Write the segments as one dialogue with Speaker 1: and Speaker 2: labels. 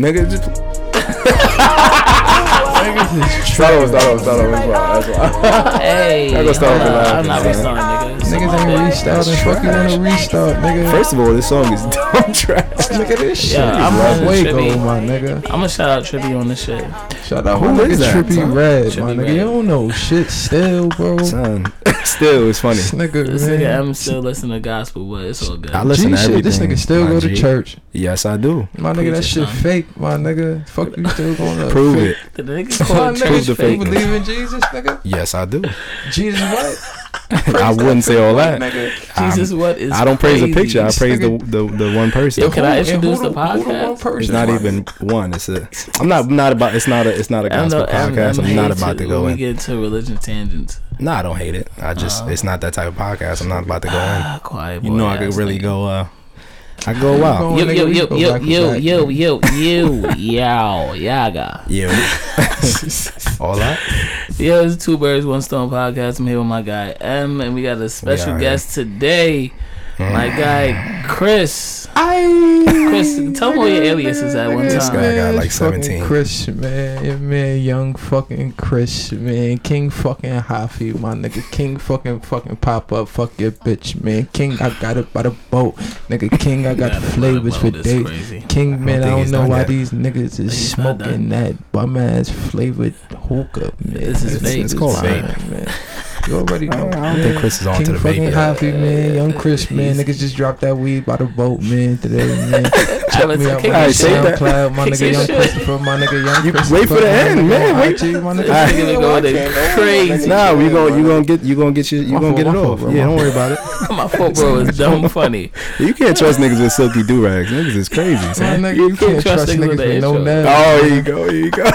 Speaker 1: Nigga, just
Speaker 2: Niggas is
Speaker 1: start over, start over, start over. That's why. That's why.
Speaker 3: Hey,
Speaker 1: Y'all gonna start with
Speaker 3: hold
Speaker 1: the
Speaker 3: on, I'm
Speaker 1: last
Speaker 3: not
Speaker 1: one,
Speaker 3: restarting, nigga. It's
Speaker 2: Niggas
Speaker 3: my
Speaker 2: ain't
Speaker 3: bad.
Speaker 2: restarting.
Speaker 1: That's
Speaker 2: Fuck you
Speaker 1: trash.
Speaker 2: wanna restart, nigga.
Speaker 1: First of all, this song is dumb trash.
Speaker 2: look at this shit.
Speaker 3: Yeah, I'm
Speaker 2: Rough
Speaker 3: running
Speaker 2: way
Speaker 3: Trippy.
Speaker 2: go, my nigga.
Speaker 3: I'm gonna shout out Trippy on this shit.
Speaker 2: Shout out
Speaker 1: Who
Speaker 2: my
Speaker 1: is
Speaker 2: nigga
Speaker 1: that,
Speaker 2: Trippy
Speaker 1: son?
Speaker 2: Red, my
Speaker 3: Trippy
Speaker 2: nigga.
Speaker 3: Red.
Speaker 2: You don't know shit still, bro.
Speaker 1: Son, still, it's funny.
Speaker 2: This
Speaker 3: This
Speaker 2: nigga,
Speaker 3: nigga,
Speaker 2: man.
Speaker 3: I'm still listening to gospel, but it's all good.
Speaker 1: I listen
Speaker 2: G
Speaker 1: to
Speaker 2: shit.
Speaker 1: everything.
Speaker 2: This nigga still
Speaker 1: my
Speaker 2: go to
Speaker 1: G.
Speaker 2: church.
Speaker 1: Yes, I do.
Speaker 2: My nigga, that
Speaker 3: Preach it,
Speaker 2: shit
Speaker 3: son.
Speaker 2: fake, my nigga. Fuck you still going to
Speaker 1: Prove it.
Speaker 3: the nigga
Speaker 2: My
Speaker 3: called
Speaker 2: nigga,
Speaker 3: church
Speaker 1: the
Speaker 2: you
Speaker 1: fake.
Speaker 3: fake.
Speaker 2: believe in Jesus, nigga?
Speaker 1: Yes, I do.
Speaker 2: Jesus what?
Speaker 1: I wouldn't say all that.
Speaker 2: Nigga.
Speaker 3: Jesus, what is?
Speaker 1: I don't praise the picture. I
Speaker 3: crazy?
Speaker 1: praise the the, the one person.
Speaker 3: Yo, can I
Speaker 2: And who- and
Speaker 3: introduce the
Speaker 2: who who one
Speaker 3: podcast?
Speaker 2: person,
Speaker 1: It's not
Speaker 2: my
Speaker 1: even one. It's a. I'm not not about. It's not a. It's not a
Speaker 3: I don't
Speaker 1: gospel
Speaker 3: know, I'm-
Speaker 1: podcast. I'm, not
Speaker 3: hate
Speaker 1: about to go
Speaker 3: when
Speaker 1: in.
Speaker 3: We get into religion tangents.
Speaker 1: No, I don't hate it. I just. It's not that type of podcast. I'm not about to go in.
Speaker 3: Ah, quiet boy.
Speaker 1: You know, I could
Speaker 3: ass
Speaker 1: really
Speaker 3: nigga.
Speaker 1: go. uh I go a
Speaker 2: Go
Speaker 1: while.
Speaker 3: Yo,
Speaker 2: Nigga,
Speaker 3: yo,
Speaker 2: we
Speaker 3: yo,
Speaker 2: go
Speaker 3: yo,
Speaker 2: back to
Speaker 3: yo,
Speaker 2: back,
Speaker 3: yo,
Speaker 2: nigga.
Speaker 3: yo, yo, yo, yaga.
Speaker 1: Yeah. all that.
Speaker 3: Yo, it's Two Birds, One Stone podcast. I'm here with my guy M, and we got a special
Speaker 1: Yeah, Mm.
Speaker 3: guest today. My guy Chris.
Speaker 2: I
Speaker 3: Chris, tell me what your alias is at one
Speaker 1: This
Speaker 3: time.
Speaker 1: guy got like
Speaker 2: fucking
Speaker 1: 17.
Speaker 2: Chris, man. Your man, young fucking Chris, man. King fucking Hoffy, my nigga. King fucking fucking pop up. Fuck your bitch, man. King, I got it by the boat. Nigga, King, I got
Speaker 3: Gotta
Speaker 2: flavors
Speaker 3: love
Speaker 2: for
Speaker 3: this
Speaker 2: days.
Speaker 3: crazy.
Speaker 2: King, man,
Speaker 1: think
Speaker 2: I don't,
Speaker 1: he's
Speaker 2: know
Speaker 1: done
Speaker 2: why
Speaker 1: yet.
Speaker 2: these niggas is
Speaker 3: He's not done.
Speaker 2: smoking that bum ass flavored hookah, man.
Speaker 3: This is vape.
Speaker 1: It's called
Speaker 2: fine,
Speaker 1: vape.
Speaker 2: man. You already
Speaker 1: I
Speaker 2: know.
Speaker 1: don't, I don't
Speaker 2: man.
Speaker 1: think Chris is on
Speaker 2: King
Speaker 1: to the
Speaker 2: fucking
Speaker 1: baby. yet.
Speaker 2: Hoppy, man. Young Chris, man.
Speaker 3: He's-
Speaker 2: Niggas just dropped that weed by the boat, man, today, man.
Speaker 3: I
Speaker 2: Check
Speaker 3: was
Speaker 2: me
Speaker 3: thinking
Speaker 2: out, my
Speaker 1: Alright,
Speaker 2: nigga,
Speaker 3: you
Speaker 1: say
Speaker 3: should-
Speaker 1: that.
Speaker 2: SoundCloud,
Speaker 3: Say
Speaker 2: my nigga, Young
Speaker 3: shit.
Speaker 2: Christopher, my nigga, Young
Speaker 1: You-
Speaker 2: Christopher.
Speaker 1: wait for the
Speaker 2: my
Speaker 1: end,
Speaker 2: nigga,
Speaker 1: man,
Speaker 2: on
Speaker 1: wait.
Speaker 2: IG, my nigga.
Speaker 3: This nigga go there crazy.
Speaker 1: Nah, we gon' you gonna get you gonna get your, you
Speaker 2: My
Speaker 1: gonna get it
Speaker 2: fault, my
Speaker 1: off.
Speaker 2: fault, bro,
Speaker 1: Yeah,
Speaker 2: my
Speaker 1: don't worry about it.
Speaker 3: My football is dumb funny.
Speaker 1: You can't trust niggas with silky do rags. Niggas is crazy.
Speaker 2: My
Speaker 1: Son.
Speaker 2: nigga, you can't trust
Speaker 3: with
Speaker 2: niggas
Speaker 3: the
Speaker 2: with no
Speaker 3: intro.
Speaker 2: nerve.
Speaker 1: Oh, here you go, here you go.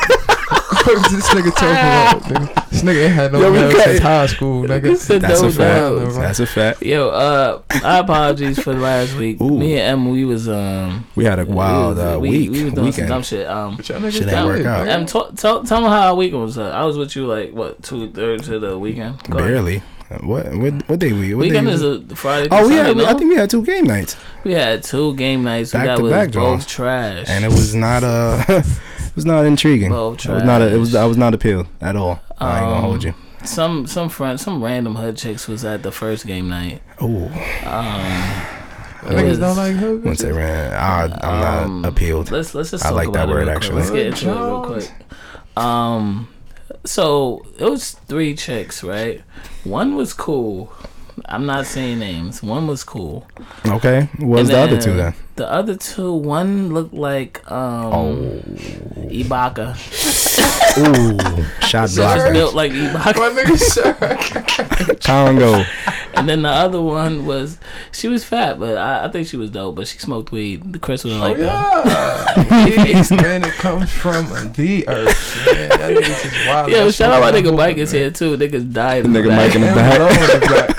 Speaker 2: this nigga talking about, nigga. This nigga ain't had no
Speaker 1: Ah. Yo, we
Speaker 2: nerve
Speaker 1: cut
Speaker 2: since
Speaker 1: it.
Speaker 2: high school, nigga.
Speaker 3: This is
Speaker 1: That's
Speaker 3: no
Speaker 1: a
Speaker 3: doubt.
Speaker 1: fact. That's a fact.
Speaker 3: Yo, uh, I apologies for last week.
Speaker 1: Ooh.
Speaker 3: Me and Em, we was um,
Speaker 1: We had a wild
Speaker 3: we,
Speaker 1: uh,
Speaker 3: we,
Speaker 1: week
Speaker 3: We was doing some dumb
Speaker 1: weekend.
Speaker 3: shit. Um,
Speaker 2: But y'all niggas
Speaker 1: Shit ain't
Speaker 2: did,
Speaker 3: work
Speaker 1: out.
Speaker 2: nigga.
Speaker 3: Em, tell tell tell me how our weekend was. Uh, I was with you like what two thirds of the weekend. Go ahead.
Speaker 1: Barely. What what what day we? What
Speaker 3: Weekend
Speaker 1: day
Speaker 3: is
Speaker 1: we-
Speaker 3: a Friday.
Speaker 1: Oh,
Speaker 3: through
Speaker 1: we
Speaker 3: Sunday,
Speaker 1: had,
Speaker 3: no?
Speaker 1: I think we had two game nights,
Speaker 3: we had two game nights. We
Speaker 1: Back
Speaker 3: got
Speaker 1: to
Speaker 3: was
Speaker 1: back, John.
Speaker 3: both trash.
Speaker 1: and it was not uh it was not intriguing.
Speaker 3: Oh,
Speaker 1: it was not a, it was
Speaker 3: trash.
Speaker 1: I was not appealed at all. I ain't gonna
Speaker 3: Um,
Speaker 1: hold you.
Speaker 3: some some friend some random hood chicks was at the first game night.
Speaker 1: Oh,
Speaker 3: Um,
Speaker 2: Niggas don't like her.
Speaker 1: once they
Speaker 2: bitches.
Speaker 1: ran, I, I'm
Speaker 3: Um,
Speaker 1: not appealed.
Speaker 3: let's let's just
Speaker 1: I
Speaker 3: talk
Speaker 1: like that
Speaker 3: about it
Speaker 1: word,
Speaker 3: real
Speaker 1: actually.
Speaker 3: Quick. Let's get into it real quick. Um, so it was three chicks, right? One was cool. I'm not saying names. One was cool.
Speaker 1: Okay, what was
Speaker 3: And
Speaker 1: the other two then?
Speaker 3: The other two, one looked like um
Speaker 1: Oh.
Speaker 3: Ibaka.
Speaker 1: Ooh, shot
Speaker 3: She was
Speaker 1: blocker,
Speaker 3: built like Ibaka.
Speaker 2: My nigga, sure.
Speaker 1: Congo.
Speaker 3: And then the other one was she was fat, but I, I think she was dope. But she smoked weed. Chris was like that.
Speaker 2: yeah. Yes, man, it comes from the earth. Man, that nigga's just wild.
Speaker 3: Yo,
Speaker 2: That's
Speaker 3: shout out my
Speaker 2: why I'm
Speaker 3: nigga
Speaker 2: hooping,
Speaker 3: Mike is
Speaker 2: man.
Speaker 3: here too. Niggas died.
Speaker 1: Nigga
Speaker 3: back.
Speaker 1: Mike in the
Speaker 2: Him
Speaker 1: back.
Speaker 2: alone is black.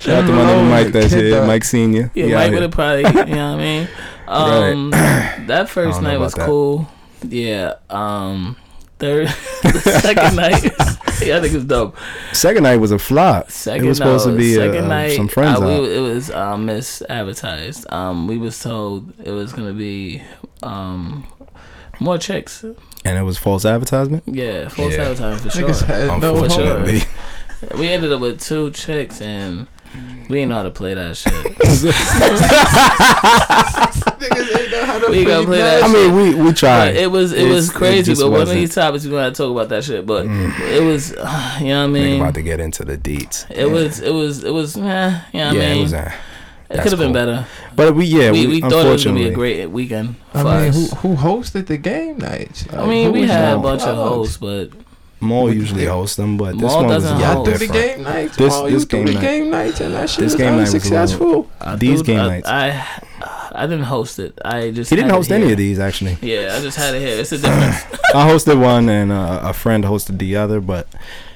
Speaker 1: Shout out to my
Speaker 2: Hello,
Speaker 1: nigga Mike that
Speaker 2: kid
Speaker 1: shit,
Speaker 2: dog.
Speaker 1: Mike Senior.
Speaker 3: Oh. Yeah,
Speaker 1: He out
Speaker 3: Mike
Speaker 1: here.
Speaker 3: would have probably. You know what I mean? Um, that
Speaker 1: I
Speaker 3: first
Speaker 1: don't know
Speaker 3: night was
Speaker 1: about that.
Speaker 3: cool. Yeah. Um, third, the second night. Yeah, I think it's dope.
Speaker 1: Second night was a flop.
Speaker 3: Second,
Speaker 1: it was supposed
Speaker 3: no,
Speaker 1: to be
Speaker 3: second
Speaker 1: uh,
Speaker 3: night.
Speaker 1: some friends
Speaker 3: uh, we,
Speaker 1: out.
Speaker 3: It was uh, misadvertised. Um, we was told it was gonna be um more chicks.
Speaker 1: and it was false advertisement.
Speaker 3: Yeah, false
Speaker 1: Yeah.
Speaker 3: advertising for sure.
Speaker 2: Niggas had no hope.
Speaker 1: Unfortunately,
Speaker 3: We ended up with two chicks and. We didn't know how to play that shit.
Speaker 2: Niggas ain't know how to
Speaker 3: We gotta play that
Speaker 1: I mean, we we
Speaker 3: But
Speaker 1: tried.
Speaker 3: it was it
Speaker 1: It's-
Speaker 3: was
Speaker 1: it
Speaker 3: crazy,
Speaker 1: just
Speaker 3: but one of
Speaker 1: wasn't.
Speaker 3: these topics we're gonna have to talk about that shit. But it was, you know what I
Speaker 1: Nigga
Speaker 3: mean?
Speaker 1: about to get into the deets.
Speaker 3: It was it was it was eh, you know what
Speaker 1: yeah,
Speaker 3: I
Speaker 1: it
Speaker 3: mean?
Speaker 1: was
Speaker 3: It,
Speaker 1: that. that's
Speaker 3: could have been
Speaker 1: cool.
Speaker 3: better.
Speaker 1: But we yeah
Speaker 3: we
Speaker 1: we,
Speaker 3: we thought it was gonna
Speaker 1: unfortunately
Speaker 3: be a great weekend for
Speaker 2: I mean,
Speaker 3: us.
Speaker 2: who, who hosted the game night?
Speaker 3: I mean, we had a bunch of hosts, but
Speaker 2: hosts.
Speaker 1: Maul usually hosts them, but this
Speaker 3: Maul
Speaker 1: one was a lot
Speaker 3: doesn't host.
Speaker 2: Y'all do the
Speaker 1: different.
Speaker 2: game nights.
Speaker 1: This-
Speaker 2: Paul,
Speaker 1: this
Speaker 2: you do
Speaker 1: game
Speaker 2: the
Speaker 1: night.
Speaker 2: game nights, and that shit
Speaker 1: This
Speaker 2: was
Speaker 1: game night was a little-
Speaker 2: unsuccessful.
Speaker 3: I
Speaker 1: These
Speaker 3: do-
Speaker 1: game
Speaker 3: I,
Speaker 1: nights.
Speaker 3: I I didn't host it. I just
Speaker 1: He didn't
Speaker 3: had it
Speaker 1: host any
Speaker 3: here.
Speaker 1: of these actually.
Speaker 3: Yeah, I just had it here. It's a difference.
Speaker 1: I hosted one and uh, a friend hosted the other, but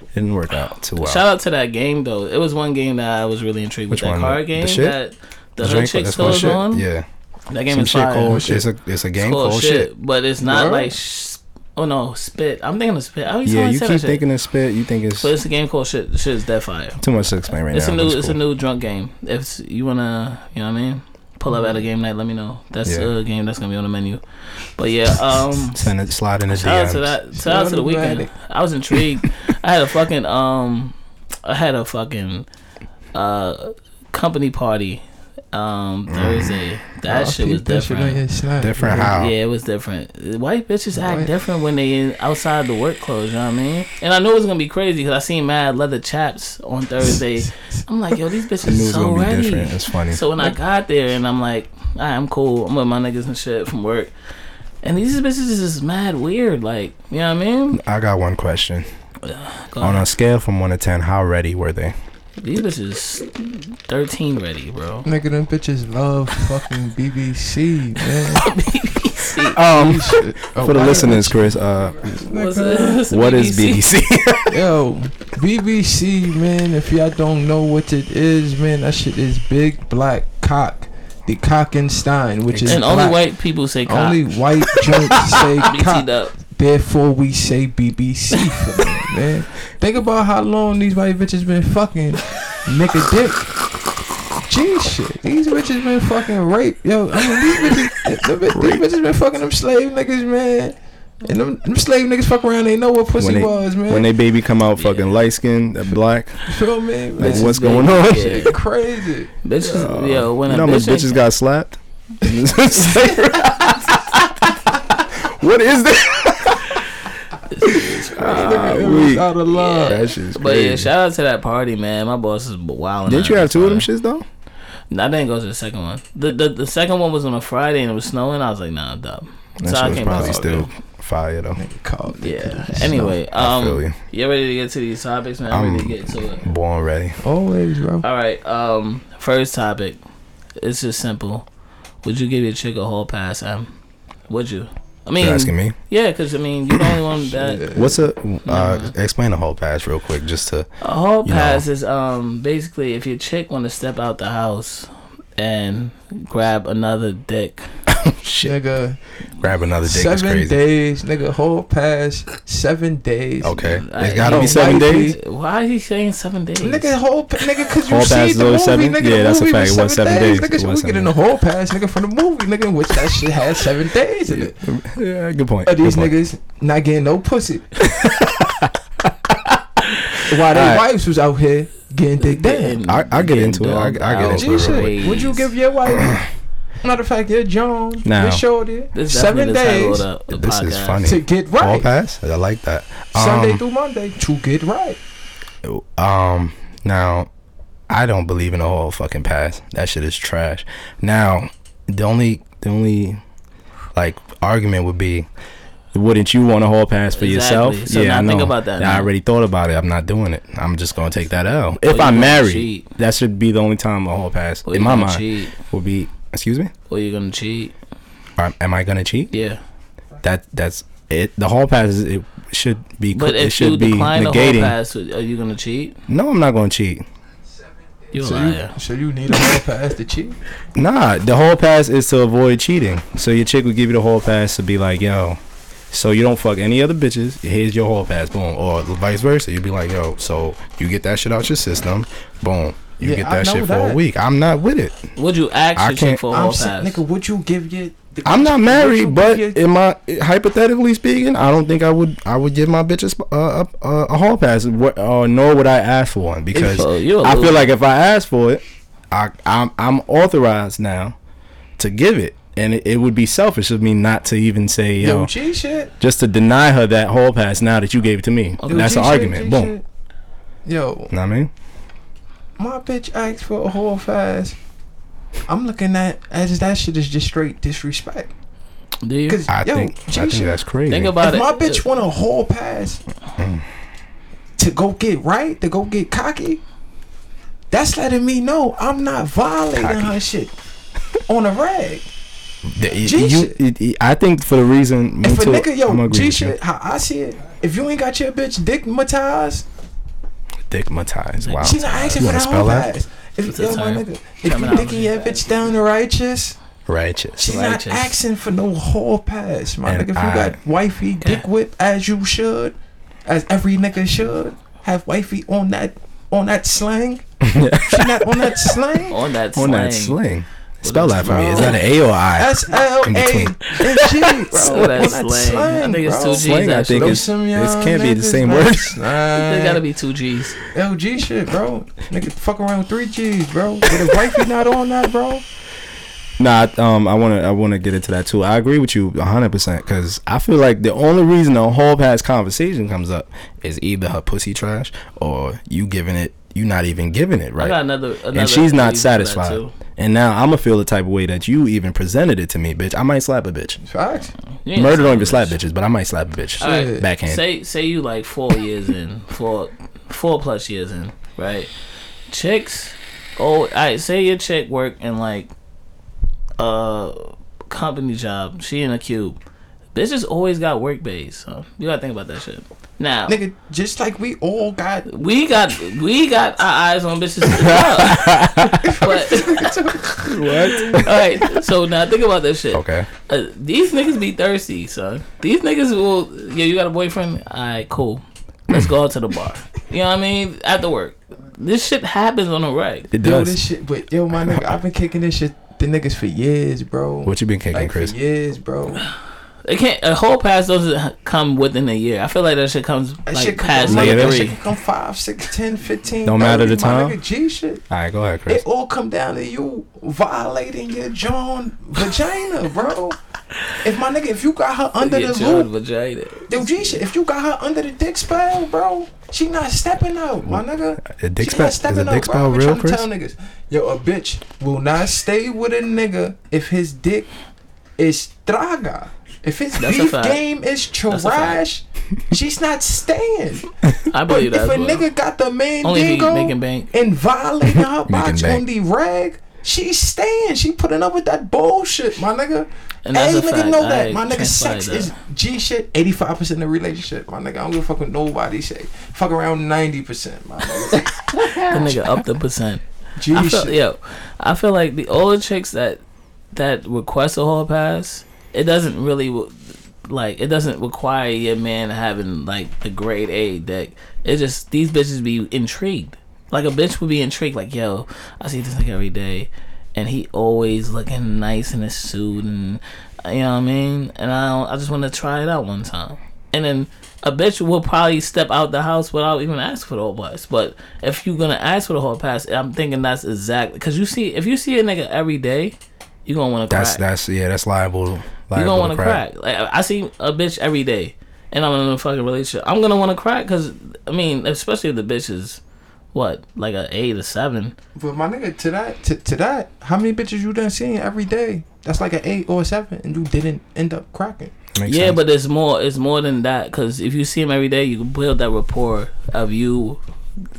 Speaker 1: it didn't work out too well.
Speaker 3: Shout out to that game though. It was one game that I was really intrigued
Speaker 1: Which
Speaker 3: with.
Speaker 1: one?
Speaker 3: That
Speaker 1: The
Speaker 3: card game
Speaker 1: shit?
Speaker 3: that the
Speaker 1: Drink-
Speaker 3: hood chicks
Speaker 1: that's called
Speaker 3: goes
Speaker 1: shit.
Speaker 3: on.
Speaker 1: Yeah,
Speaker 3: That game
Speaker 1: Some
Speaker 3: is
Speaker 1: shit
Speaker 3: fire.
Speaker 1: called shit. It's a it's a game
Speaker 3: It's
Speaker 1: called, shit.
Speaker 3: but it's not
Speaker 2: Word?
Speaker 3: like. Sh- oh no, spit. I'm thinking of spit. I always
Speaker 1: Yeah, you keep
Speaker 3: said that shit.
Speaker 1: thinking it's spit. You think it's
Speaker 3: But it's a game called shit. Shit is dead fire.
Speaker 1: too much to explain right
Speaker 3: It's
Speaker 1: now.
Speaker 3: a new,
Speaker 1: but
Speaker 3: it's a
Speaker 1: cool.
Speaker 3: new drunk game. If you wanna, you know what I mean. pull up at a game night, let me know. That's
Speaker 1: Mm. Yeah.
Speaker 3: a game that's gonna be on the menu. But yeah, um,
Speaker 1: Send it, slide in the
Speaker 3: Shout out to
Speaker 1: DMs.
Speaker 3: that. Shout out to the weekend. I was intrigued. I had a fucking um, I had a fucking uh company party um Thursday.
Speaker 2: Oh,
Speaker 3: That shit was different.
Speaker 1: Different how?
Speaker 3: Yeah, it was different. White bitches act
Speaker 2: White-
Speaker 3: different when they in, outside the work clothes. You know what I mean? And I knew it was gonna be crazy because I seen mad leather chaps on Thursday. I'm like, yo, these
Speaker 1: I knew it
Speaker 3: bitches
Speaker 1: was
Speaker 3: so
Speaker 1: gonna be
Speaker 3: ready.
Speaker 1: different. It's funny.
Speaker 3: So when I got there and I'm like, "All right, I'm cool. I'm with my niggas and shit from work. And these bitches is just mad weird, like, you know what I mean?
Speaker 1: I got one question.
Speaker 3: Go
Speaker 1: On
Speaker 3: ahead.
Speaker 1: a scale from one to ten, how ready were they?
Speaker 3: These bitches 13 ready, bro.
Speaker 2: Nigga, them bitches love fucking BBC, man.
Speaker 1: Um,
Speaker 2: Shit. Oh,
Speaker 1: for the
Speaker 2: why-
Speaker 1: listeners, Chris, uh,
Speaker 3: What's this?
Speaker 1: what is BBC?
Speaker 2: Yo, BBC, man, if y'all don't know what it is, man, that shit is Big Black Cock. The Cockenstein, which is
Speaker 3: And only
Speaker 2: black.
Speaker 3: white people say cock.
Speaker 2: Only white jokes say
Speaker 3: BT'd
Speaker 2: cock.
Speaker 3: up.
Speaker 2: Therefore, we say BBC for them, man. Think about how long these white bitches been fucking nigga dick. Gee shit. These bitches been fucking raped. Yo, I mean, these bitches, them bi- these bitches been fucking them slave niggas, man. And them, them slave niggas fuck around, they know what pussy
Speaker 1: When they-
Speaker 2: was, man.
Speaker 1: when they baby come out fucking
Speaker 3: Yeah.
Speaker 1: light skinned, black,
Speaker 2: Feel me?
Speaker 1: like
Speaker 2: Bitches
Speaker 1: what's
Speaker 3: big.
Speaker 1: going on?
Speaker 3: Yeah.
Speaker 2: shit crazy.
Speaker 3: Bitches,
Speaker 1: Uh,
Speaker 3: yo, when
Speaker 1: you
Speaker 3: a
Speaker 1: know how much
Speaker 3: bitch
Speaker 1: bitches got slapped? what is that? Ah,
Speaker 2: It was
Speaker 1: we-
Speaker 2: out of love.
Speaker 1: That shit's
Speaker 3: But yeah,
Speaker 1: crazy.
Speaker 3: shout out to that party, man. My boss is wild.
Speaker 1: Didn't you have two of them shits though?
Speaker 3: No, I didn't go to the second one. The, the the second one was on a Friday and it was snowing. I was like, nah, I'm done.
Speaker 1: That
Speaker 3: So I
Speaker 1: shit was
Speaker 3: came back
Speaker 1: probably
Speaker 3: all
Speaker 1: still fire though.
Speaker 2: Nigga called it
Speaker 3: Yeah.
Speaker 2: that.
Speaker 3: Anyway,
Speaker 1: I feel
Speaker 3: um,
Speaker 1: you.
Speaker 3: you ready to get to these topics, man? I'm, ready to get to it.
Speaker 1: Born ready.
Speaker 2: Always, bro.
Speaker 1: Ah,
Speaker 3: All right. Um, first topic. It's just simple. Would you give your chick a hall pass? Um, would you? I mean,
Speaker 1: You asking me?
Speaker 3: yeah, because I mean, you're the only one that
Speaker 1: What's a uh, explain the whole pass real quick just to
Speaker 3: a hall
Speaker 1: You
Speaker 3: pass is um basically if your chick want to step out the house and grab another dick.
Speaker 1: shit
Speaker 2: Nigga.
Speaker 1: grab another dick is
Speaker 2: Seven
Speaker 1: crazy.
Speaker 2: days, nigga. Whole pass seven days.
Speaker 1: Okay. It's
Speaker 3: I-
Speaker 1: gotta
Speaker 3: yo,
Speaker 1: be seven
Speaker 2: wifey.
Speaker 1: days.
Speaker 3: Why is he saying seven days?
Speaker 2: Nigga, whole pa- nigga, cause you
Speaker 1: Whole pass
Speaker 2: see
Speaker 1: is
Speaker 2: the movie,
Speaker 1: always seven?
Speaker 2: nigga.
Speaker 1: Yeah,
Speaker 2: the
Speaker 1: that's a
Speaker 2: movie
Speaker 1: fact.
Speaker 2: was
Speaker 1: It was seven days.
Speaker 2: Nigga,
Speaker 1: It
Speaker 2: so
Speaker 1: was
Speaker 2: we
Speaker 1: seven
Speaker 2: get in the whole pass, nigga, from the movie, nigga, in which that shit had seven days in it.
Speaker 1: Yeah, good point.
Speaker 2: But these
Speaker 1: good point.
Speaker 2: niggas not getting no pussy. While their
Speaker 1: Alright.
Speaker 2: wives was out here getting dick down.
Speaker 1: I- I get into it. I- I get into it
Speaker 2: G
Speaker 1: real
Speaker 2: shit. Would you give your wife? Matter of fact, your Joan,
Speaker 1: Now.
Speaker 2: your shorty,
Speaker 3: this
Speaker 2: seven days
Speaker 1: This is funny.
Speaker 2: to get
Speaker 1: Hall
Speaker 2: right.
Speaker 1: pass? I like that.
Speaker 2: Sunday
Speaker 1: Um,
Speaker 2: through Monday to get right.
Speaker 1: Um, now, I don't believe in the whole fucking pass. That shit is trash. Now, the only the only like argument would be, wouldn't you want a whole pass for
Speaker 3: Exactly.
Speaker 1: yourself?
Speaker 3: So now
Speaker 1: I
Speaker 3: think
Speaker 1: know.
Speaker 3: about that
Speaker 1: Now, I
Speaker 3: now.
Speaker 1: already thought about it. I'm not doing it. I'm just gonna take that L. If
Speaker 3: you
Speaker 1: I'm
Speaker 3: gonna
Speaker 1: married,
Speaker 3: cheat.
Speaker 1: that should be the only time a whole pass
Speaker 3: Or
Speaker 1: in
Speaker 3: you
Speaker 1: my
Speaker 3: gonna
Speaker 1: mind
Speaker 3: cheat?
Speaker 1: would be. Excuse me.
Speaker 3: Or you gonna cheat?
Speaker 1: Am- Am I gonna cheat?
Speaker 3: Yeah.
Speaker 1: That that's it. The whole pass is, it should be.
Speaker 3: But
Speaker 1: it
Speaker 3: if
Speaker 1: should
Speaker 3: you
Speaker 1: be
Speaker 3: decline the
Speaker 1: negating.
Speaker 3: whole pass, are you gonna cheat?
Speaker 1: no, I'm not gonna cheat.
Speaker 3: You a
Speaker 2: So
Speaker 3: liar.
Speaker 2: you, so you need a hall pass to cheat?
Speaker 1: Nah, the whole pass is to avoid cheating. So your chick would give you the whole pass to be like, yo, so you don't fuck any other bitches. Here's your whole pass, boom. Or vice versa, you'd be like, yo, so you get that shit out your system, boom. You
Speaker 2: Yeah,
Speaker 1: get
Speaker 2: I
Speaker 1: that
Speaker 2: know
Speaker 1: shit for a
Speaker 2: that.
Speaker 1: week. I'm not with it.
Speaker 3: Would you ask
Speaker 1: I
Speaker 3: your chick
Speaker 1: can't-
Speaker 3: for a
Speaker 2: I'm
Speaker 3: hall
Speaker 2: saying,
Speaker 3: Oh, pass?
Speaker 2: nigga, would you give your? The,
Speaker 1: I'm not
Speaker 2: would you
Speaker 1: married,
Speaker 2: give
Speaker 1: but
Speaker 2: your-
Speaker 1: am I hypothetically speaking? I don't think I would. I would give my bitches uh, a, a, a hall pass, wh- or nor would I ask for one because
Speaker 3: Oh, you a
Speaker 1: I feel
Speaker 3: loser.
Speaker 1: like if I ask for it, I, I'm I'm authorized now to give it, and it, it would be selfish of me not to even say yo,
Speaker 2: yo, G shit.
Speaker 1: just to deny her that hall pass now that you gave it to me.
Speaker 2: Yo,
Speaker 1: That's
Speaker 2: Oh, G
Speaker 1: an
Speaker 2: shit,
Speaker 1: argument.
Speaker 2: G
Speaker 1: Boom.
Speaker 2: shit. Yo,
Speaker 1: Know what I mean,
Speaker 2: my bitch asked for a whole pass. I'm looking at as that shit is just straight disrespect.
Speaker 3: Do you?
Speaker 2: Cause
Speaker 1: I
Speaker 2: yo,
Speaker 1: think
Speaker 2: G
Speaker 1: I think
Speaker 2: shit.
Speaker 1: that's crazy.
Speaker 3: Think
Speaker 2: if
Speaker 3: about it.
Speaker 2: my bitch want a whole pass to go get right, to go get cocky, that's letting me know I'm not violating her shit on a rag.
Speaker 1: The- you-
Speaker 2: G
Speaker 1: you-
Speaker 2: shit.
Speaker 1: it- it- I think for the reason. me
Speaker 2: If a
Speaker 1: too,
Speaker 2: nigga,
Speaker 1: I'm
Speaker 2: yo,
Speaker 1: agree with
Speaker 2: G
Speaker 1: you.
Speaker 2: shit, how I see it, if you ain't got your bitch digmatized,
Speaker 1: Stigmatized. Wow.
Speaker 2: she's not asking
Speaker 1: Oh. You wanna
Speaker 2: for that
Speaker 1: spell
Speaker 2: whole
Speaker 1: that?
Speaker 2: ass. If,
Speaker 3: What's
Speaker 2: yo,
Speaker 3: the
Speaker 2: my
Speaker 3: term?
Speaker 2: nigga, if you
Speaker 3: Terminology.
Speaker 2: digging your bitch down to righteous,
Speaker 1: Righteous.
Speaker 2: she's
Speaker 3: Righteous.
Speaker 2: not asking for no whole pass, my
Speaker 1: And
Speaker 2: nigga. If you
Speaker 1: I-
Speaker 2: got wifey dick whip as you should, as every nigga should, have wifey on that on that slang. she not on that slang.
Speaker 3: on that
Speaker 1: on
Speaker 3: slang.
Speaker 1: that sling. Spell that for me. Is that an A or I?
Speaker 2: S L A
Speaker 1: In
Speaker 2: N G.
Speaker 1: between.
Speaker 3: So that's slang. I think it's two G's
Speaker 1: Slang, I
Speaker 3: actually.
Speaker 1: think it's- it can't be the same word.
Speaker 3: They gotta be two G's.
Speaker 2: LG shit, bro. Nigga, fuck around with three G's, bro. With his wifey not on that, bro.
Speaker 1: Nah, I- um, I wanna I wanna get into that too. I agree with you hundred percent because I feel like the only reason the whole past conversation comes up is either her pussy trash or you giving it, you not even giving it
Speaker 3: I got
Speaker 1: right.
Speaker 3: another, another
Speaker 1: And she's
Speaker 3: reason for that,
Speaker 1: not satisfied.
Speaker 3: too.
Speaker 1: And now I'm gonna feel the type of way that you even presented it to me, bitch. I might slap a bitch.
Speaker 2: Facts.
Speaker 3: You ain't
Speaker 1: Murder don't
Speaker 3: slapping
Speaker 1: even slap
Speaker 3: bitch.
Speaker 1: bitches, but I might slap a bitch.
Speaker 3: All right.
Speaker 1: Backhand.
Speaker 3: Say say you like four years in, four four plus years in, right? Chicks, oh, I say your chick work in like a company job. She in a cube. Bitches always got work days. So you gotta think about that shit. Now
Speaker 2: Nigga, just like we all got.
Speaker 3: we got we got our eyes on bitches. as well. but
Speaker 1: what?
Speaker 3: all right, so now think about this shit.
Speaker 1: okay.
Speaker 3: Uh, these niggas be thirsty, son. These niggas will. Yeah, you got a boyfriend? Alright, cool. Let's go out to the bar. You know what I mean? After work. This shit happens on the reg.
Speaker 1: It
Speaker 2: Yo,
Speaker 1: does.
Speaker 2: this shit. But yo, my nigga, I've been kicking this shit. The niggas for years, bro.
Speaker 1: what you been kicking,
Speaker 2: like for
Speaker 1: Chris?
Speaker 2: years, bro.
Speaker 3: It can't. A whole pass doesn't come within a year. I feel like that shit comes
Speaker 2: That
Speaker 3: like
Speaker 2: shit come
Speaker 3: past
Speaker 2: from-
Speaker 1: Nigga,
Speaker 3: like,
Speaker 2: that
Speaker 1: every-
Speaker 2: shit come five, six, 10, 15.
Speaker 1: Don't matter
Speaker 2: 30,
Speaker 1: the
Speaker 2: my
Speaker 1: time.
Speaker 2: Nigga, G shit.
Speaker 1: All right, go ahead, Chris.
Speaker 2: It all come down to you violating your John vagina, bro. If my nigga, if you got her under
Speaker 3: your
Speaker 2: the
Speaker 3: joint
Speaker 2: loop,
Speaker 3: vagina.
Speaker 2: yo, G shit. If you got her under the dick spell, bro, she not stepping out, my nigga.
Speaker 1: A dick
Speaker 2: She
Speaker 1: spell
Speaker 2: not
Speaker 1: is
Speaker 2: stepping
Speaker 1: a
Speaker 2: out,
Speaker 1: dick
Speaker 2: bro.
Speaker 1: spell
Speaker 2: I've been
Speaker 1: real,
Speaker 2: trying to
Speaker 1: Chris?
Speaker 2: tell niggas, yo, a bitch will not stay with a nigga if his dick is traga. If his
Speaker 3: That's a
Speaker 2: beef
Speaker 3: fact.
Speaker 2: game is
Speaker 3: a fact.
Speaker 2: trash, she's not staying.
Speaker 3: I
Speaker 2: But
Speaker 3: believe
Speaker 2: if
Speaker 3: that.
Speaker 2: a
Speaker 3: as well.
Speaker 2: nigga got the main
Speaker 3: Only if he
Speaker 2: dingo
Speaker 3: making bank.
Speaker 2: and violating her box
Speaker 1: bank.
Speaker 2: on the rag, she's staying. She putting up with that bullshit, my nigga.
Speaker 3: And that's
Speaker 2: Every
Speaker 3: a
Speaker 2: nigga
Speaker 3: fact.
Speaker 2: know
Speaker 3: I
Speaker 2: that. My nigga,
Speaker 3: translate
Speaker 2: sex
Speaker 3: that.
Speaker 2: is G shit. Eighty five percent of relationship, my nigga. I don't give a fuck what nobody say. Fuck around ninety percent, my nigga.
Speaker 3: That nigga up the percent.
Speaker 2: G
Speaker 3: I feel,
Speaker 2: shit.
Speaker 3: yo, I feel like the older chicks that that request a hall pass, it doesn't really w- like it doesn't require your man having like the grade A deck. It just these bitches be intrigued. Like a bitch would be intrigued. Like yo, I see this nigga every day, and he always looking nice in his suit, and you know what I mean. And I don't, I just want to try it out one time, and then. A bitch will probably step out the house without even asking for the whole pass. But if you're gonna ask for the whole pass, I'm thinking that's exactly because you see if you see a nigga every day, you gonna want to crack.
Speaker 1: That's that's yeah, that's liable. liable
Speaker 3: You gonna want
Speaker 1: to
Speaker 3: to crack. Like I I see a bitch every day, and I'm in a fucking relationship. I'm gonna want to crack because I mean, especially if the bitch is what like a eight or seven.
Speaker 2: But my nigga, to that, to, to that, how many bitches you done seen every day? That's like an eight or a seven, and you didn't end up cracking.
Speaker 1: Makes
Speaker 3: yeah,
Speaker 1: sense.
Speaker 3: but it's more. It's more than that because if you see him every day, you can build that rapport of you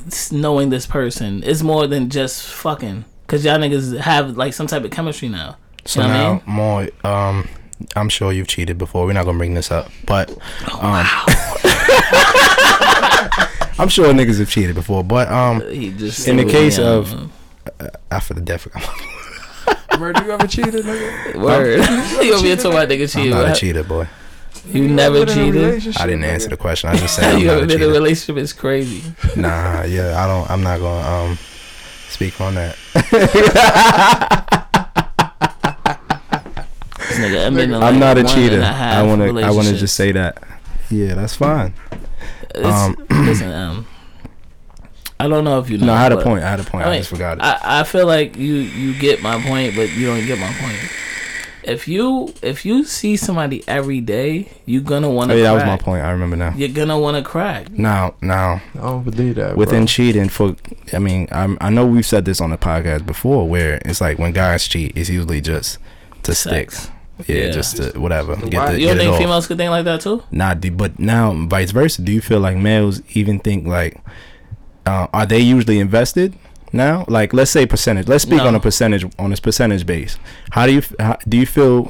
Speaker 3: s- knowing this person. It's more than just fucking because y'all niggas have like some type of chemistry now.
Speaker 1: so
Speaker 3: you know what I
Speaker 1: now
Speaker 3: mean?
Speaker 1: more. Um, I'm sure you've cheated before. We're not gonna bring this up, but um,
Speaker 3: Oh,
Speaker 1: I'm sure niggas have cheated before. But um,
Speaker 3: He just
Speaker 1: In the case of-
Speaker 3: Um,
Speaker 1: after the death, I'm,
Speaker 2: Murder, you ever cheated, nigga?
Speaker 3: word. you over here talking about nigga
Speaker 1: I'm not a
Speaker 3: cheated.
Speaker 1: cheater, boy.
Speaker 3: You never
Speaker 2: ever been in a
Speaker 3: cheated.
Speaker 2: relationship,
Speaker 1: I didn't
Speaker 2: nigga?
Speaker 1: answer the question. I just said I'm
Speaker 3: You
Speaker 1: not
Speaker 3: ever
Speaker 1: a
Speaker 3: been in a
Speaker 1: cheater.
Speaker 3: relationship? It's crazy.
Speaker 1: Nah, yeah, I don't. I'm not gonna um speak on that.
Speaker 3: This nigga, I'm, in a,
Speaker 1: I'm
Speaker 3: like,
Speaker 1: not a
Speaker 3: one
Speaker 1: cheater.
Speaker 3: and a half
Speaker 1: I wanna. I wanna
Speaker 3: relationship.
Speaker 1: just say that. Yeah, that's fine.
Speaker 3: It's-
Speaker 1: um,
Speaker 3: listen, um, I don't know if you know.
Speaker 1: No, I had a
Speaker 3: but
Speaker 1: point. I had a point.
Speaker 3: I
Speaker 1: I
Speaker 3: mean,
Speaker 1: just forgot it.
Speaker 3: I, I feel like you you get my point, but you don't get my point. If you if you see somebody every day, you're gonna want
Speaker 1: Oh,
Speaker 3: to.
Speaker 1: yeah, that was
Speaker 3: crack.
Speaker 1: my point. I remember now.
Speaker 3: You're gonna want to crack.
Speaker 1: Now, now,
Speaker 2: I don't believe that.
Speaker 1: within
Speaker 2: bro.
Speaker 1: cheating for i mean I'm, i know we've said this on the podcast before where it's like when guys cheat it's usually just to
Speaker 3: Sex.
Speaker 1: stick yeah,
Speaker 3: Yeah.
Speaker 1: just to whatever
Speaker 2: Just-
Speaker 1: get the,
Speaker 3: You
Speaker 1: get
Speaker 3: don't
Speaker 1: it
Speaker 3: think
Speaker 1: off.
Speaker 3: females could think like that too?
Speaker 1: nah do- but now vice versa do you feel like males even think like uh, are they usually invested now like let's say percentage let's speak
Speaker 3: No.
Speaker 1: on a percentage on this percentage base how do you f- how, do you feel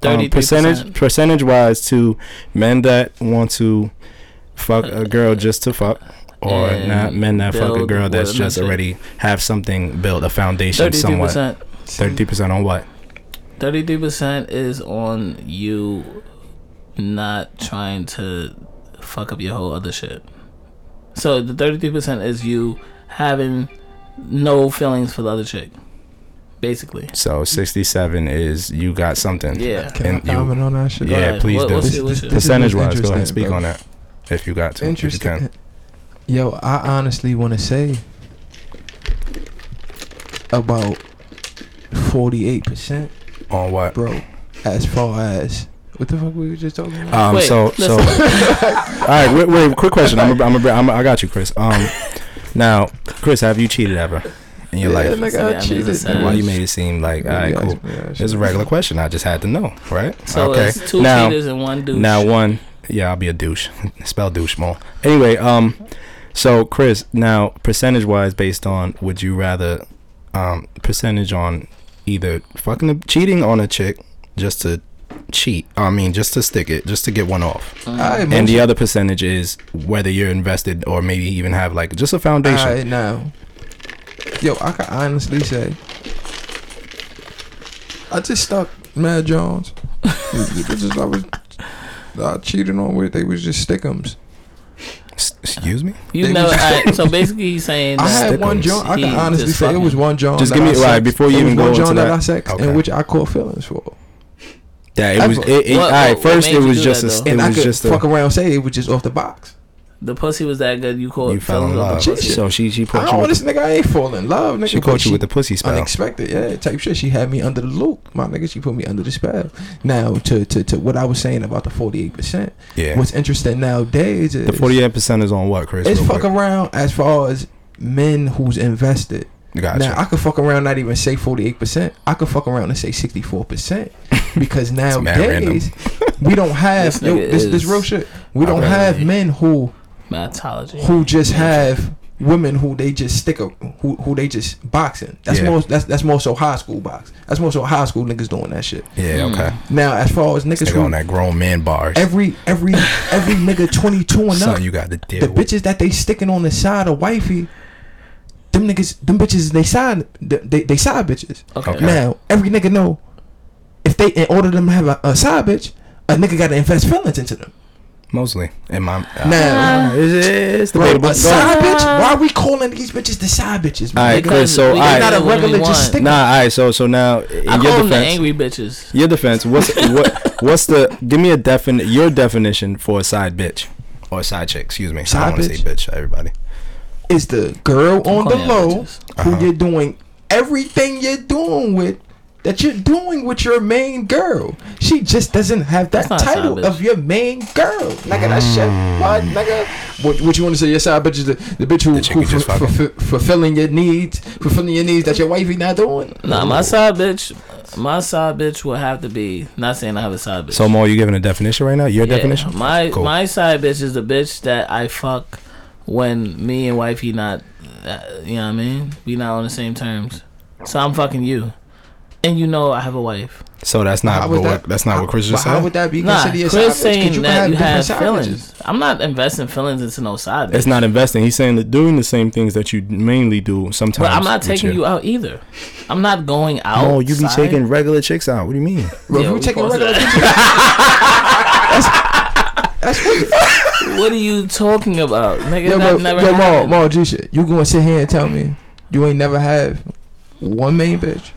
Speaker 3: Thirty
Speaker 1: um, percentage percentage wise to men that want to fuck a girl just to fuck or
Speaker 3: And
Speaker 1: not men that fuck a
Speaker 3: build
Speaker 1: girl that's
Speaker 3: what,
Speaker 1: just
Speaker 3: another-
Speaker 1: already have something built a foundation
Speaker 3: Thirty-three
Speaker 1: somewhat
Speaker 3: percent.
Speaker 1: 33% on what
Speaker 3: Thirty-three percent is on you not trying to fuck up your whole other shit. So the thirty-three percent is you having no feelings for the other chick. basically.
Speaker 1: So 67 is you got something.
Speaker 3: Yeah.
Speaker 2: Can I
Speaker 1: And you-
Speaker 2: comment on that shit?
Speaker 1: Yeah,
Speaker 3: Alright,
Speaker 1: please
Speaker 3: what-
Speaker 1: do.
Speaker 3: what's your- what's your-
Speaker 2: This is
Speaker 1: Percentage wise, go ahead
Speaker 2: interesting,
Speaker 1: and speak
Speaker 2: bro.
Speaker 1: on that if you got to. if you can.
Speaker 2: Interesting. Yo, I honestly want to say about forty-eight percent,
Speaker 1: On what?
Speaker 2: bro. As far as what the fuck we were just talking about?
Speaker 1: Um,
Speaker 3: Wait,
Speaker 1: so so. all right, wait, wait. Quick question. I'm a, I'm a, I'm a, I got you, Chris. Um, now, Chris, have you cheated ever in your
Speaker 2: yeah,
Speaker 1: life?
Speaker 2: like
Speaker 3: Yeah, I
Speaker 2: I
Speaker 3: mean,
Speaker 2: cheated.
Speaker 3: it's
Speaker 1: And why you made it seem like, all right, cool. It's a regular question. I just had to know, right?
Speaker 3: So it's two
Speaker 1: now,
Speaker 3: cheaters and one douche.
Speaker 1: now one. Yeah, I'll be a douche. Spell douche more. Anyway, um, so Chris, now percentage wise, based on would you rather, um, percentage on either fucking a, cheating on a chick just to cheat. I mean, just to stick it, just to get one off.
Speaker 2: I
Speaker 1: And the other percentage is whether you're invested or maybe even have like just a foundation.
Speaker 2: Alright, now, yo, I can honestly say, I just stuck Mad Jones. the bitches I was I cheating on with, they was just stickums.
Speaker 1: S- excuse me.
Speaker 3: you
Speaker 2: they
Speaker 3: know,
Speaker 2: was-
Speaker 3: I, so basically he's saying
Speaker 2: I
Speaker 3: that
Speaker 2: had one
Speaker 1: Stickums.
Speaker 2: Jones. I
Speaker 3: He
Speaker 2: can honestly
Speaker 3: just
Speaker 2: say it was
Speaker 3: fucking-
Speaker 2: one Jones.
Speaker 1: Just
Speaker 2: that
Speaker 1: give me-
Speaker 2: I
Speaker 1: right,
Speaker 2: sexed.
Speaker 1: before you
Speaker 2: It was
Speaker 1: even go
Speaker 2: one
Speaker 1: into
Speaker 2: Jones
Speaker 1: that-
Speaker 2: I sexed,
Speaker 1: Okay.
Speaker 2: in which I caught feelings for.
Speaker 1: That it was. It,
Speaker 2: Ever.
Speaker 1: it,
Speaker 3: What-
Speaker 1: all right.
Speaker 3: what- what
Speaker 1: First,
Speaker 3: made
Speaker 1: it
Speaker 3: you
Speaker 1: was
Speaker 3: do
Speaker 1: just.
Speaker 3: that,
Speaker 1: A,
Speaker 3: though?
Speaker 1: it
Speaker 2: And I
Speaker 1: was
Speaker 2: could
Speaker 1: just. A,
Speaker 2: fuck around and say it was just off the box.
Speaker 3: the pussy was that good. You called
Speaker 1: you fell in love.
Speaker 2: pussy.
Speaker 1: So she she
Speaker 2: I
Speaker 1: put you
Speaker 2: don't
Speaker 1: with
Speaker 2: this nigga. I ain't falling in love, nigga.
Speaker 1: She
Speaker 2: but
Speaker 1: caught you with the pussy spell.
Speaker 2: unexpected, yeah, type shit. She had me under the loop, my nigga. She put me under the spell. Now, to to, to what I was saying about the forty eight percent.
Speaker 1: yeah.
Speaker 2: What's interesting nowadays is
Speaker 1: the forty-eight percent is on what, Chris?
Speaker 2: It's
Speaker 1: Real
Speaker 2: fuck
Speaker 1: quick.
Speaker 2: around as far as men who's invested.
Speaker 1: Gotcha.
Speaker 2: Now I could fuck around, not even say forty eight percent. I could fuck around and say sixty four percent because
Speaker 1: mad
Speaker 2: nowadays we don't have
Speaker 3: This
Speaker 2: yo,
Speaker 3: nigga
Speaker 2: this, this
Speaker 3: is-
Speaker 2: real shit.
Speaker 1: I
Speaker 2: We don't
Speaker 1: really-
Speaker 2: have men who
Speaker 3: Matology.
Speaker 2: who just have women who they just stick up who, who they just boxing. That's
Speaker 1: Yeah.
Speaker 2: more that's that's more so high school box. That's more so high school niggas doing that shit.
Speaker 1: yeah.
Speaker 3: Mm.
Speaker 1: Okay.
Speaker 2: Now as far as niggas
Speaker 1: They on
Speaker 2: who
Speaker 1: that grown man bars.
Speaker 2: every every every nigga twenty two and up
Speaker 1: Something you got to deal
Speaker 2: the
Speaker 1: with.
Speaker 2: bitches that they sticking on the side of wifey, them niggas, them bitches, they side, they, they side bitches.
Speaker 3: Okay.
Speaker 1: Okay.
Speaker 2: Now every nigga know, if they in order them to have a, a side bitch, a nigga gotta invest feelings into them.
Speaker 1: Mostly. In my. Uh,
Speaker 2: Now,
Speaker 1: It's, it's
Speaker 2: bro,
Speaker 1: debatable.
Speaker 2: a
Speaker 1: Go ahead.
Speaker 2: side bitch? Why are we calling these bitches the side bitches?
Speaker 1: All right,
Speaker 2: nigga?
Speaker 1: Chris. So all
Speaker 3: We got
Speaker 2: not
Speaker 1: right.
Speaker 2: a
Speaker 3: the women
Speaker 2: regular
Speaker 3: we
Speaker 2: just
Speaker 3: want.
Speaker 2: stick.
Speaker 1: Nah. All right. So so now in
Speaker 3: I
Speaker 1: your
Speaker 3: call them the
Speaker 1: defense.
Speaker 3: angry bitches.
Speaker 1: Your defense. What's what? What's the? Give me a defin. Your definition for a side bitch or a side chick. Excuse me. I
Speaker 2: Side
Speaker 1: don't want to say bitch. Everybody.
Speaker 2: Is the girl on the
Speaker 3: calling y'all
Speaker 2: low
Speaker 3: bitches.
Speaker 1: Uh-huh.
Speaker 2: who you're doing everything you're doing with? That you're doing with your main girl. She just doesn't have that
Speaker 3: That's not a side
Speaker 2: title
Speaker 3: bitch.
Speaker 2: of your main girl. Nigga, that shit.
Speaker 1: Mm.
Speaker 2: What, nigga? What, what you want to say? Your side bitch is the, the bitch who,
Speaker 1: The chick
Speaker 2: who
Speaker 1: you just
Speaker 2: fu-
Speaker 1: fucking.
Speaker 2: fu- fulfilling your needs, fulfilling your needs that your wifey not doing.
Speaker 3: Nah, my side bitch, my side bitch will have to be. Not saying I have a side bitch.
Speaker 1: So Mo, you giving a definition right now? Your
Speaker 3: Yeah,
Speaker 1: definition.
Speaker 3: My
Speaker 1: Cool.
Speaker 3: my side bitch is the bitch that I fuck when me and wifey not. Uh, you know what I mean? We not on the same terms. So I'm fucking you, and you know I have a wife.
Speaker 1: So that's
Speaker 2: How
Speaker 1: not
Speaker 2: would
Speaker 1: what,
Speaker 2: that-
Speaker 1: that's not
Speaker 2: how-
Speaker 1: what Chris
Speaker 2: but
Speaker 1: just
Speaker 2: How
Speaker 1: said.
Speaker 2: would that be
Speaker 3: Nah,
Speaker 2: considered a
Speaker 3: Chris
Speaker 2: side bitch? 'Cause
Speaker 3: saying
Speaker 2: you
Speaker 3: that you
Speaker 2: different
Speaker 3: have
Speaker 2: side bitches.
Speaker 3: feelings. I'm not investing feelings into no side bitch.
Speaker 1: It's not investing. He's saying that doing the same things that you mainly do sometimes.
Speaker 3: but I'm not
Speaker 1: with
Speaker 3: taking
Speaker 1: your-
Speaker 3: you out either. I'm not going out.
Speaker 1: No, you be taking regular chicks out. What do you mean?
Speaker 2: Bro, if
Speaker 3: Yeah,
Speaker 2: you
Speaker 3: we
Speaker 2: taking
Speaker 3: paused
Speaker 2: regular
Speaker 3: that.
Speaker 2: bitches,
Speaker 3: What are you talking about, nigga?
Speaker 2: yo,
Speaker 3: that
Speaker 2: bro,
Speaker 3: never
Speaker 2: yo, Maul,
Speaker 3: happened.
Speaker 2: Maul, G shit. You gonna sit here and tell me you ain't never have one main bitch?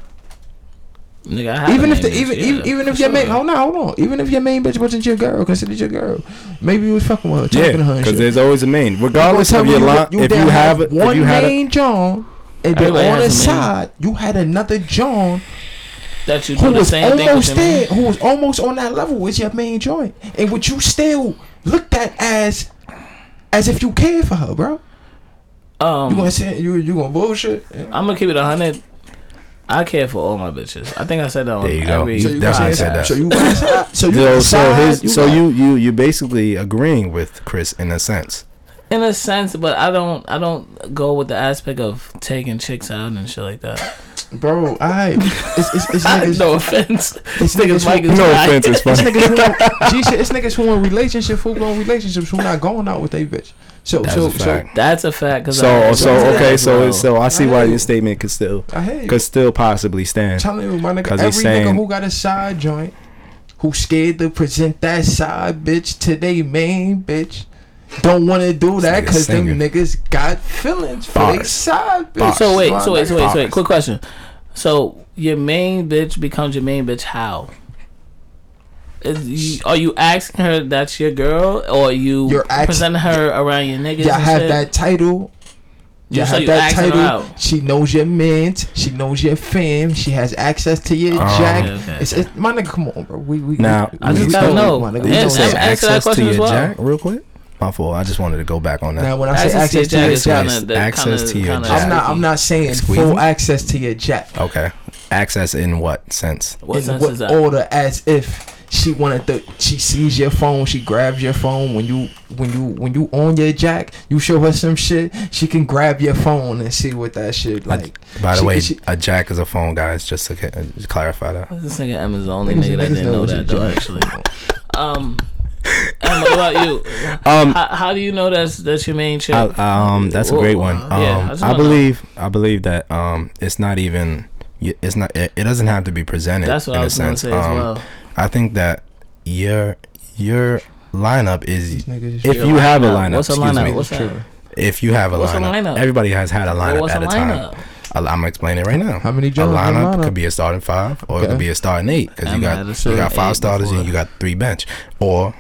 Speaker 3: Nigga, I have
Speaker 2: even
Speaker 3: a
Speaker 2: if the
Speaker 3: name,
Speaker 2: even
Speaker 3: yeah,
Speaker 2: even, even if
Speaker 3: for
Speaker 2: your main
Speaker 3: sure.
Speaker 2: hold on hold on even if your main bitch wasn't your girl considered your girl maybe you was fucking with her talking
Speaker 1: Yeah,
Speaker 2: to her and
Speaker 1: because
Speaker 2: shit.
Speaker 1: there's always a main.
Speaker 2: You gonna
Speaker 1: Regardless
Speaker 2: tell
Speaker 1: of
Speaker 2: me
Speaker 1: your line, if
Speaker 2: down
Speaker 1: you have, if
Speaker 2: one
Speaker 1: you had, a,
Speaker 2: main John and then
Speaker 3: Everybody
Speaker 2: on the
Speaker 3: has a main.
Speaker 2: side you had another John
Speaker 3: that you
Speaker 2: who
Speaker 3: do the
Speaker 2: was
Speaker 3: same thing with
Speaker 2: almost
Speaker 3: your
Speaker 2: there
Speaker 3: man.
Speaker 2: who was almost on that level with your main joint and what you still looked at as as if you cared for her bro you
Speaker 3: Um,
Speaker 2: gonna say you you gonna bullshit
Speaker 3: I'm gonna keep it hundred. I care for all my bitches. I think I said that on
Speaker 1: There you go.
Speaker 3: every
Speaker 1: You definitely said
Speaker 3: podcast.
Speaker 1: that.
Speaker 2: so you outside- so you
Speaker 1: so, so
Speaker 2: outside,
Speaker 1: his, so
Speaker 2: out.
Speaker 1: you you you basically agreeing with Chris in a sense.
Speaker 3: In a sense, but I don't. I don't go with the aspect of taking chicks out and shit like that.
Speaker 2: bro I it's it's, it's niggas
Speaker 3: no offense.
Speaker 2: It's
Speaker 3: Niggas
Speaker 2: niggas
Speaker 3: Mike
Speaker 2: who,
Speaker 3: is
Speaker 1: No
Speaker 3: right.
Speaker 1: offense, it's
Speaker 2: it's
Speaker 1: funny.
Speaker 2: niggas who, G shit, it's niggas who in relationship, who go in relationships, who not going out with they bitch. So,
Speaker 1: That's
Speaker 2: so,
Speaker 1: a
Speaker 2: so,
Speaker 1: fact.
Speaker 3: That's a fact. Cause I
Speaker 1: So
Speaker 3: heard
Speaker 1: so
Speaker 3: that
Speaker 2: it's-
Speaker 1: okay
Speaker 3: as
Speaker 1: so
Speaker 3: well.
Speaker 1: it's- so I see why
Speaker 2: Alright.
Speaker 1: your statement could still
Speaker 2: I hear you.
Speaker 1: could still possibly
Speaker 2: I'm
Speaker 1: stand.
Speaker 2: telling you, my nigga,
Speaker 1: 'Cause
Speaker 2: every
Speaker 1: he's saying-
Speaker 2: nigga who got a side joint, who scared to present that side bitch to they main bitch, don't want to do that
Speaker 1: nigga
Speaker 2: because them
Speaker 1: singing.
Speaker 2: niggas got feelings for they
Speaker 1: Bars.
Speaker 2: side bitch.
Speaker 1: Bars.
Speaker 3: so wait,
Speaker 2: my
Speaker 3: so wait, so wait, so
Speaker 2: nigga.
Speaker 3: wait. Quick question. So your main bitch becomes your main bitch how? Is you, are you asking her that's your girl, or you
Speaker 2: You're ax-
Speaker 3: presenting her around your niggas?
Speaker 2: Y'all
Speaker 3: and
Speaker 2: have
Speaker 3: shit?
Speaker 2: that title.
Speaker 3: Yeah,
Speaker 2: Y'all
Speaker 3: so
Speaker 2: have
Speaker 3: you
Speaker 2: that
Speaker 3: asking her
Speaker 2: title.
Speaker 3: out.
Speaker 2: She knows your mans. She knows your fam. She has access to your
Speaker 1: Oh.
Speaker 2: jack.
Speaker 3: Okay, okay,
Speaker 2: It's,
Speaker 3: okay.
Speaker 2: it's, my nigga, come on, bro. We we
Speaker 1: Now,
Speaker 2: we-
Speaker 1: I
Speaker 2: we
Speaker 1: just
Speaker 2: know,
Speaker 1: gotta
Speaker 3: know.
Speaker 2: My nigga,
Speaker 3: Yeah,
Speaker 2: we know
Speaker 1: You
Speaker 3: it's-
Speaker 1: say
Speaker 3: I'm
Speaker 2: that.
Speaker 3: ax- asking that
Speaker 1: access to
Speaker 3: question
Speaker 1: your
Speaker 3: as well.
Speaker 1: jack real quick? My fault. I just wanted to go back on that.
Speaker 2: Now, when I
Speaker 3: Access
Speaker 2: say
Speaker 3: to your
Speaker 2: access to
Speaker 3: jack
Speaker 2: your
Speaker 3: is
Speaker 2: jack,
Speaker 3: kinda- that
Speaker 1: Access
Speaker 3: kinda-
Speaker 1: to your
Speaker 3: kinda
Speaker 1: jack.
Speaker 2: I'm not. I'm not saying
Speaker 1: Squeezing?
Speaker 2: full access to your jack.
Speaker 1: okay. Access in what sense?
Speaker 3: What
Speaker 2: in
Speaker 3: sense is
Speaker 2: what oh.
Speaker 3: that?
Speaker 2: order as if she wanted to she sees your phone she grabs your phone when you when you when you on your jack you show her some shit she can grab your phone and see what that shit like
Speaker 1: By the
Speaker 2: She-
Speaker 1: way,
Speaker 2: she-
Speaker 1: a jack is a phone, guys. Just to ca- just clarify that.
Speaker 3: This nigga Emma's the only
Speaker 2: Niggas-
Speaker 3: nigga that
Speaker 2: niggas
Speaker 3: didn't
Speaker 2: know
Speaker 3: know
Speaker 2: what
Speaker 3: that
Speaker 2: you
Speaker 3: though.
Speaker 2: do.
Speaker 3: Actually, um, Emma, what about you?
Speaker 1: Um,
Speaker 3: How, how do you know that's that's your main chick?
Speaker 1: I, um, that's a
Speaker 3: Whoa.
Speaker 1: great one. Um,
Speaker 3: Yeah, I just
Speaker 1: I
Speaker 3: wanna-
Speaker 1: believe I believe that um, it's not even y- it's not it, it doesn't have to be presented.
Speaker 3: that's what
Speaker 1: in
Speaker 3: I
Speaker 1: a
Speaker 3: was gonna
Speaker 1: sense.
Speaker 3: say as
Speaker 1: Um,
Speaker 3: well.
Speaker 1: I think that your your lineup
Speaker 2: these
Speaker 1: is
Speaker 2: niggas is
Speaker 1: if
Speaker 3: Your
Speaker 1: you have a
Speaker 3: lineup.
Speaker 1: lineup.
Speaker 3: What's a
Speaker 1: excuse
Speaker 3: lineup?
Speaker 1: me,
Speaker 3: What's
Speaker 2: tripping.
Speaker 3: that?
Speaker 1: if you have a
Speaker 3: What's a
Speaker 1: lineup,
Speaker 3: lineup?
Speaker 1: everybody has had a lineup
Speaker 3: What's
Speaker 1: at
Speaker 3: a
Speaker 1: a time.
Speaker 3: lineup?
Speaker 1: A- I'm gonna explain it right now.
Speaker 2: How many
Speaker 1: A
Speaker 2: Johns in a
Speaker 1: lineup,
Speaker 2: lineup?
Speaker 1: could be a starting five, or it
Speaker 2: Okay.
Speaker 1: could be a starting eight because
Speaker 3: I'm
Speaker 1: you
Speaker 3: at
Speaker 1: got
Speaker 3: a
Speaker 1: you
Speaker 3: starting
Speaker 1: got five
Speaker 3: eight
Speaker 1: starters
Speaker 3: before.
Speaker 1: and you got three bench, or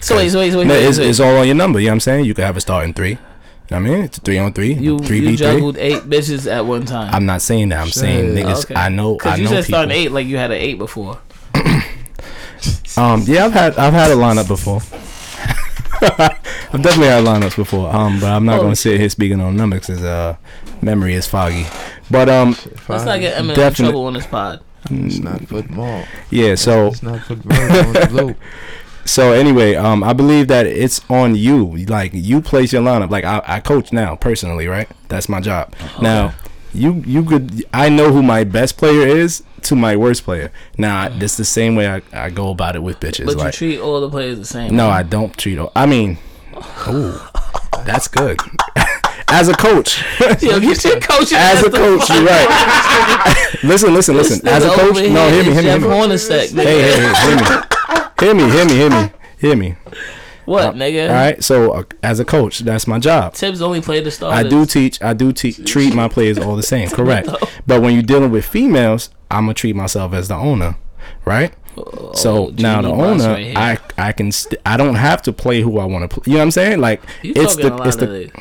Speaker 3: So wait, so wait, so wait,
Speaker 1: No,
Speaker 3: wait,
Speaker 1: it's,
Speaker 3: wait.
Speaker 1: it's all on your number. You know what I'm saying? You could have a starting three. You know what I mean? It's three on three.
Speaker 3: you
Speaker 1: three
Speaker 3: you
Speaker 1: v three.
Speaker 3: juggled eight bitches at one time.
Speaker 1: I'm not saying that. I'm saying
Speaker 2: Shit.
Speaker 1: niggas.
Speaker 3: Okay.
Speaker 1: I know. I
Speaker 3: Cause
Speaker 1: know
Speaker 3: you said
Speaker 1: people.
Speaker 3: starting eight like you had an eight before.
Speaker 1: Um, yeah, I've had I've had a lineup before. I've definitely had lineups before. Um, but I'm not
Speaker 3: Oh.
Speaker 1: gonna sit here speaking on numbers because uh, memory is foggy. But um,
Speaker 3: Let's not get Emma in
Speaker 1: Definite-
Speaker 3: trouble on this pod.
Speaker 2: it's not football
Speaker 1: yeah. So
Speaker 2: it's not football on the loop.
Speaker 1: So anyway, um, I believe that it's on you. Like you place your lineup. Like I, I coach now personally, right? That's my job. Now, you you could I know who my best player is to my worst player. Now that's the same way I, I go about it with bitches.
Speaker 3: Mm-hmm. But you
Speaker 1: like
Speaker 3: treat all the players the same.
Speaker 1: no, I don't treat. I mean, ooh, that's good. As a coach,
Speaker 3: Yo, get your coach.
Speaker 1: as a coach, you're right. listen, listen, listen. As a coach, no, hear me, hear me, hear me. Hey, hey, hey, hear me, hear me, hear me, hear me, hear me.
Speaker 3: What, nigga?
Speaker 1: All right. So uh, as a coach, that's my job.
Speaker 3: Tibbs only played the starters.
Speaker 1: I do teach. I do te- treat my players all the same. Correct. But when you're dealing with females, I'm gonna treat myself as the owner, right? so
Speaker 3: Genie
Speaker 1: now the
Speaker 3: Oh, boss
Speaker 1: owner,
Speaker 3: right here.
Speaker 1: I I can st- I don't have to play who I want to play. You know what I'm saying? Like
Speaker 3: You
Speaker 1: it's
Speaker 3: talking
Speaker 1: the
Speaker 3: a lot
Speaker 1: it's
Speaker 3: of
Speaker 1: the
Speaker 3: it.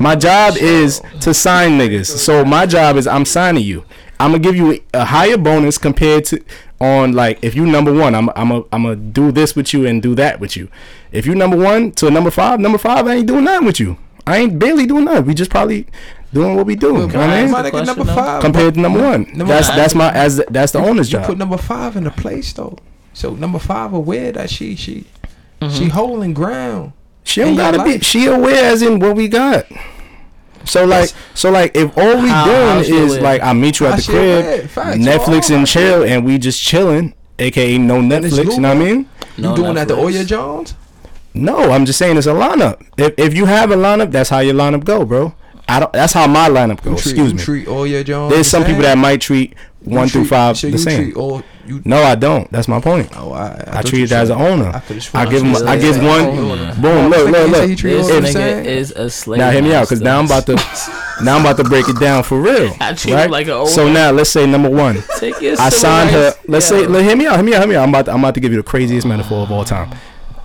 Speaker 1: my job is to sign niggas. So my job is I'm signing you. I'm gonna give you a, a higher bonus compared to on like if you number one, I'm I'm a, I'm gonna do this with you and do that with you. If you number one to number five, number five, I ain't doing nothing with you. I ain't barely doing nothing. We just probably doing what we do. You know what
Speaker 3: I
Speaker 1: I
Speaker 3: ask
Speaker 1: mean?
Speaker 2: my
Speaker 3: the
Speaker 2: nigga
Speaker 3: question,
Speaker 2: number
Speaker 3: though?
Speaker 2: five
Speaker 1: Compared to number one,
Speaker 2: Number
Speaker 1: that's
Speaker 3: one.
Speaker 1: that's my as the, that's the owner's
Speaker 2: you put
Speaker 1: job.
Speaker 2: number five in the place though so number five aware that she she she holding ground
Speaker 1: She don't
Speaker 2: in your
Speaker 1: gotta be.
Speaker 2: life.
Speaker 1: She aware as in what we got. So like, so like, if all we
Speaker 3: How- how she
Speaker 1: doing is
Speaker 3: aware?
Speaker 1: like, I meet you
Speaker 2: How
Speaker 1: at the
Speaker 2: she aware?
Speaker 1: crib,
Speaker 2: Facts,
Speaker 1: Netflix
Speaker 2: all
Speaker 1: and
Speaker 2: right.
Speaker 1: chill, and we just chilling, aka no
Speaker 2: it's
Speaker 1: Netflix. You know what I mean?
Speaker 3: No
Speaker 2: you doing that to
Speaker 3: Netflix.
Speaker 2: Oya Jones
Speaker 1: No, I'm just saying it's a lineup. If if you have a lineup, that's how your lineup go, bro. I don't. That's how my lineup go.
Speaker 2: You treat-
Speaker 1: Excuse
Speaker 2: you
Speaker 1: me.
Speaker 2: Treat all your Jones.
Speaker 1: There's
Speaker 2: the
Speaker 1: some people
Speaker 2: same?
Speaker 1: that might treat
Speaker 2: You
Speaker 1: one through
Speaker 2: treat-
Speaker 1: five
Speaker 2: so
Speaker 1: the
Speaker 2: you
Speaker 1: same.
Speaker 2: Treat all, you,
Speaker 1: No, I don't. That's my point.
Speaker 2: oh, I, I,
Speaker 1: I
Speaker 2: thought
Speaker 1: treat
Speaker 2: you
Speaker 1: it as
Speaker 2: said-
Speaker 1: an owner.
Speaker 2: could've sworn
Speaker 1: I
Speaker 2: you
Speaker 1: give
Speaker 2: said
Speaker 1: him. I
Speaker 2: that.
Speaker 1: give
Speaker 3: owner.
Speaker 1: one. Boom. Look. Look.
Speaker 2: Say you
Speaker 1: Look.
Speaker 2: treat
Speaker 3: This
Speaker 2: all the
Speaker 1: If-
Speaker 3: nigga
Speaker 2: same?
Speaker 3: is a slave.
Speaker 1: Now hear me out,
Speaker 3: master.
Speaker 1: cause now I'm about to now I'm about to break it down for real.
Speaker 3: I treat him like an old
Speaker 1: So
Speaker 3: man.
Speaker 1: now let's say number one,
Speaker 3: Take your
Speaker 1: I signed her.
Speaker 3: civilized-
Speaker 1: Let's
Speaker 3: Yo.
Speaker 1: say, let, hear me out, hear me out, hear me out. I'm about to, I'm about to give you the craziest metaphor of all time,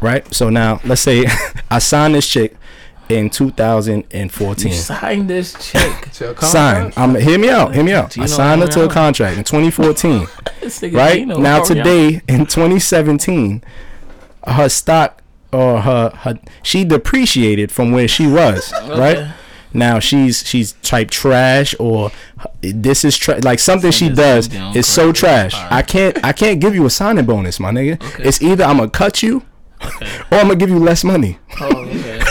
Speaker 1: right? So now let's say I signed this chick in
Speaker 3: You
Speaker 1: 2014.
Speaker 3: signed this chick.
Speaker 2: To a
Speaker 1: Sign.
Speaker 2: contract?
Speaker 1: I'm hear me out, hear me out.
Speaker 3: Do you
Speaker 1: I
Speaker 3: know
Speaker 1: signed her to a
Speaker 3: now?
Speaker 1: contract in 2014
Speaker 3: This nigga
Speaker 1: right
Speaker 3: Gino, Oh,
Speaker 1: now
Speaker 3: hurry up.
Speaker 1: today in 2017 her stock or her, her she depreciated from where she was
Speaker 3: Okay.
Speaker 1: right now she's she's type trash or this is tra- like something she
Speaker 3: Something's
Speaker 1: does
Speaker 3: going down
Speaker 1: is so
Speaker 3: correctly.
Speaker 1: trash
Speaker 3: Alright.
Speaker 1: i can't i can't give you a signing bonus my nigga
Speaker 3: Okay.
Speaker 1: it's either i'm gonna cut you or i'm gonna give you less money
Speaker 3: Oh, okay.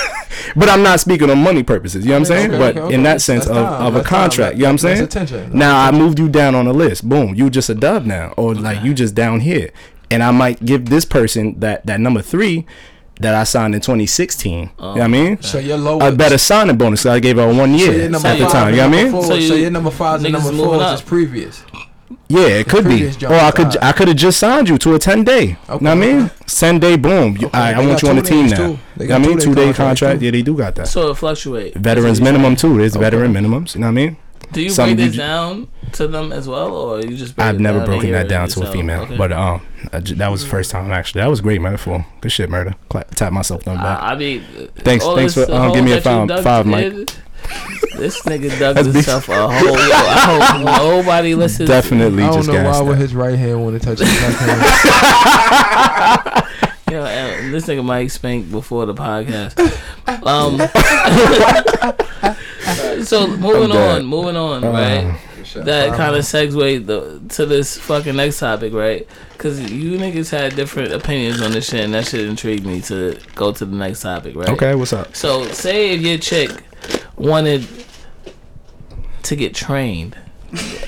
Speaker 1: but i'm not speaking on money purposes you know what i'm
Speaker 2: Okay,
Speaker 1: saying
Speaker 2: okay,
Speaker 1: but
Speaker 2: okay,
Speaker 1: in
Speaker 2: okay.
Speaker 1: that sense
Speaker 2: That's
Speaker 1: of,
Speaker 2: time,
Speaker 1: of a
Speaker 2: that's time,
Speaker 1: contract you know what i'm
Speaker 2: that's
Speaker 1: saying
Speaker 2: attention.
Speaker 1: now I moved you down on the list. Boom, you just a dub now, or like you just down here. And I might give this person that that number three that I signed in 2016. you know what I mean?
Speaker 2: So you're low.
Speaker 1: A better signing bonus. 'cause I gave her one
Speaker 2: So
Speaker 1: year
Speaker 2: your number
Speaker 1: at the
Speaker 2: five
Speaker 1: time.
Speaker 2: and
Speaker 1: You know what I
Speaker 2: number
Speaker 1: mean?
Speaker 2: four-
Speaker 3: So you-
Speaker 2: So your number fives and
Speaker 3: niggas
Speaker 2: number
Speaker 3: moving
Speaker 2: fours
Speaker 3: up.
Speaker 2: is previous.
Speaker 1: Yeah, it could be.
Speaker 2: previous job
Speaker 1: Or I could
Speaker 2: size.
Speaker 1: I could have just signed you to a 10 day. You
Speaker 2: Okay,
Speaker 1: know what I mean?
Speaker 2: okay.
Speaker 1: 10 day. Boom. You- I,
Speaker 2: they
Speaker 1: I
Speaker 2: got
Speaker 1: want you on
Speaker 2: two
Speaker 1: the team
Speaker 2: days,
Speaker 1: now.
Speaker 2: too.
Speaker 1: You
Speaker 2: They
Speaker 1: know what I
Speaker 2: got
Speaker 1: mean?
Speaker 2: two
Speaker 1: Two
Speaker 2: day
Speaker 1: day
Speaker 2: contract,
Speaker 1: contract.
Speaker 2: too.
Speaker 1: Yeah, they do got that.
Speaker 3: So it fluctuates.
Speaker 1: Veterans minimum too. There's veteran minimums. You know what I mean?
Speaker 3: Do you
Speaker 1: Some
Speaker 3: break this
Speaker 1: you-
Speaker 3: down to them as well, or you just? Break
Speaker 1: I've
Speaker 3: it
Speaker 1: never
Speaker 3: down
Speaker 1: broken
Speaker 3: and
Speaker 1: that
Speaker 3: hear
Speaker 1: down
Speaker 3: it
Speaker 1: to a
Speaker 3: yourself?
Speaker 1: female,
Speaker 3: Okay.
Speaker 1: but um, I ju- that was the first time actually. That was a great metaphor. Good shit, murder. Cla tap myself on the
Speaker 3: I,
Speaker 1: back.
Speaker 3: I mean,
Speaker 1: Thanks-
Speaker 3: Ah, all
Speaker 1: thanks
Speaker 3: this
Speaker 1: for, um,
Speaker 3: hole
Speaker 1: give me a
Speaker 3: that you
Speaker 1: five-
Speaker 3: dug
Speaker 1: five, Mike.
Speaker 3: in, This nigga dug
Speaker 1: That's
Speaker 3: himself a hole. Yo, I hope nobody listens.
Speaker 1: Definitely
Speaker 2: I don't
Speaker 1: just
Speaker 2: know why
Speaker 1: gassed
Speaker 2: would
Speaker 1: that.
Speaker 2: his right hand want to touch his left hand.
Speaker 3: Yo, uh, this nigga Mike spanked before the podcast. Um, so moving
Speaker 1: I'm dead.
Speaker 3: on, moving on,
Speaker 1: Um,
Speaker 3: right? That kind of segue the, to this fucking next topic, right? Because you niggas had different opinions on this shit, and that shit intrigued me to go to the next topic, right?
Speaker 1: Okay, what's up?
Speaker 3: So, say if your chick wanted to get trained,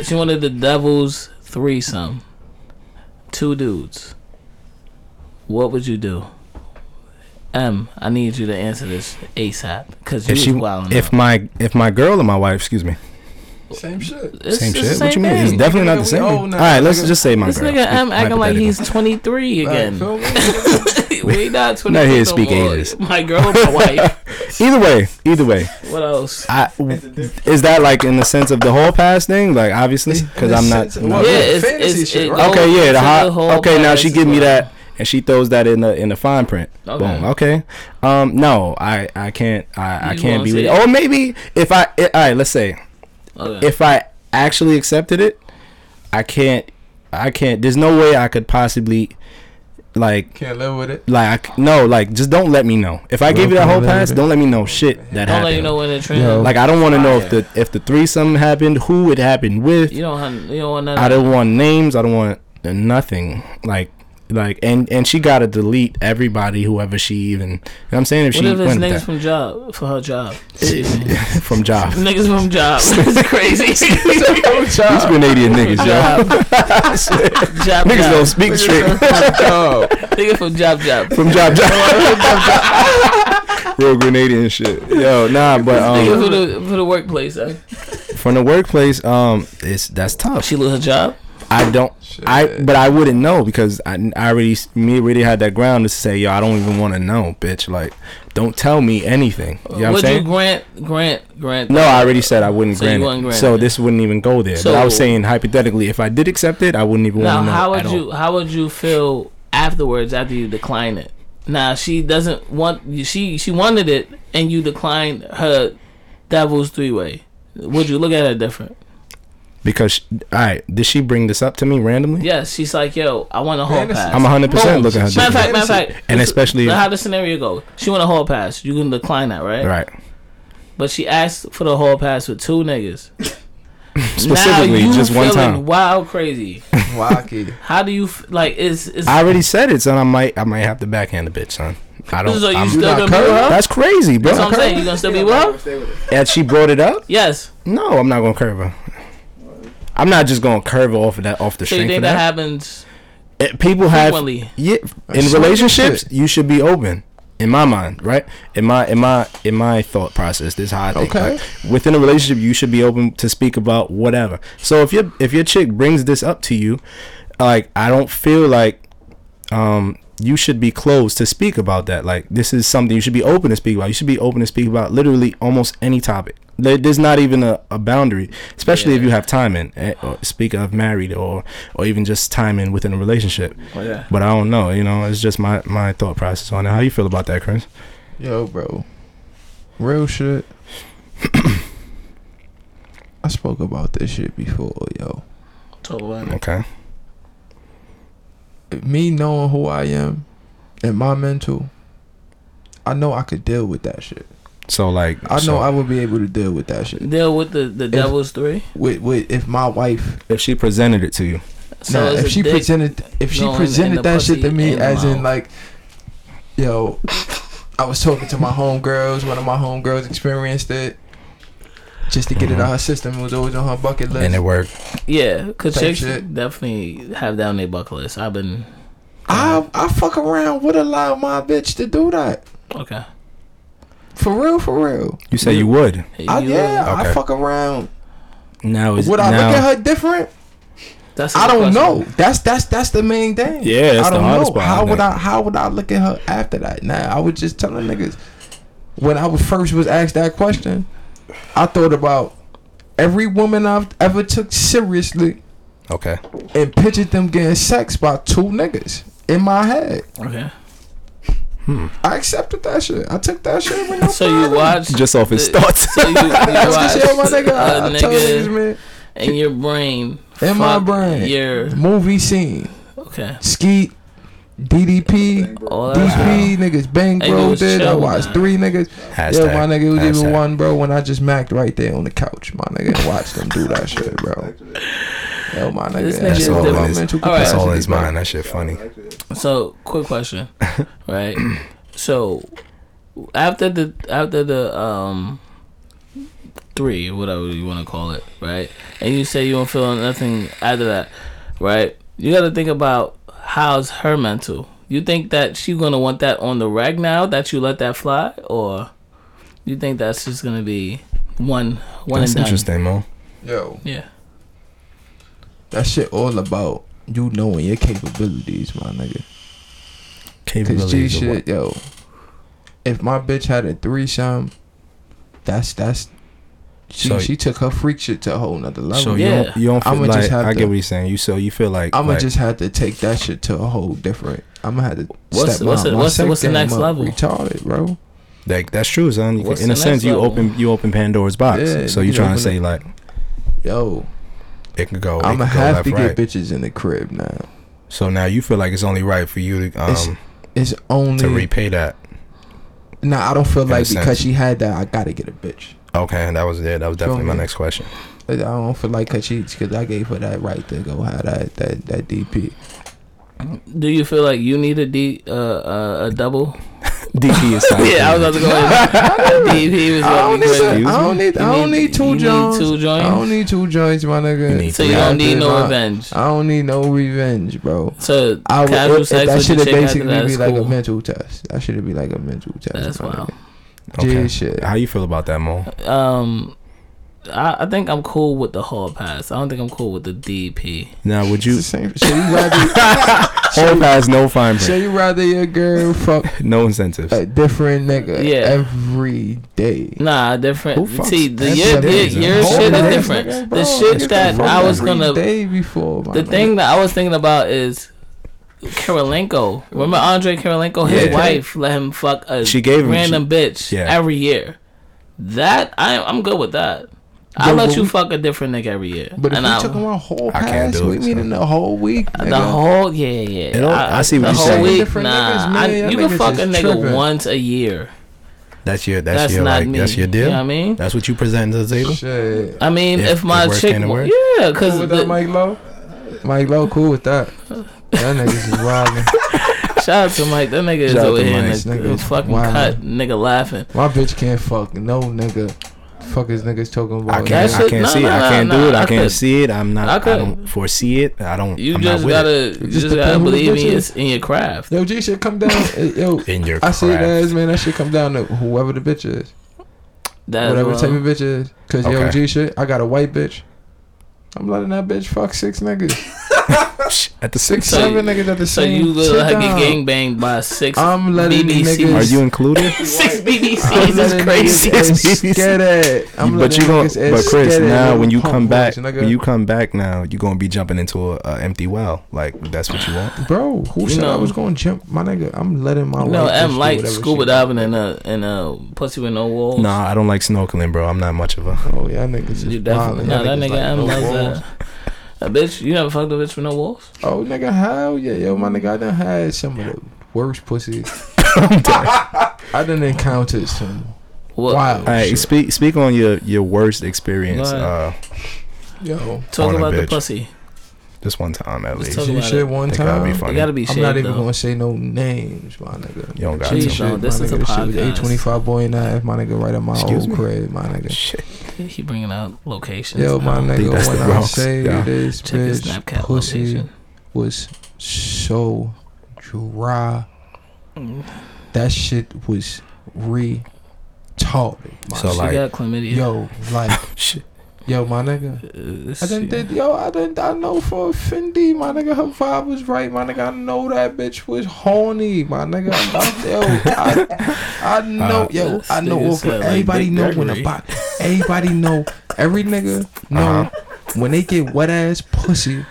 Speaker 3: she wanted the devil's threesome, two dudes. What would you do? M, I need you to answer this ASAP because you
Speaker 1: If she,
Speaker 3: was wilding
Speaker 1: if my, if my girl or my wife, excuse me,
Speaker 2: Same shit.
Speaker 3: It's-
Speaker 1: same
Speaker 3: it's the
Speaker 1: shit. what you mean?
Speaker 3: thing.
Speaker 1: It's definitely not
Speaker 2: Nigga,
Speaker 1: the
Speaker 2: we
Speaker 1: same.
Speaker 2: old
Speaker 1: All
Speaker 2: now,
Speaker 1: right, let's
Speaker 2: nigga.
Speaker 1: just say my
Speaker 3: this
Speaker 1: girl.
Speaker 3: nigga M acting like
Speaker 1: Hypothetical.
Speaker 3: he's 23 again.
Speaker 2: Like, feel me?
Speaker 3: we not 23
Speaker 1: Not here to
Speaker 3: no
Speaker 1: speak
Speaker 3: more.
Speaker 1: ages.
Speaker 3: My girl, my wife.
Speaker 1: Either way, either way,
Speaker 3: What else?
Speaker 1: I is that like in the sense of the whole pass thing? Like obviously, because I'm not. no.
Speaker 2: Well, yeah,
Speaker 3: Yeah, it's-
Speaker 2: fantasy
Speaker 3: it's-
Speaker 2: shit,
Speaker 3: it-
Speaker 2: right?
Speaker 3: no,
Speaker 1: okay, yeah,
Speaker 3: it's
Speaker 1: the
Speaker 3: in
Speaker 1: hot.
Speaker 3: the whole
Speaker 1: okay, now she
Speaker 3: pass,
Speaker 1: give me
Speaker 3: bro.
Speaker 1: that, and she throws that in the in the fine print.
Speaker 3: Okay.
Speaker 1: Boom. Okay. Um. No, I I can't I, I
Speaker 3: You
Speaker 1: can't
Speaker 3: won't
Speaker 1: be
Speaker 3: say
Speaker 1: with.
Speaker 3: it.
Speaker 1: Or maybe if I i all right, let's say
Speaker 3: Okay.
Speaker 1: if I actually accepted it, I can't I can't. There's no way I could possibly like
Speaker 2: Can't live with it.
Speaker 1: like I c- no like just don't let me know. If I give you that
Speaker 2: Okay,
Speaker 1: whole
Speaker 2: let me
Speaker 1: pass,
Speaker 2: be.
Speaker 1: don't let me know shit that
Speaker 3: Don't let you
Speaker 1: happened.
Speaker 3: know when it
Speaker 2: Yo.
Speaker 3: trends.
Speaker 1: Like I don't want to know if the if the threesome happened, who it happened with.
Speaker 3: You don't, have, you don't want none
Speaker 1: I
Speaker 3: of
Speaker 1: don't want names. I don't want nothing. Like like and and she got to delete everybody whoever she even. You know what I'm saying if
Speaker 3: What
Speaker 1: she
Speaker 3: if it's
Speaker 1: went with
Speaker 3: niggas
Speaker 1: that
Speaker 3: from job for her job?
Speaker 1: from, job.
Speaker 3: niggas from job. It's crazy.
Speaker 1: These Grenadian niggas, yo.
Speaker 3: job.
Speaker 1: Niggas
Speaker 3: job. job.
Speaker 1: don't speak straight
Speaker 2: Yo,
Speaker 3: Nigga from job job.
Speaker 1: from job job. Real Grenadian shit, yo. Nah, but
Speaker 3: Nigga
Speaker 1: um,
Speaker 3: for the for the workplace. uh. Huh?
Speaker 1: from the workplace, um, it's that's tough.
Speaker 3: She lose her job.
Speaker 1: I don't.
Speaker 2: Shit.
Speaker 1: I but I wouldn't know because I, I already me already had that ground to say yo I don't even want to know bitch like don't tell me anything you know what I'm
Speaker 3: Would you
Speaker 1: saying
Speaker 3: grant grant grant?
Speaker 1: no I already said I wouldn't
Speaker 3: So you
Speaker 1: grant it
Speaker 3: wouldn't grant
Speaker 1: so
Speaker 3: it.
Speaker 1: this wouldn't even go there but I was
Speaker 3: So-
Speaker 1: saying hypothetically if I did accept it I wouldn't even
Speaker 3: Now
Speaker 1: want to know
Speaker 3: how
Speaker 1: at
Speaker 3: would
Speaker 1: all.
Speaker 3: you how would you feel afterwards after you decline it? Now she doesn't want she she wanted it and you declined her devil's three way. Would you look at her different?
Speaker 1: because all right did she bring this up to me randomly
Speaker 3: Yes, she's like, yo, I want a whole
Speaker 2: Fantasy.
Speaker 3: pass.
Speaker 1: I'm 100 percent looking at her
Speaker 3: Matter of
Speaker 1: different.
Speaker 3: fact, matter of fact,
Speaker 1: and
Speaker 3: this-
Speaker 1: especially
Speaker 3: Now, how the scenario go? She want a hall pass. You can decline that, right?
Speaker 1: right
Speaker 3: But she asked for the hall pass with two niggas.
Speaker 1: specifically
Speaker 3: now you
Speaker 1: just one
Speaker 3: feeling
Speaker 1: time
Speaker 3: Wild, crazy.
Speaker 2: wacky.
Speaker 3: How do you f- like? It's it's.
Speaker 1: I already said it son I might I might have to backhand the bitch son I don't
Speaker 3: so you
Speaker 1: I'm-
Speaker 3: still gonna
Speaker 2: not
Speaker 3: be with
Speaker 2: curvy?
Speaker 3: her?
Speaker 1: that's crazy
Speaker 3: That's what
Speaker 1: bro
Speaker 3: I'm saying. You gonna still be with her?
Speaker 1: and she brought it up.
Speaker 3: Yes.
Speaker 1: No, I'm not gonna curve her. I'm not just gonna curve her off of that off the
Speaker 3: So
Speaker 1: string
Speaker 3: you
Speaker 1: for
Speaker 3: think that
Speaker 1: that.
Speaker 3: happens
Speaker 1: It- people have
Speaker 3: frequently?
Speaker 1: yeah, in
Speaker 2: shit.
Speaker 1: relationships you should be open. In my mind, right? In my in my in my thought process, this is how I think.
Speaker 2: Okay.
Speaker 1: like, within a relationship, you should be open to speak about whatever. So if your if your chick brings this up to you, like I don't feel like um you should be closed to speak about that. Like this is something you should be open to speak about. You should be open to speak about literally almost any topic. There, there's not even a, a boundary, especially if you have time in. eh, Or speak of married or or even just time in within a relationship.
Speaker 2: Oh,
Speaker 3: yeah.
Speaker 1: But I don't know. You know, it's just my my thought process on it. How you feel about that, Chris?
Speaker 2: Yo, bro. Real shit. I spoke about this shit before, yo.
Speaker 1: Okay.
Speaker 2: Me knowing who I am and my mental, I know I could deal with that shit.
Speaker 1: So like,
Speaker 2: I
Speaker 1: so
Speaker 2: know I would be able to deal with that shit.
Speaker 3: Deal with the the devil's three.
Speaker 2: With, with if my wife,
Speaker 1: if she presented it to you,
Speaker 2: nah,
Speaker 3: it's
Speaker 2: if
Speaker 3: a
Speaker 2: she
Speaker 3: dick-
Speaker 2: presented, if she
Speaker 3: going in
Speaker 2: presented
Speaker 3: the
Speaker 2: that shit to
Speaker 3: pussy
Speaker 2: me
Speaker 3: and the
Speaker 2: as
Speaker 3: mouth.
Speaker 2: in like, yo, I was talking to my homegirls. One of my homegirls experienced it. Just to get it out her system it was always on her bucket list.
Speaker 1: Mm-hmm. and it worked.
Speaker 3: yeah, cause
Speaker 2: Type
Speaker 3: chicks
Speaker 2: shit.
Speaker 3: definitely have down their bucket list. I've been
Speaker 2: I I fuck around would allow my bitch to do that.
Speaker 3: okay.
Speaker 2: For real, for real.
Speaker 1: You say you would.
Speaker 2: I,
Speaker 3: You-
Speaker 2: yeah, I
Speaker 1: Okay.
Speaker 2: fuck around.
Speaker 1: Now is
Speaker 2: Would I
Speaker 1: now,
Speaker 2: look at her different?
Speaker 3: That's a
Speaker 2: I don't
Speaker 3: good question.
Speaker 2: know. That's that's that's the main thing.
Speaker 1: Yeah, that's
Speaker 2: I
Speaker 1: the
Speaker 2: don't know.
Speaker 1: hardest part, I
Speaker 2: How would
Speaker 1: think.
Speaker 2: I how would I look at her after that? Now I was just telling niggas when I was first was asked that question, I thought about every woman I've ever took seriously
Speaker 1: Okay.
Speaker 2: and pictured them getting sex by two niggas in my head.
Speaker 3: Okay.
Speaker 2: I accepted that shit. I took that shit with no
Speaker 3: So you
Speaker 2: problem.
Speaker 3: watched
Speaker 1: Just off his
Speaker 3: the-
Speaker 1: thoughts.
Speaker 3: So you, you
Speaker 2: That's the shit, my
Speaker 3: watched
Speaker 2: nigga.
Speaker 3: a
Speaker 2: I, I told niggas,
Speaker 3: nigga
Speaker 2: man.
Speaker 3: in your brain.
Speaker 2: In my
Speaker 3: fuck
Speaker 2: brain.
Speaker 3: Your
Speaker 2: Movie scene.
Speaker 3: okay.
Speaker 2: Skeet, DDP,
Speaker 3: All that.
Speaker 2: DP, niggas, Bang
Speaker 3: Hey, it
Speaker 2: Bro
Speaker 3: was
Speaker 2: did. I
Speaker 3: chill,
Speaker 2: watched
Speaker 3: man.
Speaker 2: three niggas.
Speaker 1: Hashtag.
Speaker 2: Yo, my nigga, it was
Speaker 1: Hashtag.
Speaker 2: even one, bro, when I just macked right there on the couch, my nigga, and watched them do that shit, bro. Yo, my nigga,
Speaker 3: This nigga
Speaker 1: That's
Speaker 3: is
Speaker 1: all
Speaker 3: different.
Speaker 1: in
Speaker 2: my
Speaker 1: his,
Speaker 2: mental
Speaker 1: that's all in
Speaker 2: capacity,
Speaker 1: his
Speaker 2: bro.
Speaker 1: mind. That shit funny.
Speaker 3: So quick question, right? so after the after the um three, whatever you want to call it, right? And you say you don't feel nothing after that, right? You got to think about how's her mental. You think that she gonna want that on the rag now that you let that fly, or you think that's just gonna be one one
Speaker 1: That's
Speaker 3: and done?
Speaker 1: interesting, Mo.
Speaker 2: Yo,
Speaker 3: Yeah.
Speaker 2: that shit all about you knowing your capabilities, my nigga. Cause G
Speaker 1: Capabilities of what?
Speaker 2: shit, yo. If my bitch had a threesome, that's that's she,
Speaker 1: So-
Speaker 2: she took her freak shit to a whole nother level.
Speaker 1: So
Speaker 3: Yeah.
Speaker 1: you don't, you don't feel
Speaker 2: I'ma
Speaker 1: like
Speaker 2: just have
Speaker 1: I
Speaker 2: to-
Speaker 1: get what he's saying. You so you feel like
Speaker 2: I'ma
Speaker 1: like,
Speaker 2: just have to take that shit to a whole different. I'ma have to
Speaker 3: What's-
Speaker 2: step
Speaker 3: what's
Speaker 2: my,
Speaker 3: the-
Speaker 2: my
Speaker 3: what's the-
Speaker 2: sex
Speaker 3: what's the
Speaker 2: game
Speaker 3: next
Speaker 2: up.
Speaker 3: level?
Speaker 2: Retarded, bro.
Speaker 1: like that's true, son. You can,
Speaker 3: What's
Speaker 1: in
Speaker 3: the
Speaker 1: a sense,
Speaker 3: next
Speaker 1: you
Speaker 3: level?
Speaker 1: open you open Pandora's box.
Speaker 2: Yeah,
Speaker 1: so you're
Speaker 2: you
Speaker 1: trying
Speaker 2: open
Speaker 1: to say like
Speaker 2: Yo,
Speaker 1: it can
Speaker 3: Oh,
Speaker 1: go.
Speaker 2: I'ma
Speaker 1: it can go
Speaker 2: have
Speaker 1: left,
Speaker 2: to get
Speaker 1: right.
Speaker 2: bitches in the crib now.
Speaker 1: So now you feel like it's only right for you to
Speaker 2: It's
Speaker 1: um
Speaker 2: It's only
Speaker 1: to repay that.
Speaker 2: nah. I don't feel
Speaker 1: in
Speaker 2: like
Speaker 1: a
Speaker 2: because
Speaker 1: sense.
Speaker 2: she had that, I gotta get a bitch.
Speaker 1: Okay, that was it. That was
Speaker 2: Feel
Speaker 1: definitely my
Speaker 2: me?
Speaker 1: next question.
Speaker 2: I don't feel like cause she cause I gave her that right to go have that that that DP.
Speaker 3: Do you feel like you need a D uh, uh, a double?
Speaker 1: DP is
Speaker 3: yeah, I was about to go. ahead. DP was
Speaker 2: I
Speaker 3: gonna
Speaker 2: don't
Speaker 3: be
Speaker 2: need.
Speaker 3: crazy.
Speaker 2: to- I don't need. I
Speaker 3: You
Speaker 2: don't need
Speaker 3: you
Speaker 2: two Johns.
Speaker 3: Need two joints.
Speaker 2: I don't need two joints, my nigga.
Speaker 1: You need
Speaker 3: so you
Speaker 1: Yeah,
Speaker 3: don't need
Speaker 2: I
Speaker 3: no
Speaker 2: did
Speaker 3: revenge.
Speaker 2: not- I don't need no revenge, bro.
Speaker 3: So
Speaker 2: I would,
Speaker 3: casual
Speaker 2: if, if
Speaker 3: sex
Speaker 2: that
Speaker 3: with
Speaker 2: should
Speaker 3: your
Speaker 2: have
Speaker 3: chick after
Speaker 2: basically
Speaker 3: that
Speaker 2: be
Speaker 3: is
Speaker 2: like a
Speaker 3: cool.
Speaker 2: mental test. That should have be like a mental test.
Speaker 3: That's
Speaker 2: my
Speaker 3: wild.
Speaker 2: nigga.
Speaker 1: Okay.
Speaker 2: Gee, shit.
Speaker 1: How you feel about that, Mo?
Speaker 3: Um, I, I think I'm cool with the hall pass. I don't think I'm cool with the DP.
Speaker 1: Now would
Speaker 2: It's
Speaker 1: you
Speaker 2: the same. Should you rather?
Speaker 1: whole pass no fine print,
Speaker 2: should you rather your girl fuck
Speaker 1: no incentives?
Speaker 2: a different nigga
Speaker 3: Yeah.
Speaker 2: every day?
Speaker 3: Nah, different.
Speaker 1: Who fucks
Speaker 3: See, the
Speaker 1: every
Speaker 3: your,
Speaker 1: day?
Speaker 3: your, your
Speaker 1: Hall
Speaker 3: shit
Speaker 1: pass, nigga,
Speaker 3: is different.
Speaker 2: bro,
Speaker 3: the shit
Speaker 2: nigga
Speaker 3: that
Speaker 2: fuck
Speaker 3: I was
Speaker 2: every
Speaker 3: gonna
Speaker 2: day before. my
Speaker 3: The
Speaker 2: nigga.
Speaker 3: thing that I was thinking about is Kirilenko. Remember Andre Kirilenko? His
Speaker 1: Yeah.
Speaker 3: wife let him fuck a
Speaker 1: She gave him-
Speaker 3: random bitch
Speaker 1: yeah.
Speaker 3: every year. That I, I'm good with that. I
Speaker 2: But
Speaker 3: let
Speaker 2: when
Speaker 3: you
Speaker 2: we-
Speaker 3: fuck a different nigga every year.
Speaker 2: But if
Speaker 3: and
Speaker 2: we
Speaker 3: I,
Speaker 2: took him a whole
Speaker 1: I
Speaker 2: pass,
Speaker 1: can't do
Speaker 2: we
Speaker 1: it,
Speaker 2: mean
Speaker 1: so.
Speaker 2: in the whole week. Nigga.
Speaker 3: the whole yeah yeah.
Speaker 1: It all- I see what
Speaker 3: the
Speaker 1: you're
Speaker 3: whole
Speaker 1: saying.
Speaker 3: week
Speaker 2: Different niggas,
Speaker 3: nah.
Speaker 2: man,
Speaker 3: I,
Speaker 2: y'all
Speaker 3: you can
Speaker 2: niggas
Speaker 3: fuck a
Speaker 2: is
Speaker 3: nigga
Speaker 2: tripping.
Speaker 3: once a year.
Speaker 1: That's your that's,
Speaker 3: That's,
Speaker 1: your
Speaker 3: not
Speaker 1: like
Speaker 3: me.
Speaker 1: that's your
Speaker 3: You
Speaker 1: deal.
Speaker 3: know what I mean?
Speaker 1: That's what you present to the table.
Speaker 2: Shit.
Speaker 3: I mean,
Speaker 1: If-
Speaker 3: if, my
Speaker 1: if worse
Speaker 3: chick,
Speaker 1: came to worse?
Speaker 3: yeah,
Speaker 2: Cool
Speaker 3: because
Speaker 2: with that, Mike Low. Mike Low, cool with that. That niggas is wildin'.
Speaker 3: shout out to Mike. That nigga is
Speaker 1: Shout out
Speaker 3: over
Speaker 1: to
Speaker 3: here in
Speaker 1: Mike.
Speaker 3: the-
Speaker 2: Nigga
Speaker 3: the
Speaker 2: is
Speaker 3: fucking
Speaker 2: wild.
Speaker 3: cut, nigga laughing.
Speaker 2: My bitch can't fuck no nigga. Fuck is niggas talking
Speaker 1: I
Speaker 2: about.
Speaker 1: can't.
Speaker 3: That
Speaker 1: I
Speaker 3: shit-
Speaker 1: can't
Speaker 3: nah,
Speaker 1: see it.
Speaker 3: nah,
Speaker 1: I
Speaker 3: nah,
Speaker 1: can't
Speaker 3: nah,
Speaker 1: do it. I,
Speaker 3: I
Speaker 1: can't
Speaker 3: could-
Speaker 1: see it. I'm not.
Speaker 3: I
Speaker 1: I,
Speaker 3: could-
Speaker 1: don't foresee it. I don't.
Speaker 3: You
Speaker 1: I'm
Speaker 3: just
Speaker 1: not with it.
Speaker 3: gotta, you
Speaker 2: Just
Speaker 3: just gotta
Speaker 2: depend who
Speaker 3: believe
Speaker 2: bitch
Speaker 3: in your,
Speaker 2: is.
Speaker 3: in your craft.
Speaker 2: Yo, G shit come down. eh, Yo,
Speaker 1: in your.
Speaker 2: I see that
Speaker 1: craft.
Speaker 2: as man. That shit come down to whoever the bitch is,
Speaker 3: That
Speaker 2: whatever
Speaker 3: uh,
Speaker 2: type of bitch is. Cause yo,
Speaker 1: Okay.
Speaker 2: G shit, I got a white bitch. I'm letting that bitch fuck six niggas,
Speaker 1: at the
Speaker 2: six,
Speaker 1: six.
Speaker 3: So
Speaker 2: seven
Speaker 3: you-
Speaker 2: niggas at the
Speaker 3: so
Speaker 2: same
Speaker 3: you look
Speaker 2: sit
Speaker 3: like
Speaker 2: down.
Speaker 3: a gang banged by six
Speaker 2: I'm letting these
Speaker 3: BBCs.
Speaker 2: niggas-
Speaker 1: Are you included?
Speaker 3: six BBCs
Speaker 2: I'm
Speaker 3: is
Speaker 2: letting
Speaker 3: crazy.
Speaker 2: niggas ass
Speaker 1: Six BBCs.
Speaker 2: Scared at. I'm
Speaker 1: but
Speaker 2: letting
Speaker 1: you going
Speaker 2: niggas ass
Speaker 1: But Chris,
Speaker 2: scared at
Speaker 1: now
Speaker 2: little
Speaker 1: when you
Speaker 2: punk
Speaker 1: come back,
Speaker 2: boys, nigga.
Speaker 1: when you come back now, you're gonna be jumping into a, a empty well. Like that's what you want.
Speaker 2: bro, who
Speaker 3: You
Speaker 2: said I
Speaker 3: know-
Speaker 2: was gonna jump, my nigga? I'm letting my.
Speaker 3: No,
Speaker 2: white bitch
Speaker 3: I'm
Speaker 2: do
Speaker 3: like
Speaker 2: whatever she
Speaker 3: scuba
Speaker 2: want.
Speaker 3: diving in a in a pussy with no walls.
Speaker 1: Nah, I don't like snorkeling, bro. I'm not much of a.
Speaker 2: Oh yeah, niggas is
Speaker 3: you definitely.
Speaker 2: wildin'.
Speaker 3: Nah,
Speaker 2: Y'all
Speaker 3: that nigga
Speaker 2: niggas like
Speaker 3: M
Speaker 2: no
Speaker 3: loves
Speaker 2: walls.
Speaker 3: that. A bitch, you never fucked a bitch with no walls.
Speaker 2: Oh nigga, hell yeah, yo, my nigga, I done had some of the worst pussies. I done encountered some
Speaker 3: What?
Speaker 2: wild
Speaker 1: All right,
Speaker 2: shit.
Speaker 1: speak speak on your your worst experience.
Speaker 3: Go
Speaker 1: Uh,
Speaker 3: ahead.
Speaker 2: Yo,
Speaker 3: Talk
Speaker 1: on a
Speaker 3: about the
Speaker 1: bitch.
Speaker 3: pussy.
Speaker 1: this one time at
Speaker 3: Let's
Speaker 1: least.
Speaker 3: talk-
Speaker 2: G
Speaker 3: about
Speaker 2: shit
Speaker 3: it.
Speaker 2: one
Speaker 1: Think that'd be
Speaker 2: time.
Speaker 1: fun.
Speaker 3: It gotta be
Speaker 2: I'm
Speaker 3: shaved.
Speaker 2: not even
Speaker 3: though.
Speaker 2: gonna say no names, my nigga.
Speaker 1: You don't got
Speaker 3: Please
Speaker 2: G
Speaker 1: to.
Speaker 3: Jeez. don't. This is a podcast.
Speaker 2: Eight twenty five boy nine, my nigga, right at my
Speaker 1: Excuse
Speaker 2: old
Speaker 1: me?
Speaker 2: crib, my nigga.
Speaker 1: Shit.
Speaker 3: He bringing out locations.
Speaker 2: Yo, my
Speaker 3: now.
Speaker 1: think
Speaker 2: nigga,
Speaker 1: that's
Speaker 2: when
Speaker 1: the
Speaker 2: I
Speaker 1: Bronx.
Speaker 2: say
Speaker 1: Yeah.
Speaker 2: this
Speaker 3: Check his
Speaker 2: bitch
Speaker 3: Snapchat
Speaker 2: pussy
Speaker 3: location.
Speaker 2: was so dry.
Speaker 3: Mm,
Speaker 2: That shit was retarded. my
Speaker 1: So,
Speaker 3: She
Speaker 1: like-
Speaker 3: got chlamydia.
Speaker 2: Yo, like,
Speaker 1: Shit.
Speaker 2: yo, my nigga.
Speaker 3: Uh,
Speaker 2: I done
Speaker 3: she-
Speaker 2: did, yo, I done, I know for Fendi, my nigga, her vibe was right, my nigga. I know that bitch was horny, my nigga. I, yo, I, I know,
Speaker 1: Uh,
Speaker 2: yo, I know.
Speaker 3: Uh, this nigga
Speaker 2: Over,
Speaker 3: sound like
Speaker 2: everybody
Speaker 3: Dick
Speaker 2: know when
Speaker 3: Gregory. Uh-huh.
Speaker 2: a body, everybody know Every nigga know when they get wet ass pussy,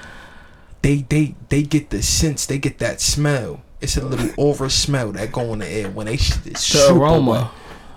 Speaker 2: they they they get the sense, they get that smell. It's a little over smell that go in the air when they shit is
Speaker 3: The
Speaker 2: super
Speaker 3: aroma.
Speaker 2: wet.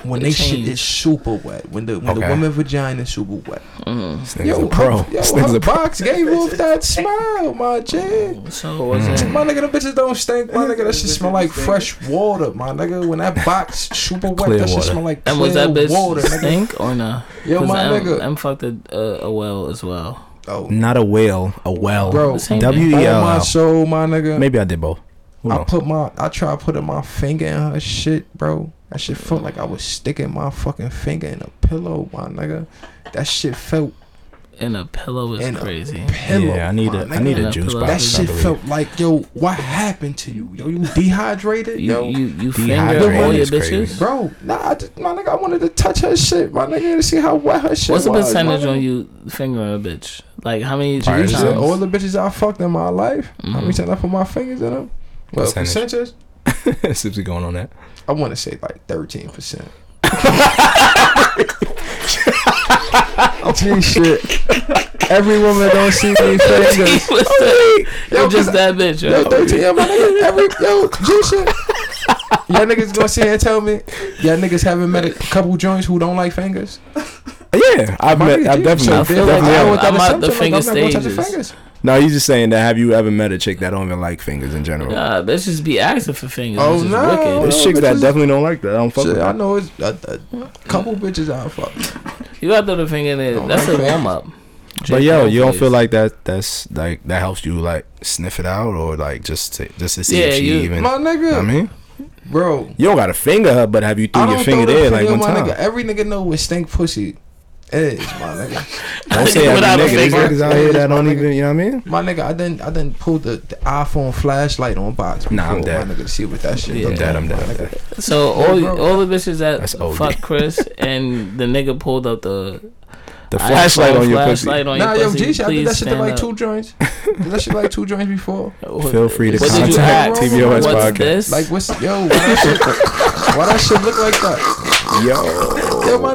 Speaker 2: When
Speaker 3: It
Speaker 2: they shit
Speaker 3: changed.
Speaker 2: is super wet. When the when the
Speaker 1: Okay.
Speaker 2: woman vagina is super wet.
Speaker 3: Mm.
Speaker 1: This nigga's a pro.
Speaker 2: Her, yo,
Speaker 1: This nigga's
Speaker 2: her
Speaker 1: a pro.
Speaker 2: box gave off that smile, my chick.
Speaker 3: So what was
Speaker 2: My
Speaker 3: it?
Speaker 2: nigga, them bitches don't stink. My nigga, that shit smell like fresh water, my nigga. When that box super wet,
Speaker 1: Clear
Speaker 2: that shit
Speaker 1: water.
Speaker 2: smell like
Speaker 3: And
Speaker 2: clear
Speaker 3: was that bitch
Speaker 2: water, nigga.
Speaker 3: stink or no?
Speaker 2: Yo, my
Speaker 3: M,
Speaker 2: nigga.
Speaker 3: M fucked a, uh, a well as well.
Speaker 2: Oh,
Speaker 1: Not a whale, a well.
Speaker 2: Bro.
Speaker 3: The same
Speaker 1: W
Speaker 3: thing.
Speaker 1: E
Speaker 2: on
Speaker 1: L
Speaker 2: my
Speaker 1: L.
Speaker 2: soul, my nigga.
Speaker 1: Maybe I did both. Who
Speaker 2: I
Speaker 1: knows?
Speaker 2: put my, I tried putting my finger in her shit, bro. That shit felt like I was sticking my fucking finger in a pillow, my nigga. That shit felt
Speaker 3: And a pillow is
Speaker 2: And a
Speaker 3: crazy.
Speaker 2: pillow.
Speaker 1: yeah, I need
Speaker 2: my
Speaker 1: a I
Speaker 2: nigga.
Speaker 1: need
Speaker 3: Yeah,
Speaker 1: a juice
Speaker 3: pillow.
Speaker 1: box.
Speaker 2: That
Speaker 1: I
Speaker 2: shit
Speaker 1: believe.
Speaker 2: felt like, yo, what happened to you? Yo, you dehydrated,
Speaker 3: You
Speaker 2: yo.
Speaker 3: you, you
Speaker 1: Dehydrated
Speaker 3: finger all your
Speaker 1: is crazy.
Speaker 3: bitches.
Speaker 2: Bro, nah, I just, my nigga, I wanted to touch her shit, my nigga, to see how wet her shit
Speaker 3: What's the
Speaker 2: was. my
Speaker 3: percentage
Speaker 2: nigga.
Speaker 3: on you fingering a bitch? Like how many
Speaker 1: Probably
Speaker 3: times?
Speaker 1: just
Speaker 2: Shit, all the bitches I fucked in my life, how many
Speaker 3: Mhm.
Speaker 2: times I put my fingers in them? Well,
Speaker 1: Percentage.
Speaker 2: percentage?
Speaker 1: Sips going on that.
Speaker 2: I want to say like 13%. Gee, shit. Every woman don't see me fingers.
Speaker 3: You're
Speaker 2: Yo,
Speaker 3: just
Speaker 2: cause-
Speaker 3: that bitch,
Speaker 2: Yo,
Speaker 3: right?
Speaker 2: 13, yo, my nigga. Every, yo, G shit. Y'all niggas gonna sit here and tell me y'all niggas haven't met a couple joints who don't like fingers?
Speaker 1: Yeah, I've
Speaker 2: My
Speaker 1: met.
Speaker 2: nigga,
Speaker 1: I've
Speaker 2: G,
Speaker 1: definitely.
Speaker 3: I
Speaker 2: so
Speaker 3: feel
Speaker 1: definitely
Speaker 3: like
Speaker 1: have.
Speaker 3: I
Speaker 2: with that
Speaker 3: I'm out the
Speaker 2: assumption, like,
Speaker 3: finger
Speaker 2: I'm not gonna touch the
Speaker 3: stages.
Speaker 2: fingers.
Speaker 1: No, he's just saying that. Have you ever met a chick that don't even like fingers in general?
Speaker 3: Nah, bitches be asking for fingers.
Speaker 2: Oh,
Speaker 3: which is
Speaker 2: no.
Speaker 3: wicked.
Speaker 1: There's chicks that
Speaker 2: bitches-
Speaker 1: definitely don't like that. I don't fuck with
Speaker 2: Shit, I
Speaker 1: that.
Speaker 2: know it's a, a couple bitches I fuck.
Speaker 3: You gotta throw the finger in there.
Speaker 2: Don't
Speaker 3: That's
Speaker 2: like
Speaker 3: a
Speaker 2: that.
Speaker 3: warm up.
Speaker 1: But yo, you don't feel like that. That's like that helps you like sniff it out or like just to, just to see
Speaker 3: Yeah,
Speaker 1: if she
Speaker 3: you-
Speaker 1: even.
Speaker 2: My nigga,
Speaker 1: I mean,
Speaker 2: bro,
Speaker 1: you don't got to finger her, but have you
Speaker 2: I
Speaker 1: threw your
Speaker 2: don't
Speaker 1: finger
Speaker 2: throw the
Speaker 1: there like one
Speaker 2: finger, my
Speaker 1: time?
Speaker 2: Nigga. Every nigga know what stink pussy is, my nigga.
Speaker 1: Don't say every
Speaker 3: Without a
Speaker 1: nigga. These
Speaker 3: finger.
Speaker 1: niggas out here that
Speaker 2: My
Speaker 1: don't
Speaker 2: nigga.
Speaker 1: even. You know what I mean?
Speaker 2: My nigga, I didn't, I didn't pull the, the iPhone flashlight on box. Before,
Speaker 1: Nah, I'm dead.
Speaker 2: My nigga, to see what that shit.
Speaker 3: I'm
Speaker 2: look
Speaker 1: dead,
Speaker 2: like,
Speaker 1: I'm
Speaker 2: my
Speaker 1: dead, I'm
Speaker 2: nigga.
Speaker 3: So all
Speaker 2: bro.
Speaker 3: all the bitches that
Speaker 1: That's OD.
Speaker 3: fuck Chris and the nigga pulled up the
Speaker 1: The flashlight
Speaker 3: iPhone
Speaker 1: on your pussy.
Speaker 3: flashlight on
Speaker 2: Nah,
Speaker 3: your
Speaker 2: yo,
Speaker 3: pussy.
Speaker 2: G, shit, I did
Speaker 3: Please
Speaker 2: that shit to
Speaker 3: stand
Speaker 2: like
Speaker 3: up.
Speaker 2: two joints. Did that shit like two joints before?
Speaker 3: What-
Speaker 1: Feel free to
Speaker 3: what did you
Speaker 1: contact
Speaker 3: ask?
Speaker 1: TVOS
Speaker 3: What's
Speaker 1: podcast.
Speaker 3: this?
Speaker 2: Like, what's yo? Why that shit, why that shit look like that?
Speaker 1: Yo,
Speaker 2: Yo, my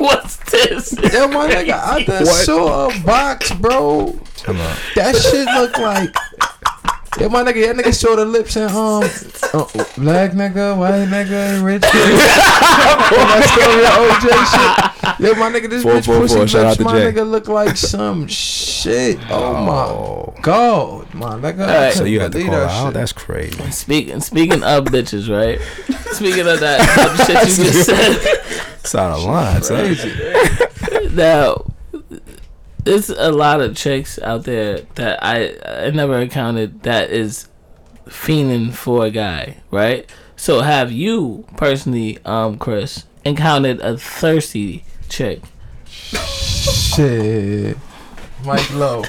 Speaker 3: what's this?
Speaker 2: Yo, my nigga, I
Speaker 1: What?
Speaker 2: just saw a box, bro.
Speaker 1: come on.
Speaker 2: That shit look like. Yeah, my nigga, that nigga showed the lips and um, uh, black nigga, white nigga, rich kid. That's still the OJ shit. Yeah, my nigga, this
Speaker 1: Four,
Speaker 2: bitch
Speaker 1: four,
Speaker 2: pussy
Speaker 1: four,
Speaker 2: lips,
Speaker 1: shout out to
Speaker 2: my
Speaker 1: Jay.
Speaker 2: nigga, look like some shit. Oh my god, my nigga.
Speaker 3: Alright.
Speaker 1: So you had to
Speaker 2: Believe
Speaker 1: call her
Speaker 2: that
Speaker 1: out.
Speaker 2: shit.
Speaker 1: That's crazy.
Speaker 3: Speaking speaking of bitches, right? Speaking of that of shit you just said.
Speaker 1: It's out of line. son.
Speaker 2: crazy.
Speaker 3: Now, there's a lot of chicks out there that I I never encountered that is fiending for a guy, right? So have you personally, um, Chris, encountered a thirsty chick?
Speaker 2: Shit, Mike Low.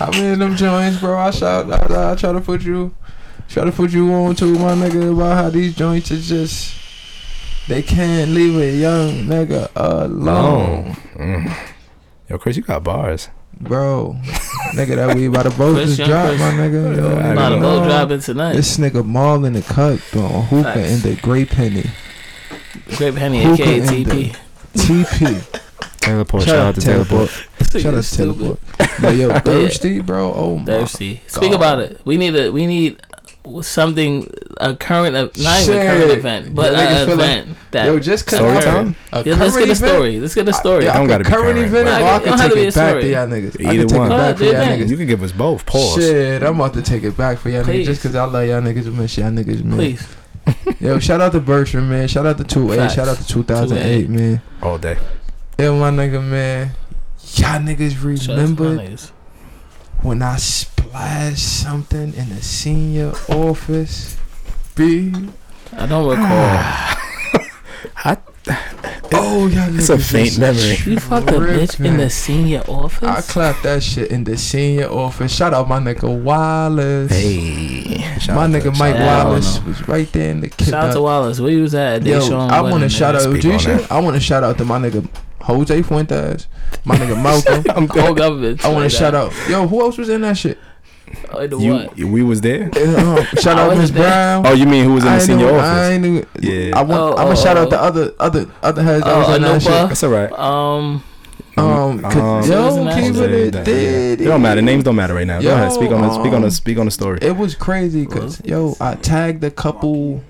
Speaker 2: I mean them joints, bro. I shout, I, I try to put you, try to put you on to my nigga about how these joints is just, they can't leave a young nigga alone,
Speaker 1: Long. Mm. Yo, Chris, you got bars.
Speaker 2: bro. nigga, that we about to both
Speaker 3: Chris,
Speaker 2: just
Speaker 3: young
Speaker 2: drop,
Speaker 3: Chris.
Speaker 2: my nigga. Yo,
Speaker 1: Yeah, I
Speaker 3: A
Speaker 2: nigga,
Speaker 3: lot
Speaker 1: don't
Speaker 3: of bow
Speaker 2: no.
Speaker 3: dropping tonight.
Speaker 2: This nigga Maul in the cut, throwing hookah
Speaker 3: Facts.
Speaker 2: in the grape henny,
Speaker 3: Grape Henny,
Speaker 2: Hookah
Speaker 3: aka
Speaker 2: and
Speaker 3: TP.
Speaker 2: TP.
Speaker 1: Teleport.
Speaker 2: Oh, Shout out to Teleport. Shout
Speaker 3: You
Speaker 2: out to
Speaker 3: stupid.
Speaker 2: Teleport. Yo, yo, thirsty, bro. Oh my
Speaker 3: Thirsty. Speak
Speaker 2: God.
Speaker 3: about it. We need a we need something a current ev- not even a current
Speaker 2: Shit.
Speaker 3: event, but
Speaker 2: Y'all niggas
Speaker 3: an
Speaker 2: feel like-
Speaker 3: event that.
Speaker 2: Yo, just cause
Speaker 1: Story
Speaker 2: I-
Speaker 1: time?
Speaker 3: yeah,
Speaker 2: a
Speaker 3: let's get
Speaker 2: current
Speaker 3: a
Speaker 2: event-
Speaker 3: story. Let's get a story.
Speaker 2: Yeah,
Speaker 1: don't
Speaker 2: I
Speaker 1: gotta
Speaker 2: could
Speaker 1: be
Speaker 2: current
Speaker 1: current,
Speaker 2: event,
Speaker 1: bro.
Speaker 2: or
Speaker 3: Nah,
Speaker 2: I
Speaker 3: it don't
Speaker 2: can
Speaker 3: have
Speaker 2: take
Speaker 3: to be a
Speaker 2: it back
Speaker 3: story.
Speaker 2: to y'all niggas. I
Speaker 1: Either
Speaker 2: can take
Speaker 1: one.
Speaker 2: it back for y'all
Speaker 3: Yeah,
Speaker 2: niggas.
Speaker 1: You can give us both. Pause.
Speaker 2: Shit, I'm about to take it back for y'all niggas just because I love y'all niggas and miss y'all niggas, man.
Speaker 3: Please.
Speaker 2: Yo, shout out to Bertrand, man. Shout out to 2A.
Speaker 3: Facts.
Speaker 2: Shout out to 2008,
Speaker 3: 2A.
Speaker 2: man.
Speaker 1: All day.
Speaker 2: Yeah, my nigga, man. Y'all niggas
Speaker 3: Shout out to my
Speaker 2: remember
Speaker 3: niggas.
Speaker 2: when I splashed something in the senior office? B.
Speaker 3: I don't recall.
Speaker 2: Oh, y'all niggas.
Speaker 1: It's a faint
Speaker 2: is-
Speaker 1: memory.
Speaker 3: you fucked a
Speaker 2: Rip,
Speaker 3: bitch in
Speaker 2: man.
Speaker 3: the senior
Speaker 2: I
Speaker 3: office.
Speaker 2: clapped that shit in the senior office. Shout out my nigga Wallace.
Speaker 1: Hey. Shout
Speaker 2: My
Speaker 1: out to-
Speaker 2: nigga Mike
Speaker 3: shout out to-
Speaker 2: Wallace was right there in the kid.
Speaker 3: Shout out to Wallace. Where you was at? They
Speaker 2: Yo,
Speaker 3: showing
Speaker 2: I
Speaker 3: wedding
Speaker 2: want to
Speaker 3: there.
Speaker 2: shout out
Speaker 1: Speak
Speaker 2: G
Speaker 1: on
Speaker 2: shit. I want to shout out to my nigga Jose Fuentes, my nigga Malcolm.
Speaker 1: I'm
Speaker 3: whole
Speaker 1: dead.
Speaker 3: government.
Speaker 2: I want
Speaker 3: like
Speaker 2: to shout
Speaker 3: that.
Speaker 2: out. Yo, who else was in that shit?
Speaker 3: Into
Speaker 1: You,
Speaker 3: what?
Speaker 1: we was there.
Speaker 2: Uh, shout
Speaker 3: I
Speaker 2: out
Speaker 3: was
Speaker 2: Miss
Speaker 3: there.
Speaker 2: Brown.
Speaker 1: Oh, you mean who was in the
Speaker 2: I ain't
Speaker 1: senior
Speaker 2: knew- I
Speaker 1: office?
Speaker 2: ain't knew-
Speaker 1: Yeah.
Speaker 2: I want.
Speaker 3: Oh,
Speaker 2: I'm gonna
Speaker 3: oh,
Speaker 2: shout out
Speaker 3: oh.
Speaker 2: the other other other heads. that
Speaker 3: Oh,
Speaker 2: was on that
Speaker 3: Anupa.
Speaker 2: shit.
Speaker 1: That's all right.
Speaker 3: Um,
Speaker 2: Um,
Speaker 1: Um,
Speaker 2: cause- yo,
Speaker 3: Susan
Speaker 2: keep
Speaker 3: Ashton.
Speaker 2: it
Speaker 1: Yeah.
Speaker 2: did.
Speaker 1: It don't matter. Names don't matter right now.
Speaker 2: Yo,
Speaker 1: Go ahead. Speak on. the speak on.
Speaker 2: um,
Speaker 1: the speak on the story.
Speaker 2: It was crazy because yo, I tagged a couple.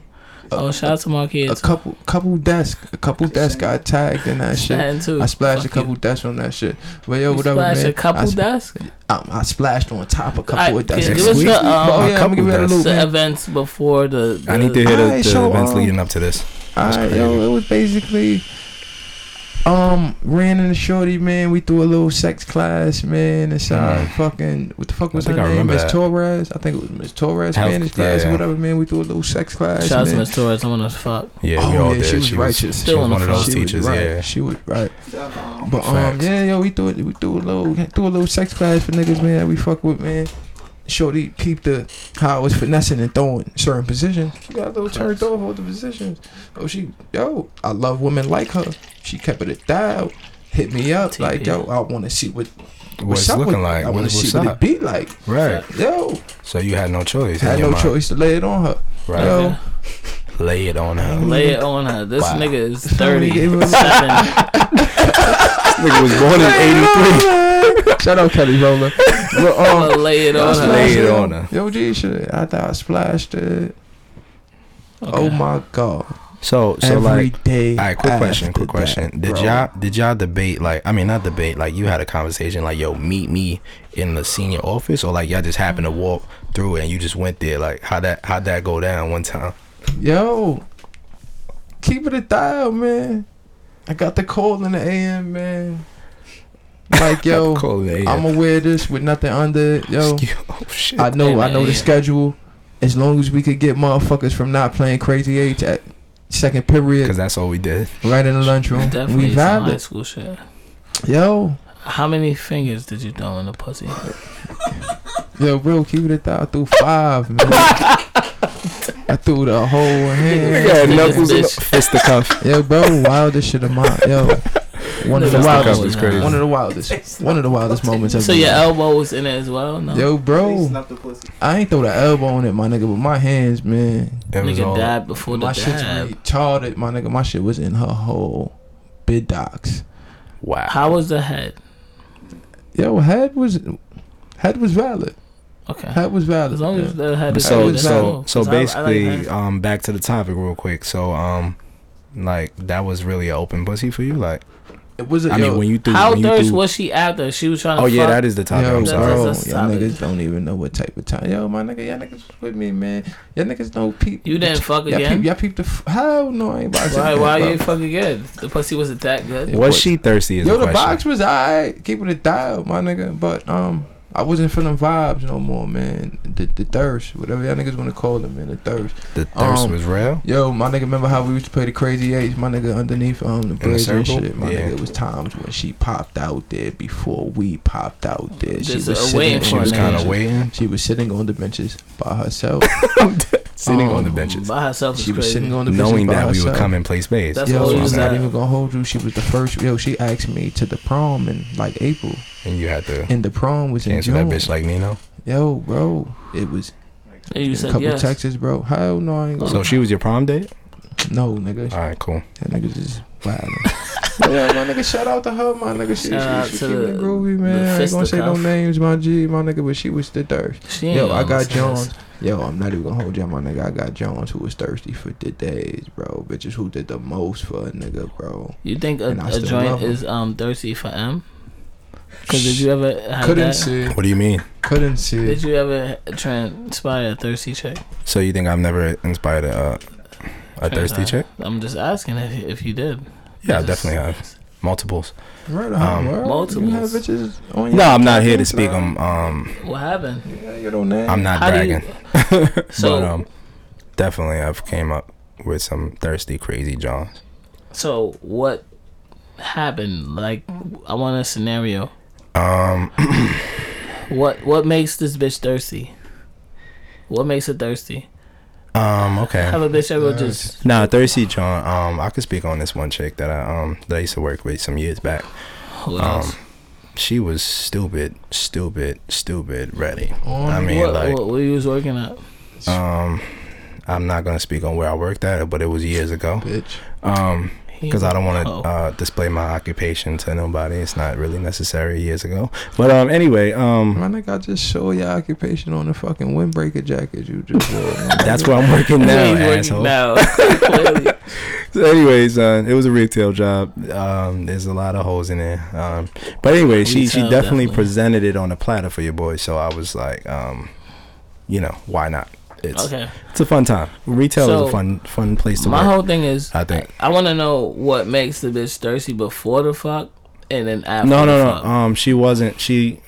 Speaker 3: oh, shout out to my
Speaker 2: a
Speaker 3: kids.
Speaker 2: couple couple desk a couple desk got tagged in that shit.
Speaker 3: That too.
Speaker 2: I splashed a
Speaker 3: Fuck
Speaker 2: couple desks on that shit. But yo,
Speaker 3: You
Speaker 2: whatever,
Speaker 3: splash
Speaker 2: man.
Speaker 3: a
Speaker 2: I,
Speaker 3: couple
Speaker 2: sp-
Speaker 3: desk.
Speaker 2: um, I splashed on top a
Speaker 3: Alright,
Speaker 2: couple of
Speaker 3: can
Speaker 2: desks.
Speaker 1: you give us
Speaker 2: Sweet.
Speaker 3: the, um,
Speaker 2: oh
Speaker 1: a
Speaker 2: yeah, I'm gonna
Speaker 1: couple
Speaker 2: give it a
Speaker 1: desks.
Speaker 2: little
Speaker 3: It's the
Speaker 2: bit.
Speaker 3: events before the.
Speaker 1: I need to hear the,
Speaker 2: Alright,
Speaker 1: the
Speaker 2: so,
Speaker 1: events
Speaker 2: um,
Speaker 1: leading up to this. That's
Speaker 2: Alright,
Speaker 1: crazy.
Speaker 2: yo, it was basically um ran in the shorty man. We threw a little sex class man inside
Speaker 1: Mm.
Speaker 2: fucking what the fuck was her
Speaker 1: think I
Speaker 2: name?
Speaker 1: remember
Speaker 2: Miss
Speaker 1: that.
Speaker 2: Torres. I think it was Miss Torres
Speaker 1: Health-
Speaker 2: Spanish
Speaker 1: yeah,
Speaker 2: class
Speaker 1: yeah.
Speaker 2: or whatever man. We threw a little sex class.
Speaker 3: Shout out to
Speaker 2: man.
Speaker 3: Miss Torres. I want to fuck.
Speaker 1: Yeah, we
Speaker 2: Oh,
Speaker 1: all
Speaker 2: yeah,
Speaker 1: did.
Speaker 2: she was
Speaker 1: She was,
Speaker 2: righteous.
Speaker 1: she
Speaker 3: Still
Speaker 1: was
Speaker 3: in
Speaker 1: one
Speaker 3: the
Speaker 1: of those
Speaker 3: front.
Speaker 2: She was
Speaker 1: teachers.
Speaker 2: right.
Speaker 1: Yeah.
Speaker 2: She was right. But um,
Speaker 1: Facts.
Speaker 2: yeah, yo, we threw it. We threw a little, threw a little sex class for niggas, man. That we fuck with, man. Shorty peeped the how I was finessing and throwing certain positions. She got a little turned off all the positions. Oh, she, yo, I love women like her. She kept it a dial. Hit me up,
Speaker 3: TP.
Speaker 2: like yo, I want to see what
Speaker 1: What
Speaker 2: what's
Speaker 1: it's
Speaker 2: up
Speaker 1: looking
Speaker 2: with,
Speaker 1: like.
Speaker 2: I
Speaker 1: What,
Speaker 2: want to see
Speaker 1: what's
Speaker 2: what
Speaker 1: up?
Speaker 2: it be like.
Speaker 1: Right.
Speaker 2: Yo,
Speaker 1: So you had no choice. in
Speaker 2: had
Speaker 1: your
Speaker 2: no
Speaker 1: mind.
Speaker 2: choice to lay it on her.
Speaker 1: Right.
Speaker 2: Yo,
Speaker 3: Okay.
Speaker 1: Lay it on her.
Speaker 3: Lay it on her. This
Speaker 1: Wow.
Speaker 3: nigga is
Speaker 2: Somebody gave her a-
Speaker 3: 37.
Speaker 1: This nigga was born in '83.
Speaker 2: Shout out Kelly Roller. But, um,
Speaker 3: I'ma lay it
Speaker 2: I
Speaker 3: on
Speaker 1: That's
Speaker 3: her.
Speaker 1: lay
Speaker 2: splashed
Speaker 1: it on
Speaker 2: it.
Speaker 1: her.
Speaker 2: Yo, G, shit. I thought I splashed it. Oh
Speaker 3: Okay.
Speaker 2: my god.
Speaker 1: So, so
Speaker 2: Every day.
Speaker 1: like, all right. Quick question.
Speaker 2: after
Speaker 1: Quick question.
Speaker 2: that,
Speaker 1: did
Speaker 2: bro.
Speaker 1: y'all did y'all debate like? I mean, not debate. Like, you had a conversation like, "Yo, meet me in the senior office," or like y'all just happened to walk through it and you just went there. Like, how that how that go down one time?
Speaker 2: Yo, keep it a dial, man. I got the call in the AM, man. Like yo,
Speaker 1: I'm
Speaker 2: I'ma wear this with nothing under it, yo.
Speaker 1: oh shit.
Speaker 2: I know,
Speaker 3: In
Speaker 2: I
Speaker 3: the
Speaker 2: know the
Speaker 3: AM.
Speaker 2: schedule. As long as we could get motherfuckers from not playing crazy H at second
Speaker 1: Because
Speaker 2: period,
Speaker 1: that's all we did.
Speaker 2: right in the lunchroom,
Speaker 3: Definitely
Speaker 2: we
Speaker 3: some high
Speaker 2: vibed
Speaker 3: school shit.
Speaker 2: it. Yo,
Speaker 3: How many fingers did you throw in the pussy?
Speaker 2: Yo, bro, keep it a thou through five, man. I threw the whole hand.
Speaker 3: Yeah, knuckles in the-
Speaker 1: Fisticuff.
Speaker 2: Yo, bro, wildest shit of mine. Yo, one of the
Speaker 3: Fisticuffs
Speaker 2: wildest.
Speaker 1: was crazy.
Speaker 2: One of the wildest. One of the wildest moments ever.
Speaker 3: So your elbow was in it as well? No.
Speaker 2: Yo, bro,
Speaker 4: Not the pussy.
Speaker 2: I ain't throw the elbow on it, my nigga, but my hands, man.
Speaker 1: It was
Speaker 3: Nigga
Speaker 1: all.
Speaker 3: died before the
Speaker 2: My shit's
Speaker 3: dab.
Speaker 2: retarded, my nigga. My shit was in her whole bid docs.
Speaker 1: Wow.
Speaker 3: How was the head?
Speaker 2: Yo, head was, head was valid.
Speaker 3: Okay.
Speaker 2: Head was valid.
Speaker 3: As long as
Speaker 2: yeah.
Speaker 3: the head
Speaker 1: But
Speaker 3: is
Speaker 1: so
Speaker 3: good, that's
Speaker 1: so
Speaker 3: cool.
Speaker 1: so
Speaker 3: 'Cause I- I like
Speaker 1: basically,
Speaker 3: heads.
Speaker 1: um, back to the topic real quick. So um, like that was really an open pussy for you. Like
Speaker 2: it was. A,
Speaker 1: I
Speaker 2: yo,
Speaker 1: mean, when you threw,
Speaker 3: How
Speaker 1: when you
Speaker 3: thirst
Speaker 1: threw-
Speaker 3: was she after? She was trying to.
Speaker 1: Oh yeah,
Speaker 3: fuck.
Speaker 1: that is the topic.
Speaker 2: Yo,
Speaker 1: I'm sorry.
Speaker 2: bro,
Speaker 3: That's- that's
Speaker 2: y'all
Speaker 3: solid.
Speaker 2: niggas don't even know what type of time. Yo, my nigga, y'all niggas with me, man. Y'all niggas know peep.
Speaker 3: You didn't fuck
Speaker 2: y'all
Speaker 3: again?
Speaker 2: Peep, y'all peep the. F- Hell no, I ain't about to.
Speaker 3: Why?
Speaker 2: say
Speaker 3: Why
Speaker 2: that,
Speaker 3: you ain't
Speaker 2: bro.
Speaker 3: fucking good? The pussy wasn't that good.
Speaker 2: It
Speaker 1: Was
Speaker 2: was-
Speaker 1: she thirsty? Is
Speaker 2: Yo,
Speaker 1: the
Speaker 2: the
Speaker 1: question.
Speaker 2: box was alright, keeping it dialed, my nigga. But um, I wasn't feeling vibes no more, man. The, the thirst, whatever y'all niggas wanna call it, man. The thirst.
Speaker 1: The thirst
Speaker 2: um,
Speaker 1: was real.
Speaker 2: Yo, my nigga, remember how we used to play the crazy eights? My nigga, underneath um the bridge and
Speaker 1: circle?
Speaker 2: shit. My
Speaker 1: Yeah.
Speaker 2: nigga, it was times when she popped out there before we popped out there. She
Speaker 3: Just,
Speaker 2: was
Speaker 3: uh, waiting
Speaker 2: sitting.
Speaker 1: She was
Speaker 3: for
Speaker 1: kind of
Speaker 3: nigga.
Speaker 1: waiting,
Speaker 2: She was sitting on the benches by herself.
Speaker 1: sitting
Speaker 2: Um,
Speaker 1: on the benches,
Speaker 3: Oh, By herself is
Speaker 2: She was sitting
Speaker 3: crazy.
Speaker 2: on the benches
Speaker 1: knowing
Speaker 2: by
Speaker 1: that we
Speaker 2: herself.
Speaker 1: would come and play space.
Speaker 3: That's
Speaker 2: Yo,
Speaker 3: all
Speaker 1: what
Speaker 3: you
Speaker 1: I'm
Speaker 2: I'm
Speaker 1: saying.
Speaker 2: not
Speaker 3: said.
Speaker 2: even gonna hold you. She was the first. Yo, she asked me to the prom in like April,
Speaker 1: And you had to
Speaker 2: and the prom was in
Speaker 1: answer that
Speaker 2: June.
Speaker 1: bitch like Nino.
Speaker 2: Yo, bro, it was
Speaker 3: And you
Speaker 2: a
Speaker 3: said
Speaker 2: couple
Speaker 3: yes.
Speaker 2: Texas, bro. Hell no, I ain't
Speaker 3: Oh,
Speaker 2: gonna.
Speaker 1: So she was your prom date.
Speaker 2: no, nigga,
Speaker 1: All right, cool.
Speaker 2: that nigga just wildin'. yeah, my nigga, shout out to her, my nigga. She,
Speaker 3: Shout out
Speaker 2: she, she
Speaker 3: to
Speaker 2: keeping it
Speaker 3: the-
Speaker 2: groovy, man.
Speaker 3: the
Speaker 2: I ain't gonna say no
Speaker 3: fisticuff.
Speaker 2: names, my G, my nigga, but she was the thirst.
Speaker 3: She ain't
Speaker 2: Yo, I
Speaker 3: gonna
Speaker 2: got
Speaker 3: say yes.
Speaker 2: Jones. Yo, I'm not even gonna hold y'all, my nigga. I got Jones who was thirsty for the days, bro. Bitches who did the most for a nigga, bro.
Speaker 3: You think a,
Speaker 2: And I
Speaker 3: a
Speaker 2: still
Speaker 3: joint
Speaker 2: love him.
Speaker 3: is um thirsty for M? Because did you ever have
Speaker 2: Couldn't
Speaker 3: that?
Speaker 2: see.
Speaker 1: What do you mean?
Speaker 2: Couldn't see.
Speaker 3: Did you ever transpire a thirsty chick?
Speaker 1: So you think I've never inspired a uh, a thirsty
Speaker 3: Transpire.
Speaker 1: chick?
Speaker 3: I'm just asking if you, if you did.
Speaker 1: Yeah, I
Speaker 3: Just-
Speaker 1: definitely have multiples.
Speaker 2: Right
Speaker 1: Um,
Speaker 2: word.
Speaker 3: multiples.
Speaker 2: You have bitches on your
Speaker 1: No, I'm not here to
Speaker 2: fucking
Speaker 1: speak.
Speaker 2: side.
Speaker 1: I'm um,
Speaker 3: What happened?
Speaker 2: Yeah, you don't name.
Speaker 1: I'm not
Speaker 3: How do
Speaker 1: bragging.
Speaker 3: you- So
Speaker 1: but um, definitely I've came up with some thirsty, crazy Johns.
Speaker 3: so what happened? Like I want a scenario.
Speaker 1: Um,
Speaker 3: What what makes this bitch thirsty? What makes her thirsty?
Speaker 1: um, okay.
Speaker 3: Have a bitch ever
Speaker 2: Nice.
Speaker 3: just
Speaker 1: Nah, thirsty John. Um, I could speak on this one chick that I um that I used to work with some years back.
Speaker 3: who
Speaker 1: Um,
Speaker 3: else?
Speaker 1: She was stupid, stupid, stupid ready.
Speaker 2: On
Speaker 1: I mean,
Speaker 3: what,
Speaker 1: like,
Speaker 3: what, what you was working at?
Speaker 1: um, I'm not gonna speak on where I worked at, but it was years ago.
Speaker 2: bitch.
Speaker 1: Um,
Speaker 3: He
Speaker 1: because I don't want to
Speaker 3: Oh.
Speaker 1: uh, display my occupation to nobody. It's not really necessary. Years ago, but um, anyway, um,
Speaker 2: My nigga, I just show your occupation on the fucking windbreaker jacket you just wore.
Speaker 1: that's where I'm working
Speaker 3: He's
Speaker 1: now,
Speaker 3: working
Speaker 1: asshole.
Speaker 3: now. Clearly.
Speaker 1: So anyways, uh, it was a retail job. Um, there's a lot of holes in there. Um, but anyway, she she
Speaker 3: Retail,
Speaker 1: definitely,
Speaker 3: definitely.
Speaker 1: presented it on a platter for your boy. So I was like, um, you know, why not? It's
Speaker 3: Okay.
Speaker 1: it's a fun time. Retail is
Speaker 3: So,
Speaker 1: a fun fun place to
Speaker 3: My
Speaker 1: work.
Speaker 3: whole thing is,
Speaker 1: I think.
Speaker 3: I, want to know what makes the bitch thirsty before the fuck and then after.
Speaker 1: No,
Speaker 3: the
Speaker 1: no,
Speaker 3: fuck.
Speaker 1: no. Um, she wasn't. She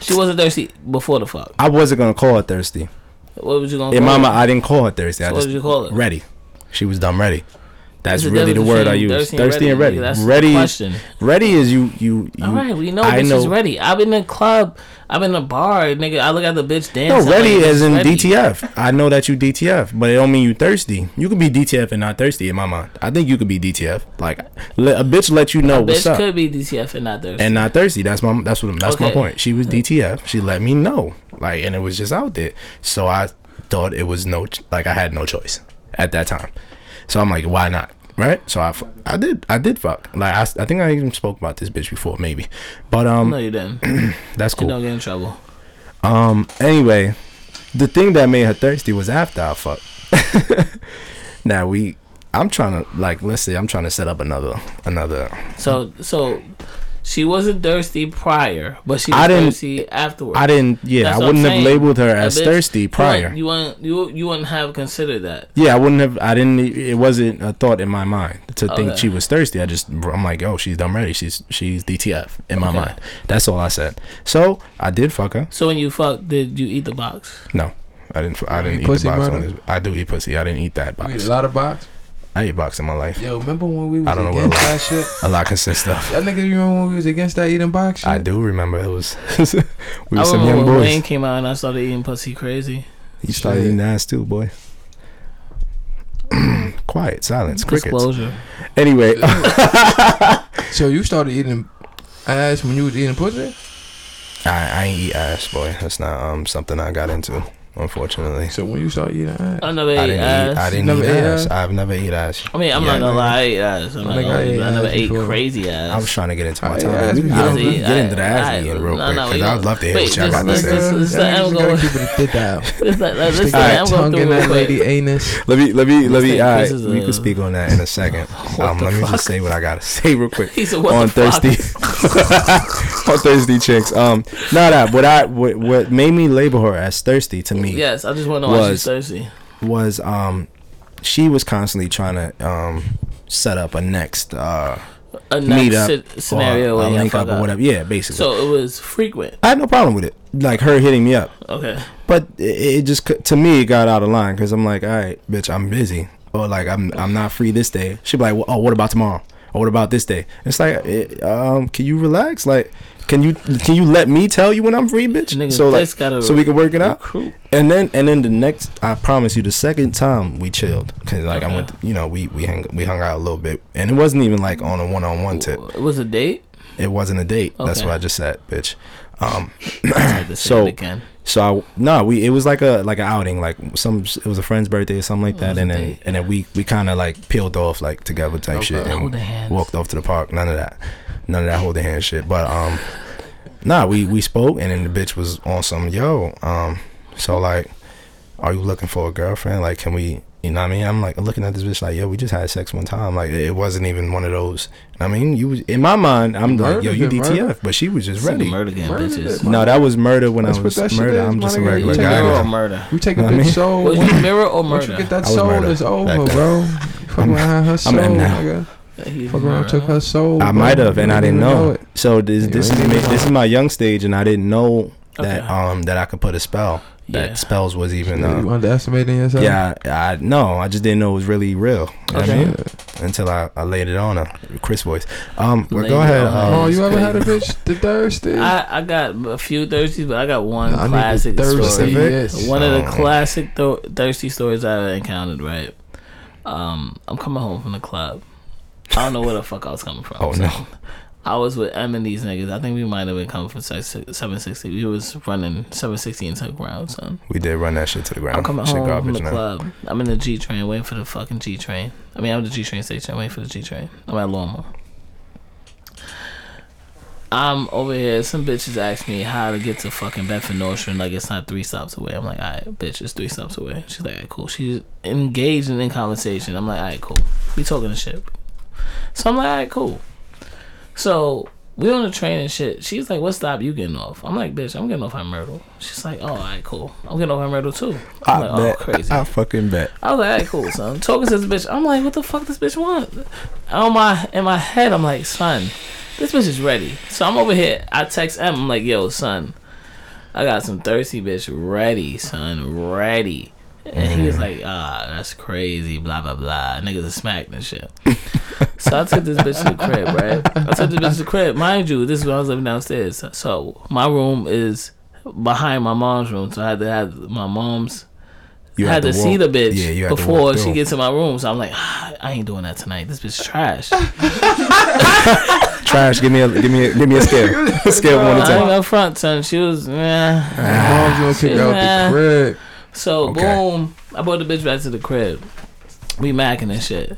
Speaker 3: She wasn't thirsty before the fuck.
Speaker 1: I wasn't gonna call her thirsty.
Speaker 3: What was you gonna?
Speaker 1: In
Speaker 3: call
Speaker 1: my
Speaker 3: it?
Speaker 1: mind, I didn't call her thirsty. I
Speaker 3: So what
Speaker 1: just
Speaker 3: did you call it?
Speaker 1: ready. She was dumb ready. That's
Speaker 3: There's a
Speaker 1: really the
Speaker 3: difference
Speaker 1: word I
Speaker 3: between
Speaker 1: use. Thirsty and ready.
Speaker 3: nigga. That's the
Speaker 1: Ready, ready,
Speaker 3: question.
Speaker 1: is you you. you
Speaker 3: All right, we know
Speaker 1: I
Speaker 3: bitch is
Speaker 1: know-
Speaker 3: ready. I've been in a club. I've been in a bar, nigga. I look at the bitch
Speaker 1: No,
Speaker 3: dancing.
Speaker 1: ready
Speaker 3: like,
Speaker 1: as in
Speaker 3: ready.
Speaker 1: DTF. I know that you DTF, but it don't mean you thirsty. You could be DTF and not thirsty in my mind. I think you could be DTF. Like let, a bitch let you know what's
Speaker 3: Bitch
Speaker 1: up
Speaker 3: could be DTF and not thirsty.
Speaker 1: and not thirsty. That's my that's what that's my
Speaker 3: Okay.
Speaker 1: point. She was DTF. She let me know. Like and it was just out there. So I thought it was no ch- like I had no choice at that time. So I'm like, why not? Right? So I, f- I did I did fuck. Like I, s- I think I even spoke about this bitch before maybe. But um
Speaker 3: no, you didn't.
Speaker 1: that's
Speaker 3: You
Speaker 1: cool.
Speaker 3: don't get in trouble.
Speaker 1: Um. Anyway, the thing that made her thirsty was after I fucked. now we, I'm trying to like let's say I'm trying to set up another another.
Speaker 3: So, so she wasn't thirsty prior, but she was
Speaker 1: I didn't-
Speaker 3: thirsty afterwards.
Speaker 1: I didn't. Yeah,
Speaker 3: That's
Speaker 1: I
Speaker 3: what I'm
Speaker 1: wouldn't have
Speaker 3: saying.
Speaker 1: labeled her
Speaker 3: A
Speaker 1: as
Speaker 3: bitch-
Speaker 1: thirsty prior.
Speaker 3: You wouldn't, you wouldn't, you, you wouldn't have considered that.
Speaker 1: yeah, I wouldn't have. I didn't. It wasn't a thought in my mind to think
Speaker 3: Okay.
Speaker 1: she was thirsty. I just I'm like, oh, she's dumb ready. She's she's DTF in my
Speaker 3: Okay.
Speaker 1: mind. That's all I said. So I did fuck her.
Speaker 3: So when you fuck, did you eat the box?
Speaker 1: No, I didn't. I didn't
Speaker 2: eat
Speaker 1: eat,
Speaker 2: pussy,
Speaker 1: the box. On
Speaker 2: brother?
Speaker 1: this. I do eat pussy. I didn't eat that
Speaker 2: We ate
Speaker 1: box.
Speaker 2: a lot of box.
Speaker 1: I ate box in my life.
Speaker 2: Yo, remember when we was
Speaker 1: I don't know
Speaker 2: against
Speaker 1: what-
Speaker 2: that shit?
Speaker 1: A lot consists of.
Speaker 2: Y'all niggas remember when we was against that eating box shit?
Speaker 1: I do remember it was we
Speaker 3: I
Speaker 1: were some
Speaker 3: remember
Speaker 1: young
Speaker 3: when Wayne
Speaker 1: boys.
Speaker 3: came out and I started eating pussy crazy.
Speaker 1: You started
Speaker 2: Shit.
Speaker 1: eating ass too, boy. Quiet, silence, crickets.
Speaker 3: Disclosure.
Speaker 1: Anyway,
Speaker 2: So you started eating ass when you was eating pussy?
Speaker 1: I, I ain't eat ass, boy. That's not um something I got into, unfortunately.
Speaker 2: So when you started eating ass?
Speaker 3: I never ate
Speaker 1: I didn't
Speaker 3: ass.
Speaker 1: eat. I
Speaker 3: I,
Speaker 1: didn't
Speaker 2: Never
Speaker 1: eat
Speaker 2: ate
Speaker 1: ass.
Speaker 2: ass?
Speaker 1: I've never eat ass.
Speaker 3: mean, I'm
Speaker 1: Yeah,
Speaker 3: not gonna
Speaker 2: nigga.
Speaker 3: lie, I ate ass. I'm
Speaker 2: My
Speaker 3: not
Speaker 2: nigga,
Speaker 3: gonna
Speaker 2: I ate
Speaker 3: lie. I never
Speaker 2: ass
Speaker 3: ate
Speaker 2: before.
Speaker 3: crazy
Speaker 1: I was
Speaker 3: ass.
Speaker 1: trying to get into
Speaker 2: I
Speaker 1: my
Speaker 2: ate
Speaker 1: topic.
Speaker 2: ass
Speaker 1: We can
Speaker 2: before.
Speaker 1: get, we can
Speaker 3: I-
Speaker 1: get into the ass
Speaker 3: I-
Speaker 1: eating real
Speaker 3: no,
Speaker 1: quick
Speaker 3: no,
Speaker 1: because
Speaker 3: we
Speaker 1: I'd
Speaker 3: don't-
Speaker 1: love to hear
Speaker 3: wait,
Speaker 1: what y'all
Speaker 3: just
Speaker 1: got to
Speaker 3: let's-
Speaker 1: say.
Speaker 3: let's- let's-
Speaker 2: Y'all niggas
Speaker 3: I'm
Speaker 2: gotta
Speaker 3: going-
Speaker 2: keep it a dick out.
Speaker 3: It's like, like,
Speaker 2: Stick
Speaker 3: listen,
Speaker 1: Alright,
Speaker 2: your
Speaker 3: I'm going
Speaker 2: tongue in
Speaker 3: through
Speaker 2: that
Speaker 3: real quick.
Speaker 2: lady anus.
Speaker 1: Let me, let me, let me.
Speaker 3: This
Speaker 1: All right,
Speaker 3: is
Speaker 1: we
Speaker 3: a-
Speaker 1: can speak on that in a second. Um,
Speaker 3: the
Speaker 1: let me
Speaker 3: fuck?
Speaker 1: just say what I gotta say real quick.
Speaker 3: He said, "What
Speaker 1: on
Speaker 3: the fuck?"
Speaker 1: Thursday, on Thursday, chicks. Um, nah, nah. What I what, what made me label her as thirsty to me
Speaker 3: Yes, I just want to know
Speaker 1: Was-
Speaker 3: why she's thirsty.
Speaker 1: was um, she was constantly trying to um set up a next uh
Speaker 3: A
Speaker 1: meet
Speaker 3: next
Speaker 1: up
Speaker 3: si- scenario where
Speaker 1: a
Speaker 3: you
Speaker 1: link up
Speaker 3: fuck
Speaker 1: or
Speaker 3: up.
Speaker 1: whatever. Yeah, basically.
Speaker 3: So it was frequent.
Speaker 1: I had no problem with it, like her hitting me up.
Speaker 3: Okay.
Speaker 1: But it, it just c- to me it got out of line because I'm like, all right, bitch, I'm busy, or like I'm I'm not free this day. She'd be like, well, oh, what about tomorrow? Or what about this day? It's like, eh, um, can you relax? Like, can you can you let me tell you when I'm free, bitch?
Speaker 3: Nigga,
Speaker 1: so like,
Speaker 3: this gotta
Speaker 1: so we can work it out.
Speaker 3: recruit.
Speaker 1: And then and then the next, I promise you, the second time we chilled because like I went, you know, we we hung we hung out a little bit, and it wasn't even like on a one on one tip.
Speaker 3: It was a date.
Speaker 1: It wasn't a date. That's
Speaker 3: Okay.
Speaker 1: what I just said, bitch. Um,
Speaker 3: Like the
Speaker 1: So-
Speaker 3: same again.
Speaker 1: so I no, we it was like a like an outing, like some it was a friend's birthday or something like that,
Speaker 3: was a
Speaker 1: and then
Speaker 3: date.
Speaker 1: and then we we kind of like peeled off like together type shit and
Speaker 3: Holding hands.
Speaker 1: walked off to the park. None of that, none of that holding hand shit. But um, nah, we we spoke and then the bitch was on some yo um, so like, are you looking for a girlfriend? Like, can we? You know what I mean? I'm like looking at this bitch like yo, we just had sex one time. Like it wasn't even one of those. I mean, you was in my mind, I'm like yo,
Speaker 2: Murdered
Speaker 1: you
Speaker 2: it, murdered.
Speaker 1: DTF, but she was just ready.
Speaker 3: Murder game,
Speaker 2: Murder
Speaker 3: bitches.
Speaker 2: it.
Speaker 1: No, that was murder when
Speaker 2: That's
Speaker 1: I
Speaker 2: what
Speaker 1: was
Speaker 2: that shit
Speaker 1: murder.
Speaker 2: is,
Speaker 1: I'm
Speaker 2: my
Speaker 1: just a
Speaker 2: nigga. You
Speaker 1: regular
Speaker 2: take
Speaker 1: guy.
Speaker 2: it
Speaker 3: Mirror
Speaker 1: now.
Speaker 3: or murder?
Speaker 2: You take a
Speaker 1: Know what I
Speaker 2: bitch
Speaker 1: mean?
Speaker 2: soul.
Speaker 3: Was
Speaker 2: Once
Speaker 3: you mirror or
Speaker 2: once you
Speaker 3: murder?
Speaker 2: get that
Speaker 1: I was
Speaker 2: soul,
Speaker 1: murdered
Speaker 2: it's over,
Speaker 1: back then.
Speaker 2: bro. Fuck
Speaker 1: I'm-
Speaker 2: around her soul,
Speaker 1: in now.
Speaker 2: nigga.
Speaker 3: He's
Speaker 2: Fuck around, took her soul.
Speaker 1: I
Speaker 2: bro.
Speaker 1: might have, and
Speaker 2: You
Speaker 1: I didn't
Speaker 2: even
Speaker 1: know.
Speaker 2: it.
Speaker 1: So this
Speaker 2: You
Speaker 1: this
Speaker 2: ain't
Speaker 1: is
Speaker 2: even
Speaker 1: me,
Speaker 2: know.
Speaker 1: this is my young stage, and I didn't know that
Speaker 3: Okay.
Speaker 1: um that I could put a spell. That
Speaker 3: Yeah.
Speaker 1: spells was even.
Speaker 2: You
Speaker 1: Uh,
Speaker 2: underestimating yourself?
Speaker 1: yeah, I, I no, I just didn't know it was really real. You know what I
Speaker 3: Okay.
Speaker 1: mean? Until I, I laid it on her, Chris voice. Um, but
Speaker 3: Laid
Speaker 1: go
Speaker 3: it
Speaker 1: ahead.
Speaker 3: on her.
Speaker 1: Um,
Speaker 2: Oh,
Speaker 3: Oh,
Speaker 2: you
Speaker 3: it's
Speaker 2: ever had a
Speaker 3: crazy.
Speaker 2: bitch the thirsty?
Speaker 3: I, I got a few thirsties, but I got one
Speaker 2: I need the
Speaker 3: classic
Speaker 2: thirsty,
Speaker 3: story.
Speaker 2: yes.
Speaker 3: One of the
Speaker 1: Oh.
Speaker 3: classic th- thirsty stories I've encountered. Right, um, I'm coming home from the club. I don't know where the fuck I was coming from.
Speaker 1: Oh, no.
Speaker 3: I was with M and these niggas. I think we might have been coming from seven sixty. We was running seven sixty into the ground, son.
Speaker 1: We did run that shit to the ground.
Speaker 3: I'm coming
Speaker 1: shit
Speaker 3: home from
Speaker 1: garbage
Speaker 3: the
Speaker 1: now.
Speaker 3: club. I'm in the G train, waiting for the fucking G train. I mean, I'm at the G train station, waiting for the G train. I'm at Longmont. I'm over here. Some bitches ask me how to get to fucking Bedford Northern. Like it's not three stops away. I'm like, all right, bitch, it's three stops away. She's like, all right, cool. She's engaged and in conversation. I'm like, all right, cool. We talking and shit. So I'm like, all right, cool. So we on the train and shit. She's like, what stop you getting off? I'm like, bitch, I'm getting off at Myrtle. She's like, oh, all right, cool. I'm getting off at Myrtle too. I'm
Speaker 1: I
Speaker 3: like,
Speaker 1: bet.
Speaker 3: oh, crazy.
Speaker 1: I fucking bet.
Speaker 3: I was like, all right, cool, son. Talking to this bitch, I'm like, what the fuck this bitch want? On my in my head, I'm like, son, this bitch is ready. So I'm over here. I text M. I'm like, yo, son, I got some thirsty bitch ready, son, ready. And he was like, ah, that's crazy, blah blah blah. Niggas are smacked and shit. so I took this bitch to the crib, right? I took this bitch to the crib. Mind you, this is when I was living downstairs. So my room is behind my mom's room, so I had to have my mom's
Speaker 1: You
Speaker 3: I had to,
Speaker 1: walk-
Speaker 3: see the bitch
Speaker 1: Yeah, you had to walk
Speaker 3: before she
Speaker 1: through.
Speaker 3: gets in my room. So I'm like, ah, I ain't doing that tonight. This bitch is trash.
Speaker 1: Trash. Give me a give me a, give me a scale. scale one to
Speaker 3: I ain't
Speaker 1: ten.
Speaker 3: up front, son. She was, eh.
Speaker 2: Mom's gonna kick
Speaker 3: shit,
Speaker 2: her out
Speaker 3: man.
Speaker 2: the crib.
Speaker 3: Oh, So
Speaker 1: Okay.
Speaker 3: boom, I brought the bitch back to the crib. We macking and shit.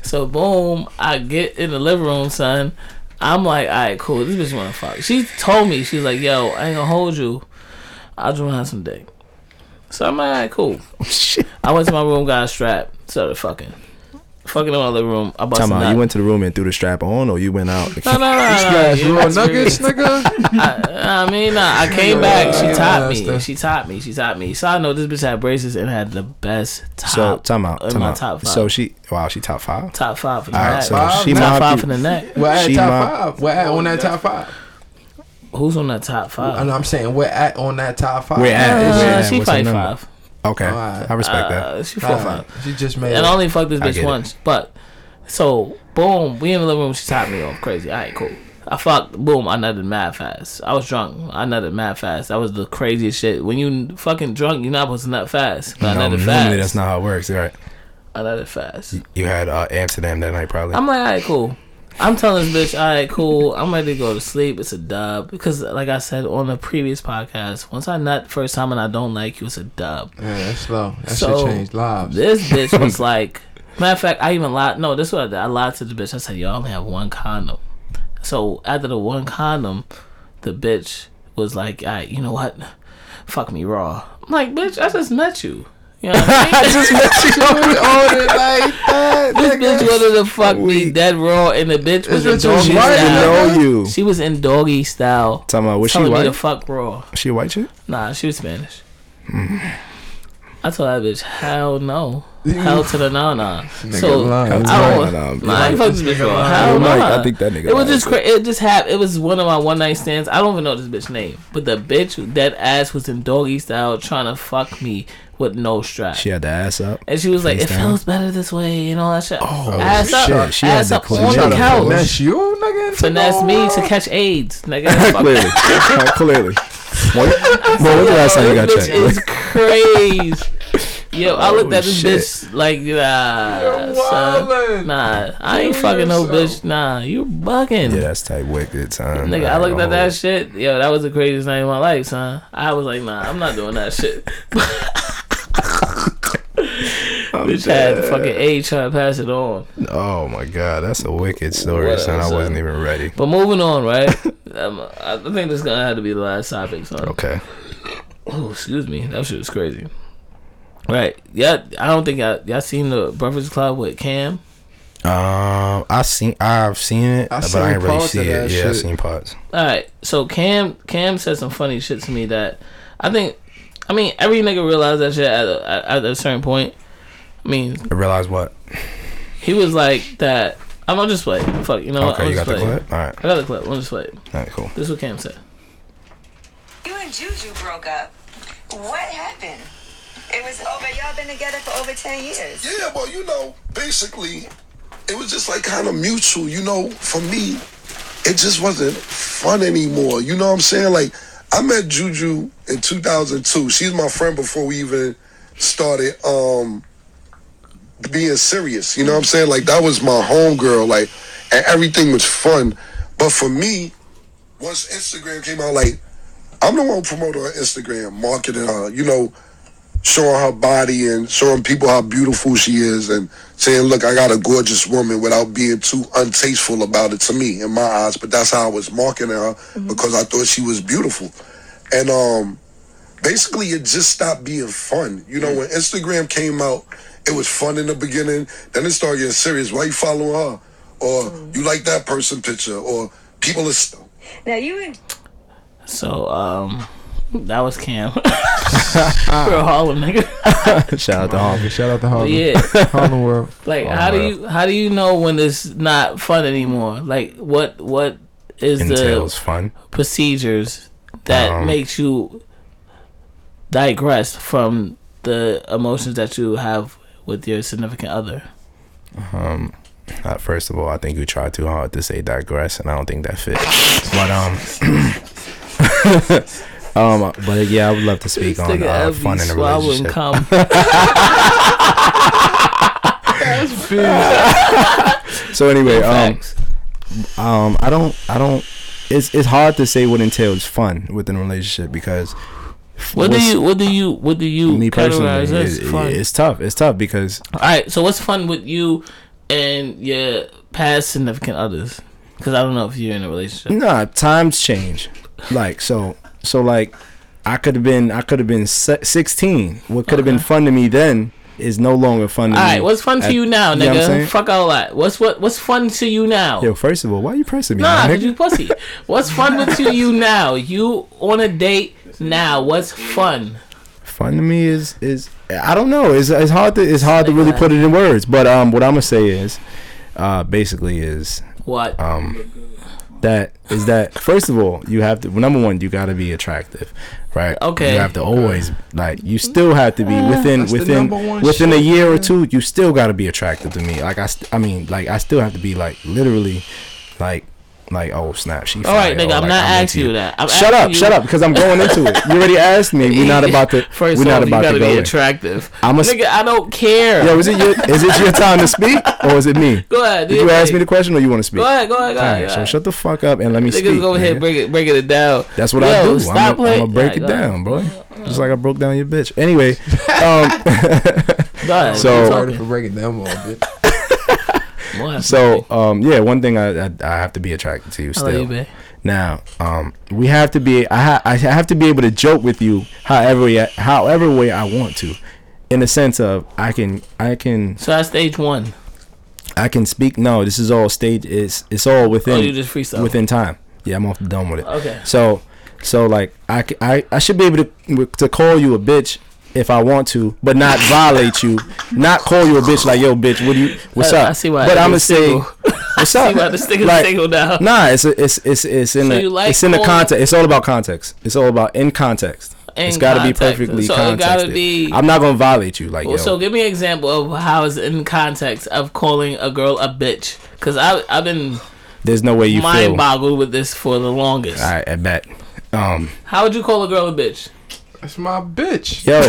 Speaker 3: So boom, I get in the living room, son. I'm like, all right, cool. This bitch wanna fuck. She told me she's like, yo, I ain't gonna hold you. I just want some dick. So I'm like, all right, cool.
Speaker 1: Shit.
Speaker 3: I went to my room, got a strap, started fucking, fucking in my living room. I bought
Speaker 1: Time
Speaker 3: some.
Speaker 1: out.
Speaker 3: nut.
Speaker 1: You went to the room and threw the strap on, or you went out.
Speaker 3: No, no, no, no, no.
Speaker 2: Splash
Speaker 3: you-
Speaker 2: raw
Speaker 3: that's
Speaker 2: nuggets,
Speaker 3: weird.
Speaker 2: nigga.
Speaker 3: I, I mean, nah, I came back. She
Speaker 2: Yeah,
Speaker 3: taught
Speaker 2: that's
Speaker 3: me.
Speaker 2: the-
Speaker 3: She taught me. She taught me. So I know this bitch had braces and had the best
Speaker 1: So
Speaker 3: top
Speaker 1: time out.
Speaker 3: in
Speaker 1: Time
Speaker 3: my
Speaker 1: out.
Speaker 3: top five.
Speaker 1: So she. Wow, she top five.
Speaker 3: top five for the
Speaker 1: All right,
Speaker 3: neck.
Speaker 1: so
Speaker 2: Five?
Speaker 1: she
Speaker 3: top
Speaker 1: might
Speaker 3: five
Speaker 1: be-
Speaker 3: for the neck.
Speaker 2: We're at
Speaker 1: She
Speaker 2: top
Speaker 1: my-
Speaker 2: five. We're at on that top five.
Speaker 3: Who's on that top
Speaker 2: I
Speaker 3: five?
Speaker 2: know I'm saying we're at on that top five.
Speaker 1: We're at,
Speaker 2: It's-
Speaker 1: we're
Speaker 3: Uh,
Speaker 1: Yeah,
Speaker 3: she
Speaker 1: what's her
Speaker 3: probably
Speaker 1: number?
Speaker 3: five.
Speaker 1: Okay,
Speaker 2: Alright.
Speaker 1: I respect that.
Speaker 3: Uh, she four
Speaker 2: All
Speaker 3: or five.
Speaker 2: right. She just made
Speaker 3: And I only fucked this
Speaker 1: I get
Speaker 3: bitch
Speaker 1: it.
Speaker 3: once. But so boom, we in the living room. She topped me off crazy. All right, cool. I fucked. Boom, I nutted mad fast. I was drunk. I nutted mad fast. That was the craziest shit. When you fucking drunk, you're not supposed to nut fast. But
Speaker 1: No,
Speaker 3: I nutted
Speaker 1: normally
Speaker 3: fast.
Speaker 1: that's not how it works. All right,
Speaker 3: I nutted fast.
Speaker 1: you had uh, Amsterdam that night probably.
Speaker 3: I'm like, all right, cool. I'm telling this bitch, all right, cool. I'm ready to go to sleep. It's a dub because, like I said on the previous podcast, once I nut first time and I don't like you, it's a dub.
Speaker 2: Yeah, that's slow. That
Speaker 3: So,
Speaker 2: shit changed lives.
Speaker 3: This bitch was like, matter of fact, I even lied. No, this is what I did. I lied to the bitch. I said, yo, I only have one condom. So after the one condom, the bitch was like, all right, you know what? Fuck me raw. I'm like, bitch, I just met you. You know what I mean?
Speaker 2: she was on it like that.
Speaker 3: This
Speaker 2: nigga.
Speaker 3: bitch wanted to fuck me
Speaker 1: Weak.
Speaker 3: dead raw, and the bitch was
Speaker 2: This
Speaker 3: in
Speaker 2: bitch was
Speaker 3: doggy
Speaker 2: white,
Speaker 3: style.
Speaker 1: know you.
Speaker 3: She was in doggy style.
Speaker 1: Talking about was she
Speaker 3: telling me to
Speaker 1: white?
Speaker 3: fuck raw.
Speaker 1: She a white chick?
Speaker 3: Nah, she was Spanish. I told that bitch, hell no. Hell to the no nah. So
Speaker 2: lying.
Speaker 3: I
Speaker 2: Hell
Speaker 1: to
Speaker 3: don't
Speaker 1: the nah, nah.
Speaker 3: nah, I ain't fuck this bitch raw. Hell
Speaker 1: Yo,
Speaker 3: no.
Speaker 1: Mike, I think that nigga
Speaker 3: It was
Speaker 1: lying,
Speaker 3: just
Speaker 1: bro.
Speaker 3: cra- it just happened. It was one of my one night stands. I don't even know this bitch name, but the bitch that ass was in doggy style trying to fuck me with no strap.
Speaker 1: She had the ass up.
Speaker 3: And she was like, "It
Speaker 1: Face down.
Speaker 3: feels better this way," and all that shit.
Speaker 1: Oh,
Speaker 3: ass
Speaker 1: shit.
Speaker 3: up,
Speaker 1: She had
Speaker 3: ass
Speaker 1: the
Speaker 3: up
Speaker 1: clean-
Speaker 3: on
Speaker 1: she
Speaker 3: the
Speaker 1: had the
Speaker 3: couch.
Speaker 2: Finesse you, nigga. into
Speaker 3: Finesse
Speaker 2: the
Speaker 3: me
Speaker 2: wall.
Speaker 3: to catch AIDS, nigga. Fuck
Speaker 1: Clearly, clearly. Well, well, when's the last time you got
Speaker 3: this bitch is
Speaker 1: checked?
Speaker 3: crazy. Yo, I looked at
Speaker 1: Oh,
Speaker 3: this
Speaker 1: shit.
Speaker 3: bitch like, nah,
Speaker 2: You're
Speaker 3: son.
Speaker 2: wildin'.
Speaker 3: nah, I ain't
Speaker 2: Kill
Speaker 3: fucking no
Speaker 2: yourself.
Speaker 3: bitch. Nah, you bugging.
Speaker 1: Yeah, that's type wicked time.
Speaker 3: Nigga, I looked at that shit. Yo, that was the craziest night of my life, son. I was like, nah, I'm not doing that shit. Bitch had fucking A trying to pass it on.
Speaker 1: Oh my god, that's a wicked story,
Speaker 3: What
Speaker 1: son. I
Speaker 3: else,
Speaker 1: wasn't
Speaker 3: son?
Speaker 1: even ready.
Speaker 3: But moving on, right? um, I I think this is gonna have to be the last topic. So,
Speaker 1: Okay.
Speaker 3: oh, excuse me, that shit was crazy. Right? Yeah, I don't think I, y'all seen the Breakfast Club with Cam.
Speaker 1: Um, I seen, I've seen it,
Speaker 2: I
Speaker 1: but
Speaker 2: seen
Speaker 1: I ain't really
Speaker 2: parts of
Speaker 1: see it.
Speaker 2: that
Speaker 1: Yeah, I
Speaker 2: shit.
Speaker 1: seen parts.
Speaker 3: All right, so Cam Cam said some funny shit to me that I think, I mean, every nigga realized that shit at a, at- at a certain point. I mean,
Speaker 1: I realized what?
Speaker 3: he was like that. I'm gonna just play. it. Fuck, you know what?
Speaker 1: Okay,
Speaker 3: I'm
Speaker 1: you got
Speaker 3: just
Speaker 1: the
Speaker 3: play it.
Speaker 1: clip. All right,
Speaker 3: I got the clip. I'm just play. it.
Speaker 1: all right, cool.
Speaker 3: This is what Cam said.
Speaker 4: You and Juju broke up. What happened? It was over. Y'all been together for over 10 years.
Speaker 5: Yeah, well, you know, basically, it was just like kind of mutual, you know, for me, it just wasn't fun anymore. You know what I'm saying? Like, I met Juju in 2002. She's my friend before we even started um being serious. You know what I'm saying? Like, that was my homegirl. Like, and everything was fun. But for me, once Instagram came out, like I'm the one promoting her Instagram, marketing her, you know, showing her body and showing people how beautiful she is and saying, look, I got a gorgeous woman without being too untasteful about it to me in my eyes. But that's how I was marketing her because I thought she was beautiful. And um, basically, it just stopped being fun. You know, when Instagram came out, it was fun in the beginning. Then it started getting serious. Why you following her? Or you like that person picture? Or people are st-
Speaker 4: Now you and
Speaker 3: So um, that was Cam. We're Harlem nigga.
Speaker 1: Shout out to Harlem.
Speaker 2: Shout out to Harlem.
Speaker 3: yeah.
Speaker 2: Harlem World.
Speaker 3: Like
Speaker 1: Oh,
Speaker 3: how do
Speaker 1: man.
Speaker 3: you how do you know when it's not fun anymore? Like what what is
Speaker 1: Entails
Speaker 3: the
Speaker 1: fun.
Speaker 3: procedures that
Speaker 1: Um,
Speaker 3: makes you digress from the emotions that you have with your significant other?
Speaker 1: Um, uh, first of all, I think you tried too hard to say digress, and I don't think that fits. But um, um, but yeah, I would love to speak
Speaker 3: This
Speaker 1: on
Speaker 3: nigga
Speaker 1: uh,
Speaker 3: Ev be
Speaker 1: fun in a
Speaker 3: swallowing
Speaker 1: relationship.
Speaker 3: cum.
Speaker 1: So anyway, um,
Speaker 3: Facts.
Speaker 1: um, I don't, I don't. It's it's hard to say what entails fun within a relationship because
Speaker 3: what do
Speaker 1: what's-
Speaker 3: you what do you what do you
Speaker 1: me personally,
Speaker 3: categorize as
Speaker 1: it-
Speaker 3: fun?
Speaker 1: it- it's tough. It's tough because
Speaker 3: All right, so what's fun with you and your past significant others? Because I don't know if you're in a relationship.
Speaker 1: Nah, times change. Like so, so like I could have been, I could have been se- sixteen. What could have been fun to me then is no longer fun to
Speaker 3: All
Speaker 1: me.
Speaker 3: right, what's fun
Speaker 1: at-
Speaker 3: to you now,
Speaker 1: Mm. you know what I'm
Speaker 3: nigga?
Speaker 1: saying?
Speaker 3: Fuck all that. What's what? What's fun to you now?
Speaker 1: Yo, first of all, why you pressing me?
Speaker 3: nah,
Speaker 1: my
Speaker 3: 'cause
Speaker 1: nigga?
Speaker 3: you pussy. What's fun with to you now? You on a date now? What's fun?
Speaker 1: Fun to me is is I don't know. It's it's hard to it's hard to really put it in words. But um, what I'm gonna say is, uh, basically is
Speaker 3: What?
Speaker 1: um that is that first of all you have to well, number one you got to be attractive right
Speaker 3: Okay. Uh,
Speaker 1: you have to always like you still have to be within
Speaker 2: That's the
Speaker 1: within
Speaker 2: number one
Speaker 1: within a
Speaker 2: shit,
Speaker 1: year or
Speaker 2: yeah.
Speaker 1: two you still got to be attractive to me like i st- i mean like i still have to be like literally like like oh snap she
Speaker 3: all right,
Speaker 1: fine,
Speaker 3: nigga.
Speaker 1: or,
Speaker 3: I'm
Speaker 1: like,
Speaker 3: not
Speaker 1: into
Speaker 3: asking you that. I'm
Speaker 1: shut up
Speaker 3: asking
Speaker 1: shut
Speaker 3: you-
Speaker 1: up because i'm going into it you already asked me we're not about to we
Speaker 3: First
Speaker 1: we're not
Speaker 3: off, you
Speaker 1: about
Speaker 3: gotta
Speaker 1: to go
Speaker 3: be
Speaker 1: in.
Speaker 3: attractive.
Speaker 1: I'm a s-
Speaker 3: nigga, I don't care.
Speaker 1: yo is it your is it your time to speak or is it me
Speaker 3: go ahead. do
Speaker 1: did you
Speaker 3: your
Speaker 1: ask
Speaker 3: thing.
Speaker 1: me the question or you want to speak
Speaker 3: Go ahead. Go ahead. Go
Speaker 1: all
Speaker 3: ahead.
Speaker 1: right,
Speaker 3: go
Speaker 1: so
Speaker 3: ahead.
Speaker 1: shut the fuck up and let me
Speaker 3: Niggas
Speaker 1: speak.
Speaker 3: go
Speaker 1: nigga.
Speaker 3: ahead, break it, break it down.
Speaker 1: That's what I
Speaker 3: Yo,
Speaker 1: do.
Speaker 3: Stop
Speaker 1: I'm
Speaker 3: playing.
Speaker 1: gonna break
Speaker 3: Yeah,
Speaker 1: it
Speaker 3: go ahead.
Speaker 1: down, bro. Just like I broke down your bitch. Anyway, um,
Speaker 3: Go
Speaker 1: So-
Speaker 3: ahead. You
Speaker 2: Sorry
Speaker 3: talking.
Speaker 2: for breaking them all, bitch.
Speaker 3: Go ahead.
Speaker 1: so um, yeah, one thing I, I I have to be attracted to you
Speaker 3: I love
Speaker 1: still.
Speaker 3: you, babe.
Speaker 1: now, um, we have to be. I ha- I have to be able to joke with you, however ya- however way I want to, in the sense of I can I can
Speaker 3: So that's stage one.
Speaker 1: I can speak. No, this is all stage. It's it's all within.
Speaker 3: Oh, you just freestyle.
Speaker 1: within time. Yeah, I'm off the dome with it.
Speaker 3: Okay.
Speaker 1: So, so like I, c- I, I should be able to to call you a bitch if I want to, but not violate you, not call you a bitch like yo bitch. What do you? What's
Speaker 3: I-
Speaker 1: up?
Speaker 3: I see why
Speaker 1: But
Speaker 3: you're
Speaker 1: I'm gonna say
Speaker 3: single.
Speaker 1: what's up?
Speaker 3: why this nigga's single now.
Speaker 1: Nah, it's a, it's it's it's in
Speaker 3: So
Speaker 1: the
Speaker 3: you like
Speaker 1: it's in the
Speaker 3: calling-
Speaker 1: context. It's all about context. It's all about in context.
Speaker 3: In
Speaker 1: it's got to be
Speaker 3: context.
Speaker 1: perfectly
Speaker 3: So it
Speaker 1: contexted.
Speaker 3: gotta be-
Speaker 1: I'm not gonna violate you like yo.
Speaker 3: Well, so give me an example of how it's in context of calling a girl a bitch. Cause I I've been
Speaker 1: there's no way you
Speaker 3: mind
Speaker 1: feel. All
Speaker 3: boggled with this for the longest.
Speaker 1: right, I bet. Um,
Speaker 3: How would you call a girl a bitch?
Speaker 2: That's my bitch.
Speaker 1: yo.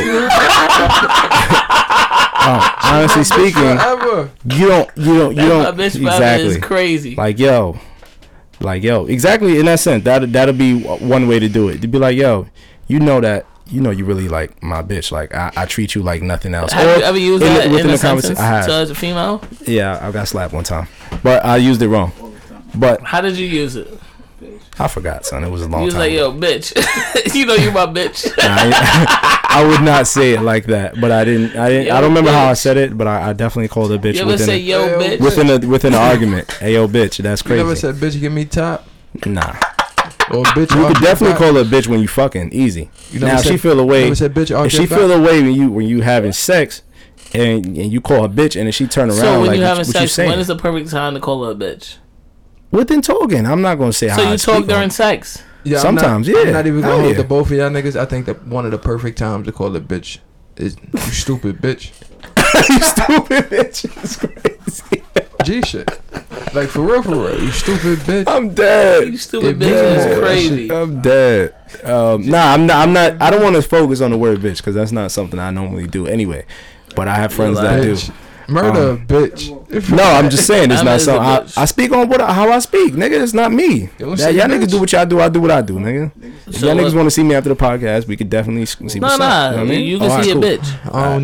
Speaker 1: Oh, honestly speaking,
Speaker 2: Forever.
Speaker 1: you don't you don't you
Speaker 3: a
Speaker 1: don't
Speaker 3: bitch brother is
Speaker 1: exactly
Speaker 3: crazy.
Speaker 1: like yo like yo exactly in that sense that that'll be w- one way to do it to be like yo you know that you know you really like my bitch like i, I treat you like nothing else
Speaker 3: have you ever used
Speaker 1: in the-
Speaker 3: that in a
Speaker 1: conversa-
Speaker 3: sentence
Speaker 1: i have
Speaker 3: to a female?
Speaker 1: yeah i got slapped one time but i used it wrong but
Speaker 3: How did you use it?
Speaker 1: i forgot son it was a long
Speaker 3: You was
Speaker 1: time
Speaker 3: like,
Speaker 1: ago.
Speaker 3: "Yo, bitch, you know you my bitch."
Speaker 1: I, I would not say it like that but i didn't i didn't i
Speaker 3: Yo,
Speaker 1: don't remember how i
Speaker 3: bitch.
Speaker 1: said it but i, I definitely called a bitch
Speaker 3: you ever
Speaker 1: within
Speaker 3: say,
Speaker 1: a,
Speaker 3: "Yo,
Speaker 2: Yo,
Speaker 3: bitch"?
Speaker 1: within a within an argument hey yo bitch that's
Speaker 2: You
Speaker 1: crazy
Speaker 2: never said bitch give me top.
Speaker 1: nah
Speaker 2: Or bitch.
Speaker 1: You
Speaker 2: I'll
Speaker 1: could
Speaker 2: give
Speaker 1: definitely
Speaker 2: top.
Speaker 1: call her a bitch when you fucking easy.
Speaker 2: You never
Speaker 1: now if
Speaker 2: said-
Speaker 1: she feel
Speaker 2: you
Speaker 1: away.
Speaker 2: never said bitch, I'll
Speaker 1: If
Speaker 2: get
Speaker 1: she
Speaker 2: back.
Speaker 1: feel away when you when you having sex, and and you call her bitch, and then she turn around
Speaker 3: so when
Speaker 1: like
Speaker 3: you
Speaker 1: what,
Speaker 3: having
Speaker 1: what you
Speaker 3: sex,
Speaker 1: saying?
Speaker 3: when is the perfect time to call her a bitch?
Speaker 1: Within talking, I'm not gonna say how.
Speaker 3: So
Speaker 1: I
Speaker 3: you
Speaker 1: speak
Speaker 3: talk
Speaker 1: on-
Speaker 3: during sex.
Speaker 2: Yeah, I'm
Speaker 1: Sometimes,
Speaker 2: not,
Speaker 1: yeah.
Speaker 2: I'm not even gonna
Speaker 1: Hell
Speaker 2: hold
Speaker 1: yeah.
Speaker 2: the both of y'all niggas. I think that one of the perfect times to call a bitch is you stupid bitch.
Speaker 1: you stupid bitch. It's crazy.
Speaker 2: G shit. Like for real, for real. You stupid bitch.
Speaker 1: I'm dead.
Speaker 3: You stupid
Speaker 2: It
Speaker 3: bitch
Speaker 2: means
Speaker 3: is
Speaker 2: more.
Speaker 3: crazy.
Speaker 1: I'm dead. Um, nah, I'm not. I'm not. I don't want to focus on the word bitch because that's not something I normally do anyway. But I have friends that do.
Speaker 2: Bitch. Murder, bitch.
Speaker 1: No, I'm just saying it's
Speaker 3: I'm
Speaker 1: not
Speaker 3: as a
Speaker 1: something. I,
Speaker 3: bitch.
Speaker 1: I speak on what I, how I speak, nigga. It's not me.
Speaker 2: Yo, let's
Speaker 1: Now,
Speaker 2: see
Speaker 1: y'all
Speaker 2: the
Speaker 1: niggas
Speaker 2: bitch.
Speaker 1: do what y'all do. I do what I do, nigga. If
Speaker 3: So
Speaker 1: y'all niggas
Speaker 3: what-
Speaker 1: want to see me after the podcast, we could definitely s- see.
Speaker 3: No,
Speaker 1: what's up, you know
Speaker 3: nah,
Speaker 1: what I
Speaker 3: you,
Speaker 1: mean?
Speaker 3: you can
Speaker 1: Alright,
Speaker 3: see
Speaker 1: cool.
Speaker 3: a bitch.
Speaker 2: I don't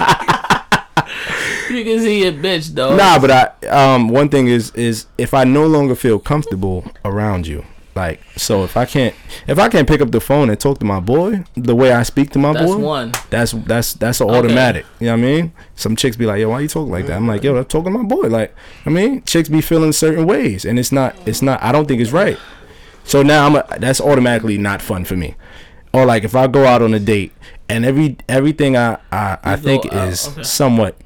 Speaker 2: need your nose.
Speaker 3: You can see a bitch, though.
Speaker 1: Nah, but I um one thing is is if I no longer feel comfortable around you, like so if I can't if I can't pick up the phone and talk to my boy the way I speak to my
Speaker 3: That's
Speaker 1: boy,
Speaker 3: one.
Speaker 1: that's that's that's an
Speaker 3: Okay.
Speaker 1: automatic. You know what I mean? Some chicks be like, yo, why you talking like that? I'm like, yo, I'm talking to my boy. Like, I mean, chicks be feeling certain ways, and it's not it's not. I don't think it's right. So now I'm a, that's automatically not fun for me. Or like if I go out on a date and every everything I I, I
Speaker 3: go
Speaker 1: think
Speaker 3: out,
Speaker 1: is
Speaker 3: okay.
Speaker 1: somewhat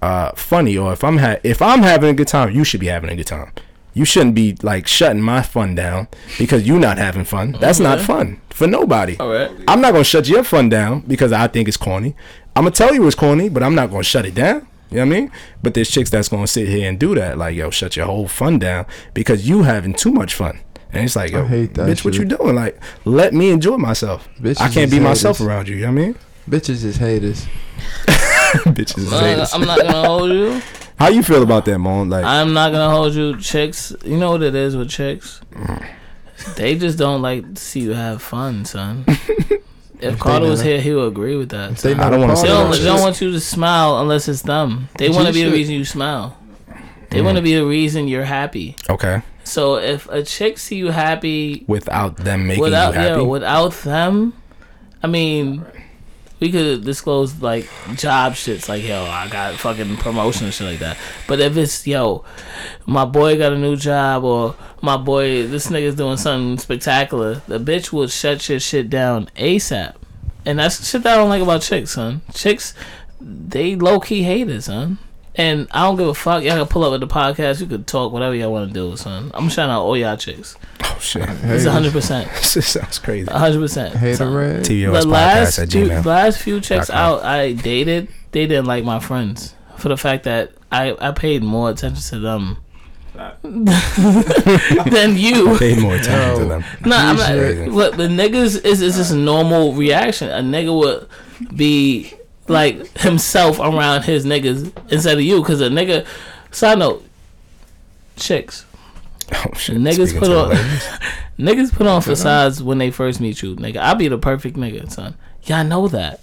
Speaker 1: uh, funny, or if I'm ha- if I'm having a good time, you should be having a good time. You shouldn't be like shutting my fun down because you're not having fun. That's not
Speaker 3: Okay.
Speaker 1: fun for nobody.
Speaker 3: All right.
Speaker 1: I'm not gonna shut your fun down because I think it's corny. I'm gonna tell you it's corny, but I'm not gonna shut it down. You know what I mean? But there's chicks that's gonna sit here and do that, like yo, shut your whole fun down because you having too much fun. And it's like, yo,
Speaker 2: hate that
Speaker 1: bitch, what you
Speaker 2: shit.
Speaker 1: doing? Like, let me enjoy myself.
Speaker 2: Bitches
Speaker 1: I can't
Speaker 2: is
Speaker 1: be myself
Speaker 2: haters.
Speaker 1: around you. You know what I mean?
Speaker 2: Bitches is haters.
Speaker 1: Bitches is
Speaker 3: Uh,
Speaker 1: haters.
Speaker 3: I'm not gonna hold you.
Speaker 1: How you feel about that, Mon? Like,
Speaker 3: I'm not gonna hold you. Chicks, you know what it is with chicks? They just don't like to see you have fun, son. If Carter was
Speaker 2: not-
Speaker 3: here, he would agree with that.
Speaker 2: If they
Speaker 3: son.
Speaker 2: not
Speaker 1: I don't
Speaker 2: a
Speaker 1: wanna
Speaker 2: part
Speaker 3: They
Speaker 1: say
Speaker 2: of
Speaker 3: don't,
Speaker 1: that
Speaker 2: it,
Speaker 3: they don't want you to smile unless it's them. They want to be the
Speaker 2: G-shit.
Speaker 3: reason you smile. They want to be the reason you're happy.
Speaker 1: okay,
Speaker 3: So if a chick see you happy
Speaker 1: without them making
Speaker 3: without
Speaker 1: you happy.
Speaker 3: yeah, without them, I mean, we could disclose like job shits like yo, I got fucking promotion and shit like that. But if it's yo, my boy got a new job or my boy this nigga's doing something spectacular, the bitch will shut your shit down ASAP. And that's the shit that I don't like about chicks, son. Chicks they low key haters, son. And I don't give a fuck. Y'all can pull up at the podcast. You could talk whatever y'all want to do, son. I'm shouting out all y'all chicks.
Speaker 1: oh shit,
Speaker 3: It's
Speaker 2: Haters.
Speaker 3: 100. percent
Speaker 1: this sounds crazy.
Speaker 3: hundred percent.
Speaker 2: Hater red.
Speaker 1: TVOS
Speaker 3: Uh,
Speaker 1: podcast
Speaker 3: The last
Speaker 1: at
Speaker 3: few,
Speaker 1: Gmail.
Speaker 3: last few checks
Speaker 1: com.
Speaker 3: out I dated, they didn't like my friends for the fact that I, I paid more attention to them than you.
Speaker 1: Pay more attention to
Speaker 2: Yo.
Speaker 1: them.
Speaker 3: No, I'm
Speaker 1: Appreciate
Speaker 3: not.
Speaker 1: it.
Speaker 3: Look, the niggas is is just a normal reaction. A nigga would be like himself around his niggas instead of you, because a nigga. Side note, chicks,
Speaker 1: Oh shit,
Speaker 3: Niggas
Speaker 1: speaking
Speaker 3: put
Speaker 1: to the
Speaker 3: on-
Speaker 1: ladies.
Speaker 3: niggas put on facades when they first meet you, nigga. I be the perfect nigga, son. Y'all know that,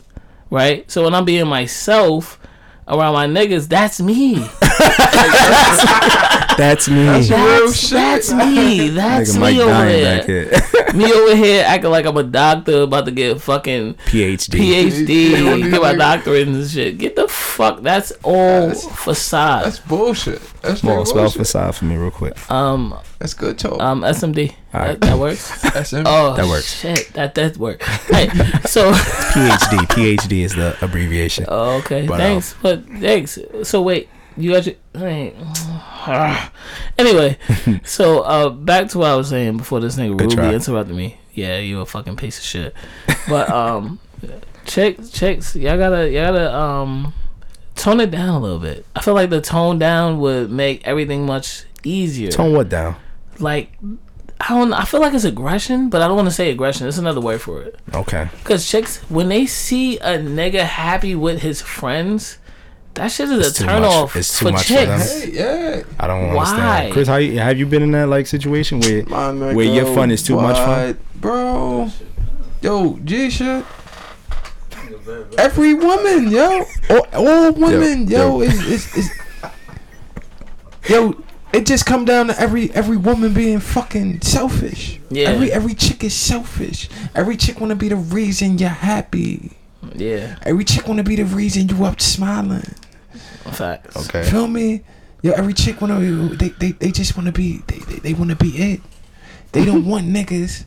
Speaker 3: right? So when I'm being myself around my niggas, that's me.
Speaker 1: That's me.
Speaker 2: Real
Speaker 3: That's,
Speaker 2: shit.
Speaker 3: that's me.
Speaker 1: Nigga,
Speaker 3: That's me
Speaker 1: Mike
Speaker 3: over
Speaker 1: Dine
Speaker 3: there.
Speaker 1: back here.
Speaker 3: Me over here acting like I'm a doctor about to get fucking
Speaker 1: PhD.
Speaker 3: PhD, get my doctorate and shit. Get the fuck. That's all facade.
Speaker 2: That's bullshit. That's
Speaker 1: Come
Speaker 2: real
Speaker 1: on, spell
Speaker 2: bullshit.
Speaker 1: facade for me real quick.
Speaker 3: um,
Speaker 2: That's good talk.
Speaker 3: um, SMD.
Speaker 1: All right.
Speaker 3: That, that works.
Speaker 2: That's him.
Speaker 3: Oh,
Speaker 1: That works.
Speaker 3: Shit, that that works. Hey, so
Speaker 1: PhD. PhD is the abbreviation.
Speaker 3: oh, okay,
Speaker 1: But, um,
Speaker 3: thanks, but thanks. So wait, you got your. Wait. Anyway, so uh, back to what I was saying before this nigga
Speaker 1: Good
Speaker 3: rudely
Speaker 1: try.
Speaker 3: interrupted me. Yeah, you a fucking piece of shit. But um, chicks, chicks, y'all gotta, y'all gotta um, tone it down a little bit. I feel like the tone down would make everything much easier.
Speaker 1: Tone what down?
Speaker 3: Like, I don't. I feel like it's aggression, but I don't want to say aggression. It's another word for it.
Speaker 1: Okay.
Speaker 3: Cause chicks, when they see a nigga happy with his friends, that shit is
Speaker 1: It's
Speaker 3: a
Speaker 1: too
Speaker 3: turn
Speaker 1: much.
Speaker 3: off
Speaker 1: It's too
Speaker 3: for
Speaker 1: much for
Speaker 3: chicks.
Speaker 1: them.
Speaker 2: Hey, yeah.
Speaker 1: I don't
Speaker 3: Why?
Speaker 1: understand. Chris, how you, have you been in that like situation where
Speaker 2: My nigga,
Speaker 1: where your fun is too much fun?
Speaker 2: what, bro. Yo, G shit. Every woman, yo, all, all women,
Speaker 1: yo.
Speaker 2: yo, is is is. Yo, it just come down to every every woman being fucking selfish.
Speaker 3: Yeah.
Speaker 2: Every every chick is selfish. Every chick wanna be the reason you're happy.
Speaker 3: yeah,
Speaker 2: Every chick wanna be the reason you up smiling.
Speaker 3: facts.
Speaker 1: Okay.
Speaker 2: Feel me? Yo, every chick wanna they they, they just wanna be they, they, they wanna be it. They don't want niggas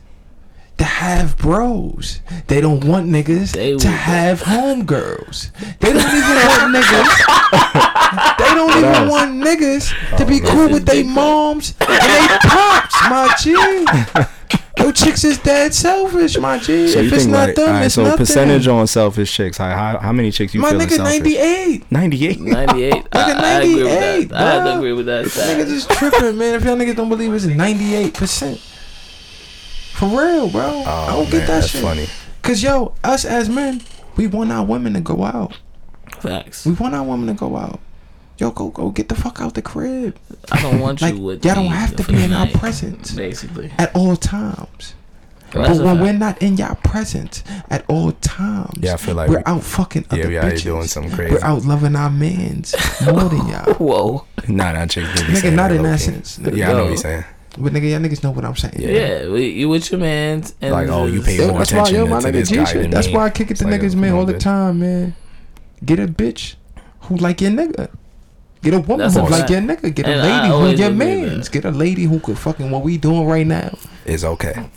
Speaker 2: to have bros. They don't want niggas
Speaker 3: They
Speaker 2: to
Speaker 3: would-
Speaker 2: have homegirls. They don't even want niggas. They don't even
Speaker 1: else?
Speaker 2: want niggas
Speaker 1: Oh,
Speaker 2: to be cool with their moms and they pops, my G. Yo, chicks is dead selfish, my G.
Speaker 1: So you
Speaker 2: if it's
Speaker 1: think
Speaker 2: not
Speaker 1: like,
Speaker 2: them,
Speaker 1: all right,
Speaker 2: it's
Speaker 1: so
Speaker 2: nothing.
Speaker 1: percentage on selfish chicks. Like, how, how many chicks you
Speaker 2: my
Speaker 1: feel is
Speaker 2: nigga,
Speaker 1: selfish?
Speaker 2: ninety eight.
Speaker 1: 98.
Speaker 3: Ninety-eight. I,
Speaker 2: Nigga,
Speaker 3: I agree with
Speaker 2: 98,
Speaker 3: that. I have to
Speaker 2: bruh.
Speaker 3: agree with that.
Speaker 2: Niggas is tripping, man. If y'all niggas don't believe it's ninety eight percent. For real, bro. I
Speaker 1: Oh,
Speaker 2: don't
Speaker 1: man,
Speaker 2: get that
Speaker 1: that's
Speaker 2: shit.
Speaker 1: funny.
Speaker 2: Cause yo, us as men, we want our women to go out.
Speaker 3: Facts.
Speaker 2: We want our women to go out. Yo, go go get the fuck out the crib.
Speaker 3: I don't want
Speaker 2: Like
Speaker 3: you with
Speaker 2: y'all don't
Speaker 3: me
Speaker 2: have to
Speaker 3: for
Speaker 2: be
Speaker 3: the
Speaker 2: in our
Speaker 3: night,
Speaker 2: presence
Speaker 3: Basically.
Speaker 2: at all times.
Speaker 3: That's
Speaker 2: but
Speaker 3: a
Speaker 2: when
Speaker 3: fact.
Speaker 2: we're not in y'all presence at all times,
Speaker 1: Yeah, I feel like
Speaker 2: we're
Speaker 1: we-
Speaker 2: out fucking other
Speaker 1: Yeah, we out here
Speaker 2: bitches.
Speaker 1: doing something crazy.
Speaker 2: we're out loving our mans more than y'all.
Speaker 3: Whoa.
Speaker 1: Nah, nah, check.
Speaker 2: Nigga, not in that sense. Nigga.
Speaker 1: Yeah, I know what
Speaker 3: No.
Speaker 1: you're saying.
Speaker 2: But nigga, y'all niggas know what I'm saying.
Speaker 1: Yeah.
Speaker 3: Yeah, we, you with your man's and
Speaker 1: Like, oh, you
Speaker 3: just-
Speaker 1: pay
Speaker 2: Yo,
Speaker 1: more
Speaker 2: that's why,
Speaker 1: attention
Speaker 2: yo, my
Speaker 1: to
Speaker 2: nigga,
Speaker 1: this
Speaker 2: G
Speaker 1: guy than
Speaker 2: shit. That's
Speaker 1: me.
Speaker 2: why I kick it to
Speaker 1: It's like,
Speaker 2: niggas,
Speaker 1: oh,
Speaker 2: man,
Speaker 1: come
Speaker 2: all
Speaker 1: on,
Speaker 2: the
Speaker 1: bitch.
Speaker 2: time, man. Get a bitch who like your nigga. Get a woman
Speaker 3: That's
Speaker 2: who
Speaker 3: a
Speaker 2: like
Speaker 3: fact.
Speaker 2: your nigga. Get
Speaker 3: And I
Speaker 2: a lady who
Speaker 3: always
Speaker 2: your
Speaker 3: agree with
Speaker 2: man's.
Speaker 3: that.
Speaker 2: Get a lady who could fucking what we doing right now.
Speaker 1: It's okay.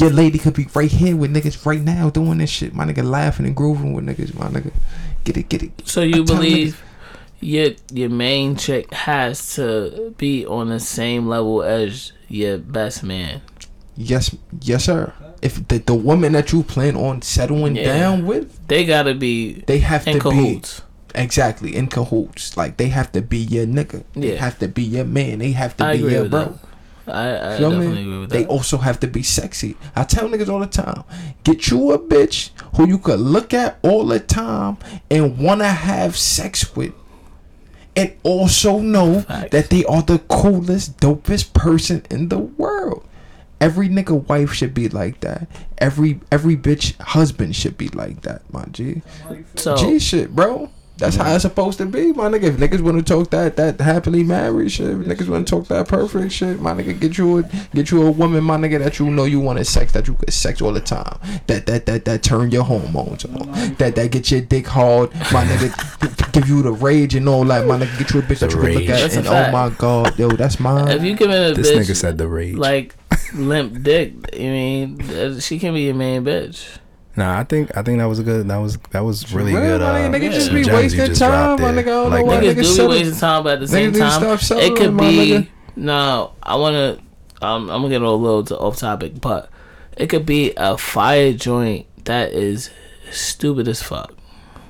Speaker 2: Your lady could be right here with niggas right now doing this shit. My nigga laughing and grooving with niggas. My nigga, get it, get it.
Speaker 3: So you
Speaker 2: I'm telling
Speaker 3: believe your your main chick has to be on the same level as your best man.
Speaker 2: Yes, yes, sir. If the, the woman that you plan on settling
Speaker 3: Yeah.
Speaker 2: down with,
Speaker 3: They gotta be
Speaker 2: they have
Speaker 3: in
Speaker 2: to be
Speaker 3: cahoots.
Speaker 2: Exactly, in cahoots. Like they have to be your nigga. They
Speaker 3: Yeah.
Speaker 2: have to be your man. They have to
Speaker 3: I
Speaker 2: be
Speaker 3: agree
Speaker 2: your
Speaker 3: with
Speaker 2: bro.
Speaker 3: that. I, I
Speaker 2: You know what I
Speaker 3: definitely
Speaker 2: mean?
Speaker 3: agree with
Speaker 2: They
Speaker 3: that.
Speaker 2: also have to be sexy. I tell niggas all the time, get you a bitch who you could look at all the time and wanna have sex with. And also know
Speaker 3: Facts.
Speaker 2: that they are the coolest, dopest person in the world. Every nigga wife should be like that. Every every bitch husband should be like that, my G.
Speaker 3: so Mm-hmm.
Speaker 2: G shit, bro. That's how it's supposed to be, my nigga. If niggas want to talk that that happily married shit, if niggas want to talk that perfect shit, my nigga, get you a get you a woman, my nigga, that you know you want to sex, that you could sex all the time, that that that that turn your hormones on, that that get your dick hard, my nigga, give you the rage and all that, my nigga, get you a bitch that you can look
Speaker 1: rage.
Speaker 2: at
Speaker 3: That's a
Speaker 2: and oh
Speaker 3: fact.
Speaker 2: my god, yo, that's
Speaker 3: if
Speaker 2: mine.
Speaker 3: you giving a
Speaker 1: This
Speaker 3: bitch
Speaker 1: nigga said the rage.
Speaker 3: like limp dick, I mean uh, she can be your main bitch.
Speaker 1: Nah, I think I think that was a good. That was that was really
Speaker 2: Well,
Speaker 1: good.
Speaker 2: my
Speaker 1: Uh,
Speaker 2: nigga, niggas
Speaker 3: just
Speaker 1: some
Speaker 2: be
Speaker 1: gems you
Speaker 2: wasting
Speaker 1: just
Speaker 2: time,
Speaker 1: dropped
Speaker 2: my
Speaker 1: there.
Speaker 2: niggas don't know
Speaker 1: Like
Speaker 2: why
Speaker 1: that.
Speaker 2: niggas
Speaker 3: Niggas do
Speaker 2: settle-
Speaker 3: be wasting time, but at the same
Speaker 2: niggas do
Speaker 3: time,
Speaker 2: stop settling,
Speaker 3: it could
Speaker 2: my nigga.
Speaker 3: be. No, I wanna. Um, I'm gonna get a little to off topic, but it could be a fire joint that is stupid as fuck,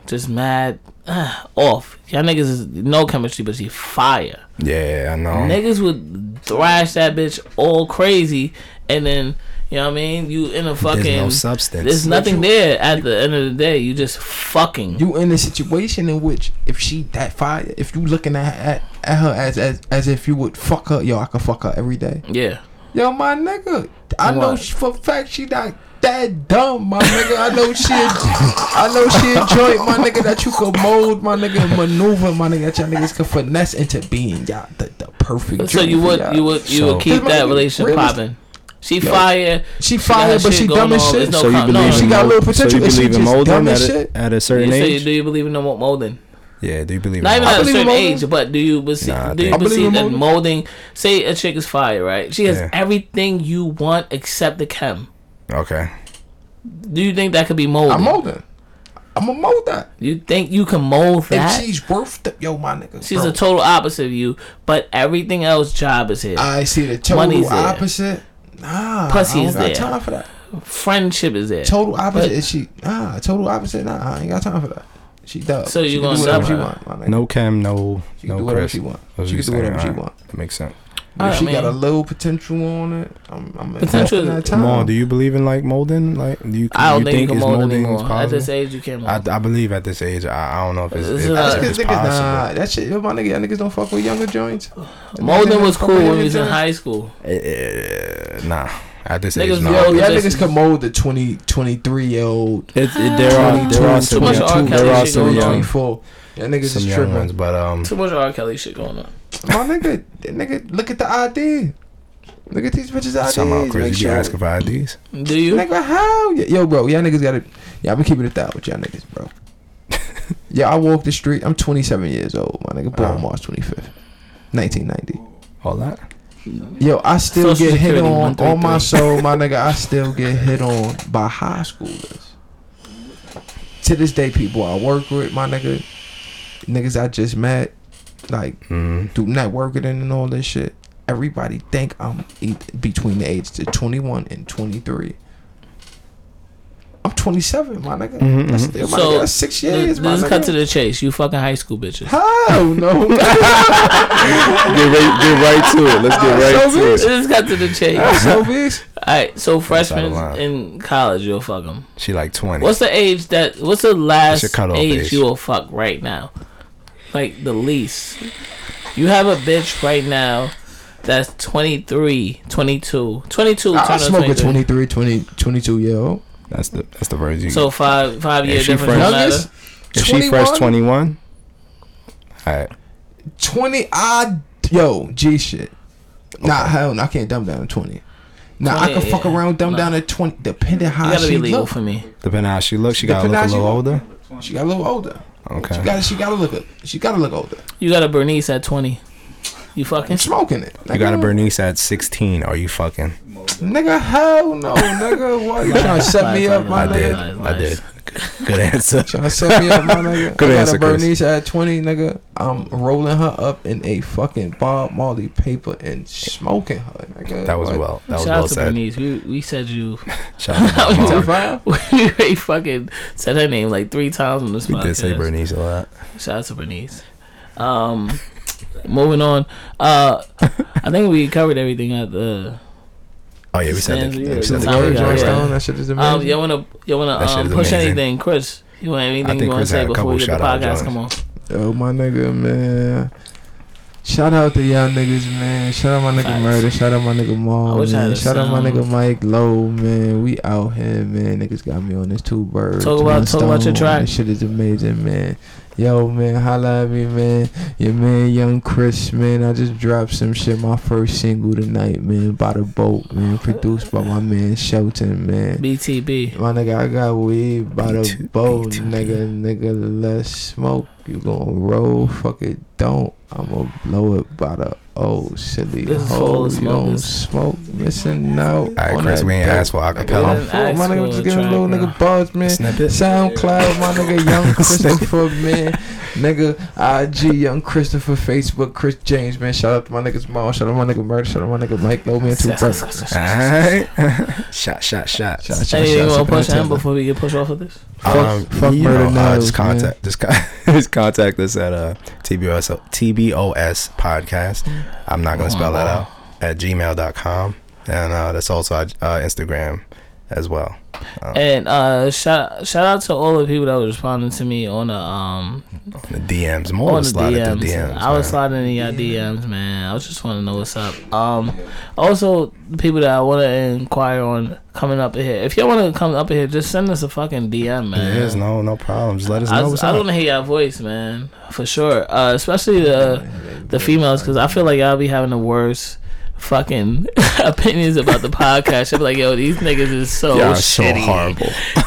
Speaker 3: just mad ah, off. Y'all niggas is no chemistry, but she fire.
Speaker 1: Yeah, I know.
Speaker 3: Niggas would thrash that bitch all crazy, and then you know what I mean. You in a fucking
Speaker 1: substance.
Speaker 3: There's nothing there at the end of the day. You just fucking.
Speaker 2: you in a situation in which if she that fire, if you looking at at, at her as, as as if you would fuck her, yo, I could fuck her every day.
Speaker 3: yeah.
Speaker 2: Yo, my nigga, I
Speaker 3: What?
Speaker 2: know she, for a fact she not that dumb, my nigga. I know she, I know she a joint, my nigga, that you could mold, my nigga, and maneuver, my nigga, that y'all niggas could finesse into being y'all the, the perfect.
Speaker 3: So
Speaker 2: joint
Speaker 3: you
Speaker 2: for
Speaker 3: would
Speaker 2: y'all.
Speaker 3: you would you
Speaker 1: So-
Speaker 3: would keep
Speaker 2: Cause
Speaker 3: that
Speaker 2: like,
Speaker 3: relationship
Speaker 2: realistic-
Speaker 3: popping. She fire.
Speaker 2: She
Speaker 3: got
Speaker 2: fire,
Speaker 3: her
Speaker 2: but she
Speaker 3: shit
Speaker 2: dumb
Speaker 3: going
Speaker 2: as
Speaker 3: on,
Speaker 2: shit.
Speaker 3: there's no
Speaker 1: so you
Speaker 3: com-
Speaker 1: believe
Speaker 2: She
Speaker 1: in
Speaker 2: got
Speaker 1: mold-
Speaker 2: little potential,
Speaker 1: So you
Speaker 2: and she
Speaker 1: believe in
Speaker 2: just dumb
Speaker 1: molding
Speaker 2: as
Speaker 1: at
Speaker 2: shit.
Speaker 1: a, at a
Speaker 3: You
Speaker 1: certain
Speaker 3: say you,
Speaker 1: age?
Speaker 3: do you believe in the mo- molding?
Speaker 1: yeah, do you believe in
Speaker 3: Not even
Speaker 1: mold?
Speaker 3: at a
Speaker 2: believe in
Speaker 3: certain
Speaker 2: molding.
Speaker 3: age, but do you perceive,
Speaker 1: Nah, I
Speaker 3: do you
Speaker 1: think-
Speaker 2: I believe
Speaker 3: perceive
Speaker 2: in
Speaker 3: that
Speaker 2: molding.
Speaker 3: molding? Say a chick is fire, right? She has
Speaker 1: Yeah.
Speaker 3: everything you want except the chem.
Speaker 1: Okay.
Speaker 3: Do you think that could be molding?
Speaker 2: I'm molding. I'm going to mold that.
Speaker 3: You think you can mold that?
Speaker 2: If she's worth the yo, my nigga.
Speaker 3: She's
Speaker 2: bro.
Speaker 3: the total opposite of you, but everything else job is here.
Speaker 2: I see the total
Speaker 3: Money's there.
Speaker 2: opposite. Nah,
Speaker 3: Pussy
Speaker 2: I don't
Speaker 3: is
Speaker 2: got
Speaker 3: there.
Speaker 2: time for that.
Speaker 3: Friendship is there.
Speaker 2: Total opposite
Speaker 3: But-
Speaker 2: is she? Nah, total opposite. Nah, I ain't got time for that. She does.
Speaker 3: So you
Speaker 2: she can
Speaker 3: gonna
Speaker 2: do whatever
Speaker 3: sell her?
Speaker 2: she want? My nigga.
Speaker 1: No cam, no
Speaker 2: she can
Speaker 1: no
Speaker 2: do whatever
Speaker 1: Chris.
Speaker 2: she want.
Speaker 1: That's what
Speaker 2: She
Speaker 1: you
Speaker 2: can do
Speaker 1: saying,
Speaker 2: whatever she
Speaker 1: alright.
Speaker 2: want.
Speaker 1: That makes sense.
Speaker 3: All
Speaker 2: If
Speaker 3: right,
Speaker 2: she got a
Speaker 3: man.
Speaker 2: little potential on it, I'm, I'm
Speaker 3: Potential-
Speaker 2: investing that time.
Speaker 1: Come on, do you believe in like molding? Like, do you?
Speaker 3: I don't
Speaker 1: you
Speaker 3: think, you can
Speaker 1: it's
Speaker 3: mold
Speaker 1: molding is
Speaker 3: anymore. At
Speaker 1: possible?
Speaker 3: this age, you can't mold.
Speaker 1: I, I believe at this age, I, I don't know if it's,
Speaker 3: This
Speaker 1: if,
Speaker 3: is
Speaker 1: if
Speaker 3: not-
Speaker 2: That's
Speaker 1: it's
Speaker 2: because niggas,
Speaker 1: possible.
Speaker 2: nah, that shit, yo, my nigga, y'all niggas don't fuck with younger joints.
Speaker 3: Molding
Speaker 2: Y'all
Speaker 3: was
Speaker 2: niggas
Speaker 3: cool
Speaker 2: fuck with
Speaker 3: when
Speaker 2: younger
Speaker 3: we was in
Speaker 2: joints.
Speaker 3: high school.
Speaker 1: Eh, nah, at this
Speaker 3: Niggas
Speaker 1: age, nah.
Speaker 3: mold-
Speaker 2: Yo, y'all
Speaker 3: Position.
Speaker 2: niggas can mold the 20, 23 year old.
Speaker 1: It, it, there are there are
Speaker 3: Too
Speaker 1: some
Speaker 3: much
Speaker 1: young,
Speaker 3: R. Kelly
Speaker 1: there are
Speaker 3: shit
Speaker 1: some
Speaker 3: going on.
Speaker 1: young,
Speaker 2: 24. Y'all niggas
Speaker 1: some
Speaker 2: is
Speaker 1: young
Speaker 2: tripping.
Speaker 1: ones, but um,
Speaker 3: Too much R. Kelly shit going on.
Speaker 2: My nigga, that nigga, look at the ID. Look at these bitches' IDs.
Speaker 1: somehow
Speaker 2: make
Speaker 1: Chris, you
Speaker 2: sure-
Speaker 1: be asking for IDs.
Speaker 3: Do you?
Speaker 2: Nigga, how? Y- Yo, bro, y'all niggas got to Yeah, I'm keeping it that with y'all niggas, bro. yeah, I walk the street. I'm 27 years old, my nigga. Born
Speaker 1: Oh.
Speaker 2: March 25th, 1990.
Speaker 1: All that.
Speaker 2: Yo, I still
Speaker 3: Social
Speaker 2: get hit
Speaker 3: Security,
Speaker 2: on on my
Speaker 3: 133.
Speaker 2: soul, my nigga. I still get hit on by high schoolers. To this day, people I work with, my nigga, niggas I just met, like
Speaker 1: Mm.
Speaker 2: do networking and all this shit. Everybody think I'm e- between the ages of 21 and 23. I'm 27, my nigga.
Speaker 1: Mhm,
Speaker 2: That's,
Speaker 1: mhm.
Speaker 2: my
Speaker 3: So,
Speaker 2: nigga, that's six years,
Speaker 3: Let's
Speaker 2: my
Speaker 3: let's cut to
Speaker 2: nigga.
Speaker 3: the chase. You fucking high school bitches.
Speaker 2: How? No.
Speaker 1: Get right, get right to it. Let's get
Speaker 2: right
Speaker 1: right
Speaker 2: so to
Speaker 1: to
Speaker 2: it.
Speaker 1: it.
Speaker 3: Let's cut to the chase.
Speaker 2: so, bitch.
Speaker 3: right, so freshmen
Speaker 1: line.
Speaker 3: in college, you'll fuck them.
Speaker 1: She like twenty.
Speaker 3: What's the age that? What's the last
Speaker 1: your cutoff
Speaker 3: age,
Speaker 1: age?
Speaker 3: you will fuck right now? Like the least. You have a bitch right now that's 23, 22, 22.
Speaker 2: I
Speaker 3: turn on
Speaker 2: smoke a
Speaker 3: 23.
Speaker 2: 23, 20, 22 year old.
Speaker 1: that's the that's the version.
Speaker 3: So five five year
Speaker 1: she
Speaker 3: difference
Speaker 1: fresh-
Speaker 3: don't matter.
Speaker 2: Nuggets,
Speaker 1: if she fresh twenty one, all right.
Speaker 2: 20 odd yo G shit. Nah, hell, no, I can't dumb down to 20. Nah, I
Speaker 3: 20,
Speaker 2: can fuck
Speaker 3: yeah.
Speaker 2: around dumb
Speaker 3: No.
Speaker 2: down to 20, depending
Speaker 3: You
Speaker 2: how
Speaker 3: gotta
Speaker 2: Ah, she
Speaker 3: be legal
Speaker 2: look.
Speaker 3: for me.
Speaker 1: Depending on how she looks, she gotta
Speaker 2: Depending
Speaker 1: look a
Speaker 2: how
Speaker 1: little older.
Speaker 2: She got a little older. She
Speaker 1: Okay.
Speaker 2: got she got to look. She got to look older.
Speaker 3: You got a Bernice at twenty. You fucking.
Speaker 2: Smoking it. Nigga,
Speaker 1: You got a Bernice at sixteen. Are you fucking?
Speaker 2: Nigga, hell no, nigga. Why you trying to set me up, my
Speaker 1: I
Speaker 3: Lies,
Speaker 1: did.
Speaker 3: lies,
Speaker 2: nigga?
Speaker 1: I
Speaker 3: lies.
Speaker 1: did. Good answer.
Speaker 2: Trying to set me up, my nigga.
Speaker 1: Good
Speaker 2: I got
Speaker 1: answer,
Speaker 2: a
Speaker 1: Chris.
Speaker 2: Bernice at 20, nigga. I'm rolling her up in a fucking Bob Marley paper and smoking her, nigga.
Speaker 1: That was
Speaker 2: Like,
Speaker 1: well. That was
Speaker 3: Shout
Speaker 1: well
Speaker 3: out to
Speaker 1: said.
Speaker 3: Bernice. We we said you.
Speaker 1: Shout out to
Speaker 3: That was
Speaker 1: Bernice.
Speaker 2: Top five?
Speaker 3: we fucking said her name like three times on this
Speaker 1: We
Speaker 3: podcast.
Speaker 1: did say Bernice a lot.
Speaker 3: Shout out to Bernice. Um, moving on. Uh, I think we covered everything at the.
Speaker 1: Oh yeah, we said
Speaker 3: Stands,
Speaker 1: the,
Speaker 3: yeah,
Speaker 1: we said the
Speaker 3: Tyler,
Speaker 2: Gloria
Speaker 1: Georgia
Speaker 3: yeah,
Speaker 1: Jones.
Speaker 2: Johnstone, that shit is amazing.
Speaker 3: Um, you wanna you wanna
Speaker 1: That shit
Speaker 3: um,
Speaker 1: is
Speaker 3: push
Speaker 1: amazing.
Speaker 3: anything, Chris? You want anything
Speaker 1: think
Speaker 3: you wanna
Speaker 1: Chris had
Speaker 3: say
Speaker 1: a
Speaker 3: before
Speaker 1: couple
Speaker 3: we get the
Speaker 1: shout-out
Speaker 3: podcast?
Speaker 1: joints.
Speaker 3: Come on.
Speaker 2: Yo, Oh, my nigga, man. Shout out to y'all niggas, man. Shout out my nigga
Speaker 3: Facts.
Speaker 2: Murder. Shout out my nigga
Speaker 3: I
Speaker 2: Maul,
Speaker 3: wish I had
Speaker 2: man.
Speaker 3: a
Speaker 2: Shout out my
Speaker 3: sound.
Speaker 2: nigga Mike Low, man. We out here, man. Niggas got me on this two birds.
Speaker 3: Talk about-
Speaker 2: one
Speaker 3: talk about your
Speaker 2: stone.
Speaker 3: track.
Speaker 2: This shit is amazing, man. Yo, man, holla at me, man. Your man, Young Chris, man. I just dropped some shit. My first single tonight, man. By the boat, man. Produced by my man Shelton, man.
Speaker 3: BTB.
Speaker 2: My nigga, I got weed by the
Speaker 1: B2,
Speaker 2: boat,
Speaker 1: B2.
Speaker 2: nigga. Nigga, let's smoke. You gon' roll, fuck it, don't. I'ma blow it by the old silly
Speaker 3: This is
Speaker 2: hole.
Speaker 3: full of
Speaker 2: You don't
Speaker 3: smokers.
Speaker 2: smoke, missing out.
Speaker 1: All right,
Speaker 2: on
Speaker 1: Chris,
Speaker 2: that
Speaker 1: we ain't
Speaker 2: dope.
Speaker 1: asked for
Speaker 2: My
Speaker 1: acapella.
Speaker 3: Yeah.
Speaker 2: fault, my
Speaker 3: ask
Speaker 2: nigga,
Speaker 3: for
Speaker 2: just
Speaker 3: a
Speaker 2: giving
Speaker 3: track,
Speaker 2: little
Speaker 3: bro.
Speaker 2: nigga buzz, man.
Speaker 1: Snippet.
Speaker 2: SoundCloud, my nigga, Young Christopher, man. Nigga, IG, Young Christopher, Facebook, Chris James, man. Shout out to my niggas, Mom. Shout out my nigga, Murder. Shout out my nigga, Mike Low, man. Two brothers.
Speaker 1: All right. shot, shot, shot.
Speaker 2: Shout out, shout out,
Speaker 3: Anything you
Speaker 2: shout
Speaker 3: wanna
Speaker 2: out,
Speaker 3: push
Speaker 2: shout out.
Speaker 3: him before we get pushed off of this?
Speaker 1: Um,
Speaker 2: Fuck- fuck
Speaker 1: you
Speaker 2: Murder
Speaker 1: know, uh,
Speaker 2: Nails,
Speaker 1: just contact, just, con- just contact us at uh, TBOS, TBOS podcast. I'm not going to spell that out at gmail.com. And uh, that's also our uh, Instagram as well.
Speaker 3: And uh, shout shout out to all the people that were responding to me on the um
Speaker 1: The DMs, more to
Speaker 3: on the
Speaker 1: slide at
Speaker 3: DMs.
Speaker 1: the DMs.
Speaker 3: I
Speaker 1: man.
Speaker 3: was sliding in y'all DMs, man. I was just want to know what's up. Um, also the people that I want to inquire on coming up in here. If y'all want to come up in here, just send us a fucking DM, man.
Speaker 1: There's no no problem. Just let us
Speaker 3: I,
Speaker 1: know what's
Speaker 3: I
Speaker 1: up.
Speaker 3: don't hear y'all voice, man, for sure. Uh, especially the the females, because I feel like y'all be having the worst fucking opinions about the podcast. Y'all be like, yo, these niggas is so
Speaker 1: Y'all are so
Speaker 3: shitty.
Speaker 1: horrible.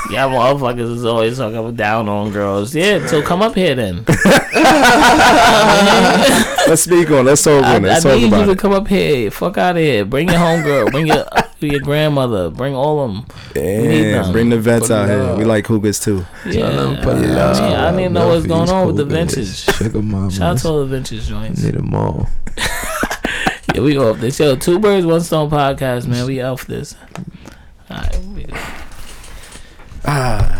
Speaker 3: Y'all motherfuckers is always talking down on girls. Yeah, so come up here then.
Speaker 1: Let's speak on. Let's talk
Speaker 3: I,
Speaker 1: on it. Let's
Speaker 3: I
Speaker 1: talk
Speaker 3: need you
Speaker 1: about
Speaker 3: to
Speaker 1: it.
Speaker 3: come up here. Fuck out of here. Bring your homegirl. Bring your uh, your grandmother. Bring all of them. need
Speaker 1: Damn,
Speaker 3: them.
Speaker 1: bring the vets
Speaker 2: Put
Speaker 1: out here.
Speaker 2: love.
Speaker 1: We like hookahs too.
Speaker 3: Yeah,
Speaker 2: Tell 'em put
Speaker 3: I,
Speaker 2: love,
Speaker 3: mean, I need to know
Speaker 2: love
Speaker 3: what's
Speaker 2: for
Speaker 3: going
Speaker 2: these
Speaker 3: on with the
Speaker 2: coconuts.
Speaker 3: vintage.
Speaker 2: Sugar mama.
Speaker 3: Shout out to all the vintage joints.
Speaker 2: Need them all.
Speaker 3: Yeah, we off this. Yo, two birds, one stone podcast, man. We off this. All right. we-
Speaker 1: Ah.